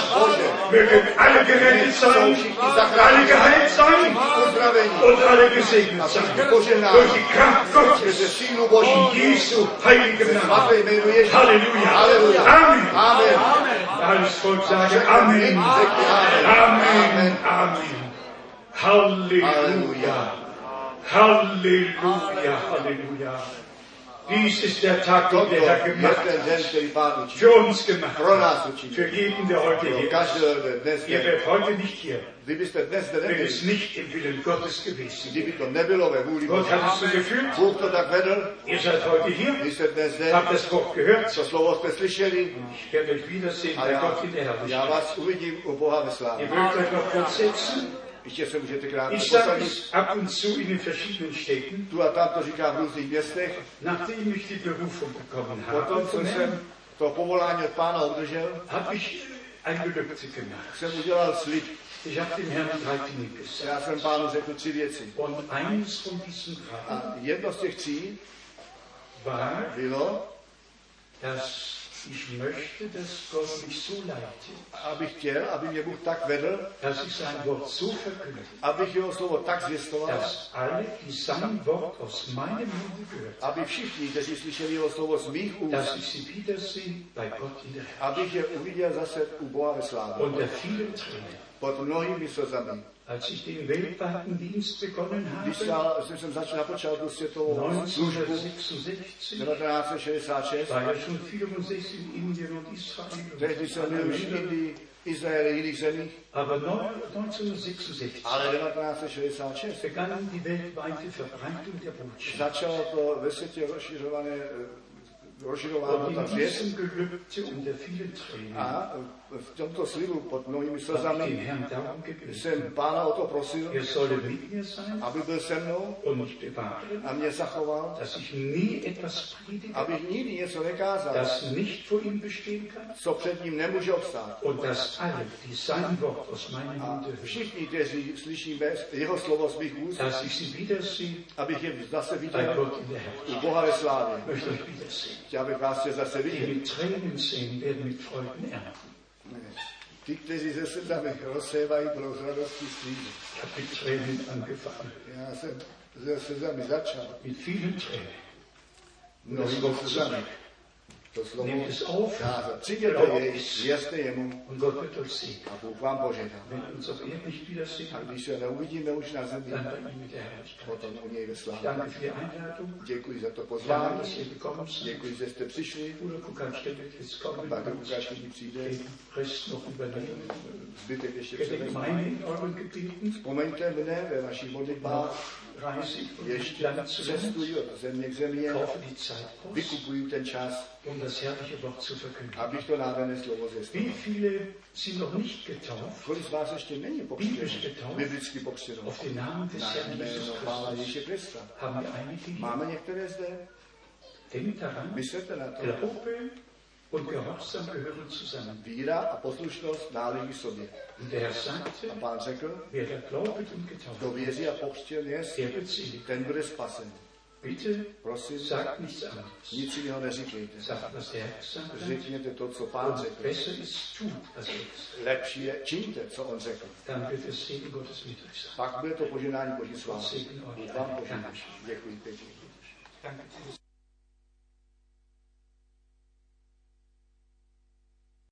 S2: Mögen alle gerettet sein, alle geheilt sein
S3: uzdravení,
S2: und alle gesegnet sein. Durch die Kraft
S3: ze
S2: Gottes,
S3: sílu Boží,
S2: in Jesu heiligem Namen.
S3: svaté jménu Ježíš.
S2: Halleluja.
S3: Halleluja.
S2: Amen.
S3: Amen.
S2: Alles Volk sage Amen. Amen. Amen. Halleluja.
S3: Halleluja.
S2: Halleluja. Halleluja. Dies ist der Tag, den
S3: Toto
S2: der Herr
S3: je
S2: gemacht
S3: ten den,
S2: hat.
S3: který pán učí.
S2: Für uns gemacht
S3: Pro
S2: hat.
S3: nás učí.
S2: Für jeden, der heute
S3: Pro
S2: hier ist.
S3: každého den dnes.
S2: Ihr wärt heute nicht hier,
S3: Kdybyste dnes zde
S2: wenn
S3: nebyli,
S2: es nicht im Willen Gottes gewesen wäre.
S3: kdyby to nebylo ve vůli
S2: Gott
S3: Boží.
S2: hat es so gefühlt.
S3: Bůh to tak vedl,
S2: Ihr seid heute hier.
S3: vy jste dnes zde,
S2: Habt das Wort gehört.
S3: to slovo jste slyšeli
S2: Ich werde euch wiedersehen
S3: a
S2: bei
S3: já,
S2: Gott in der
S3: já
S2: Herrlichkeit.
S3: vás uvidím u Boha ve
S2: Ihr
S3: slávě.
S2: mögt euch noch kurz setzen.
S3: Ještě se můžete krátce
S2: Also Ich sage
S3: posadit.
S2: es ab und zu in den verschiedenen Städten,
S3: Tu a tam to říkám v různých městech.
S2: nachdem ich die Berufung bekommen habe,
S3: Potom,
S2: von
S3: co
S2: Herrn,
S3: jsem to povolání od pána obdržel,
S2: habe ich ein Gelübde gemacht.
S3: jsem udělal slib.
S2: Ich habe dem Herrn drei Dinge gesagt.
S3: Já jsem pánu řekl tři věci.
S2: Und eines von diesen drei
S3: A jedno z těch tří
S2: war,
S3: bylo,
S2: dass ich möchte, dass Gott mich so leitet,
S3: abych chtěl, aby mě Bůh tak vedl,
S2: dass ich sein Wort so verkünde,
S3: abych jeho slovo tak zvěstoval,
S2: dass alle, die sein Wort aus meinem Munde gehört,
S3: aby všichni, kteří slyšeli jeho slovo z mých
S2: dass
S3: úst,
S2: ich sie wiedersehe bei Gott in der Herrlichkeit.
S3: abych je uviděl zase u Boha ve slávě.
S2: Unter vielen Tränen.
S3: Pod mnohými slzami.
S2: Als ich den weltweiten Dienst begonnen
S3: Když
S2: habe,
S3: já jsem jsem začal na počátku
S2: No,
S3: světovou službu
S2: 1966
S3: 1966,
S2: war ja schon 64 in Indien und
S3: tehdy jsem byl už v
S2: Israel.
S3: Indii, Izraeli, jiných zemích,
S2: Aber 1966
S3: ale 1966
S2: begann die weltweite Verbreitung der Botschaft.
S3: začalo to ve světě rozšiřované, eh, rozšiřováno
S2: Und
S3: ta
S2: in
S3: zvěst
S2: diesem Gelübde und der vielen Tränen
S3: a v tomto slibu pod mnohými
S2: habe ich den
S3: slzami
S2: Herrn darum gebeten,
S3: jsem pána o to prosil,
S2: er solle mit mir sein
S3: aby byl se mnou
S2: und mich bewahren,
S3: a mě zachoval,
S2: dass ich nie etwas predige,
S3: abych nikdy něco nekázal,
S2: das nicht vor ihm bestehen kann
S3: co před ním nemůže obstát.
S2: und dass alle, die sein Wort aus meinem
S3: A
S2: Munde hören,
S3: všichni, kteří slyšíme jeho slovo z mých úst,
S2: dass ich sie wiedersehe
S3: abych je zase
S2: bei
S3: viděl
S2: Gott in der Herrlichkeit.
S3: u Boha ve slávě.
S2: Ich möchte euch wiedersehen.
S3: Chtěl bych vás tě zase
S2: Die
S3: vidět.
S2: mit Tränen sehen, werden mit Freuden ernten.
S3: Ti, kteří ze srdce rozsévají, budou s radostí sklízet.
S2: Ich habe mit Tränen angefangen,
S3: Já jsem ze srdce začal.
S2: mit vielen Tränen. Und das
S3: Mnohými
S2: Wort zu
S3: srdcami.
S2: nehmen.
S3: To slovo
S2: Nehmt es auf.
S3: kázat. Přijděte
S2: Glaubt
S3: jej,
S2: es.
S3: věřte jemu
S2: Und Gott wird uns segnen.
S3: a Bůh vám požehná.
S2: Wenn wir uns auf Erden nicht wiedersehen,
S3: A když se neuvidíme už na zemi,
S2: dann bei ihm mit der Herrlichkeit.
S3: potom u něj ve
S2: Ich
S3: slávě.
S2: danke für die Einladung.
S3: Děkuji za to
S2: Ich danke,
S3: pozvání,
S2: dass ihr gekommen seid.
S3: děkuji, že jste přišli.
S2: Bruder Kukan ständig jetzt kommen,
S3: Pak
S2: kann uns
S3: Lukáš, když přijde,
S2: den Rest noch übernehmen.
S3: zbytek ještě
S2: Ich hätte
S3: předem.
S2: Gemeinde in euren Gebieten,
S3: Vzpomeňte mne ve vašich modlitbách,
S2: reise ich von
S3: ještě
S2: Land zu Land,
S3: cestuji od země k země,
S2: kaufe die Zeit aus,
S3: vykupuju ten čas,
S2: um das herrliche Wort zu verkünden.
S3: abych to návené slovo
S2: Wie
S3: zjistil.
S2: viele sind noch nicht getauft
S3: Kolik z vás ještě není pokřtěno, biblicky pokřtěno,
S2: auf den Namen des
S3: na
S2: Herrn
S3: jméno
S2: Jesus
S3: Pána
S2: Christus?
S3: Ježíše Krista.
S2: Haben wir einige hier?
S3: Máme některé zde?
S2: Denkt daran,
S3: Myslete na to.
S2: Glaube und Gehorsam gehören zusammen.
S3: Víra a poslušnost náleží sobě.
S2: Und der Herr
S3: A
S2: sagte,
S3: pán řekl,
S2: wer da glaubet und getauft
S3: kdo věří a pokřtěn je,
S2: der wird selig.
S3: ten bude spasen.
S2: Bitte
S3: Prosím,
S2: sagt nichts anderes.
S3: nic jiného neříkejte.
S2: Sagt, was der Herr gesagt hat.
S3: Řekněte to, co pán
S2: Und
S3: řekl.
S2: besser ist tut als nichts.
S3: Lepší je, čiňte, co on řekl.
S2: Dann wird das Segen Gottes mit euch sein.
S3: Pak bude to požehnání Boží
S2: Gott
S3: slávy.
S2: segne euch.
S3: Vám
S2: alle.
S3: požehnání.
S2: Dankeschön.
S3: Děkuji pěkně.
S2: Danke.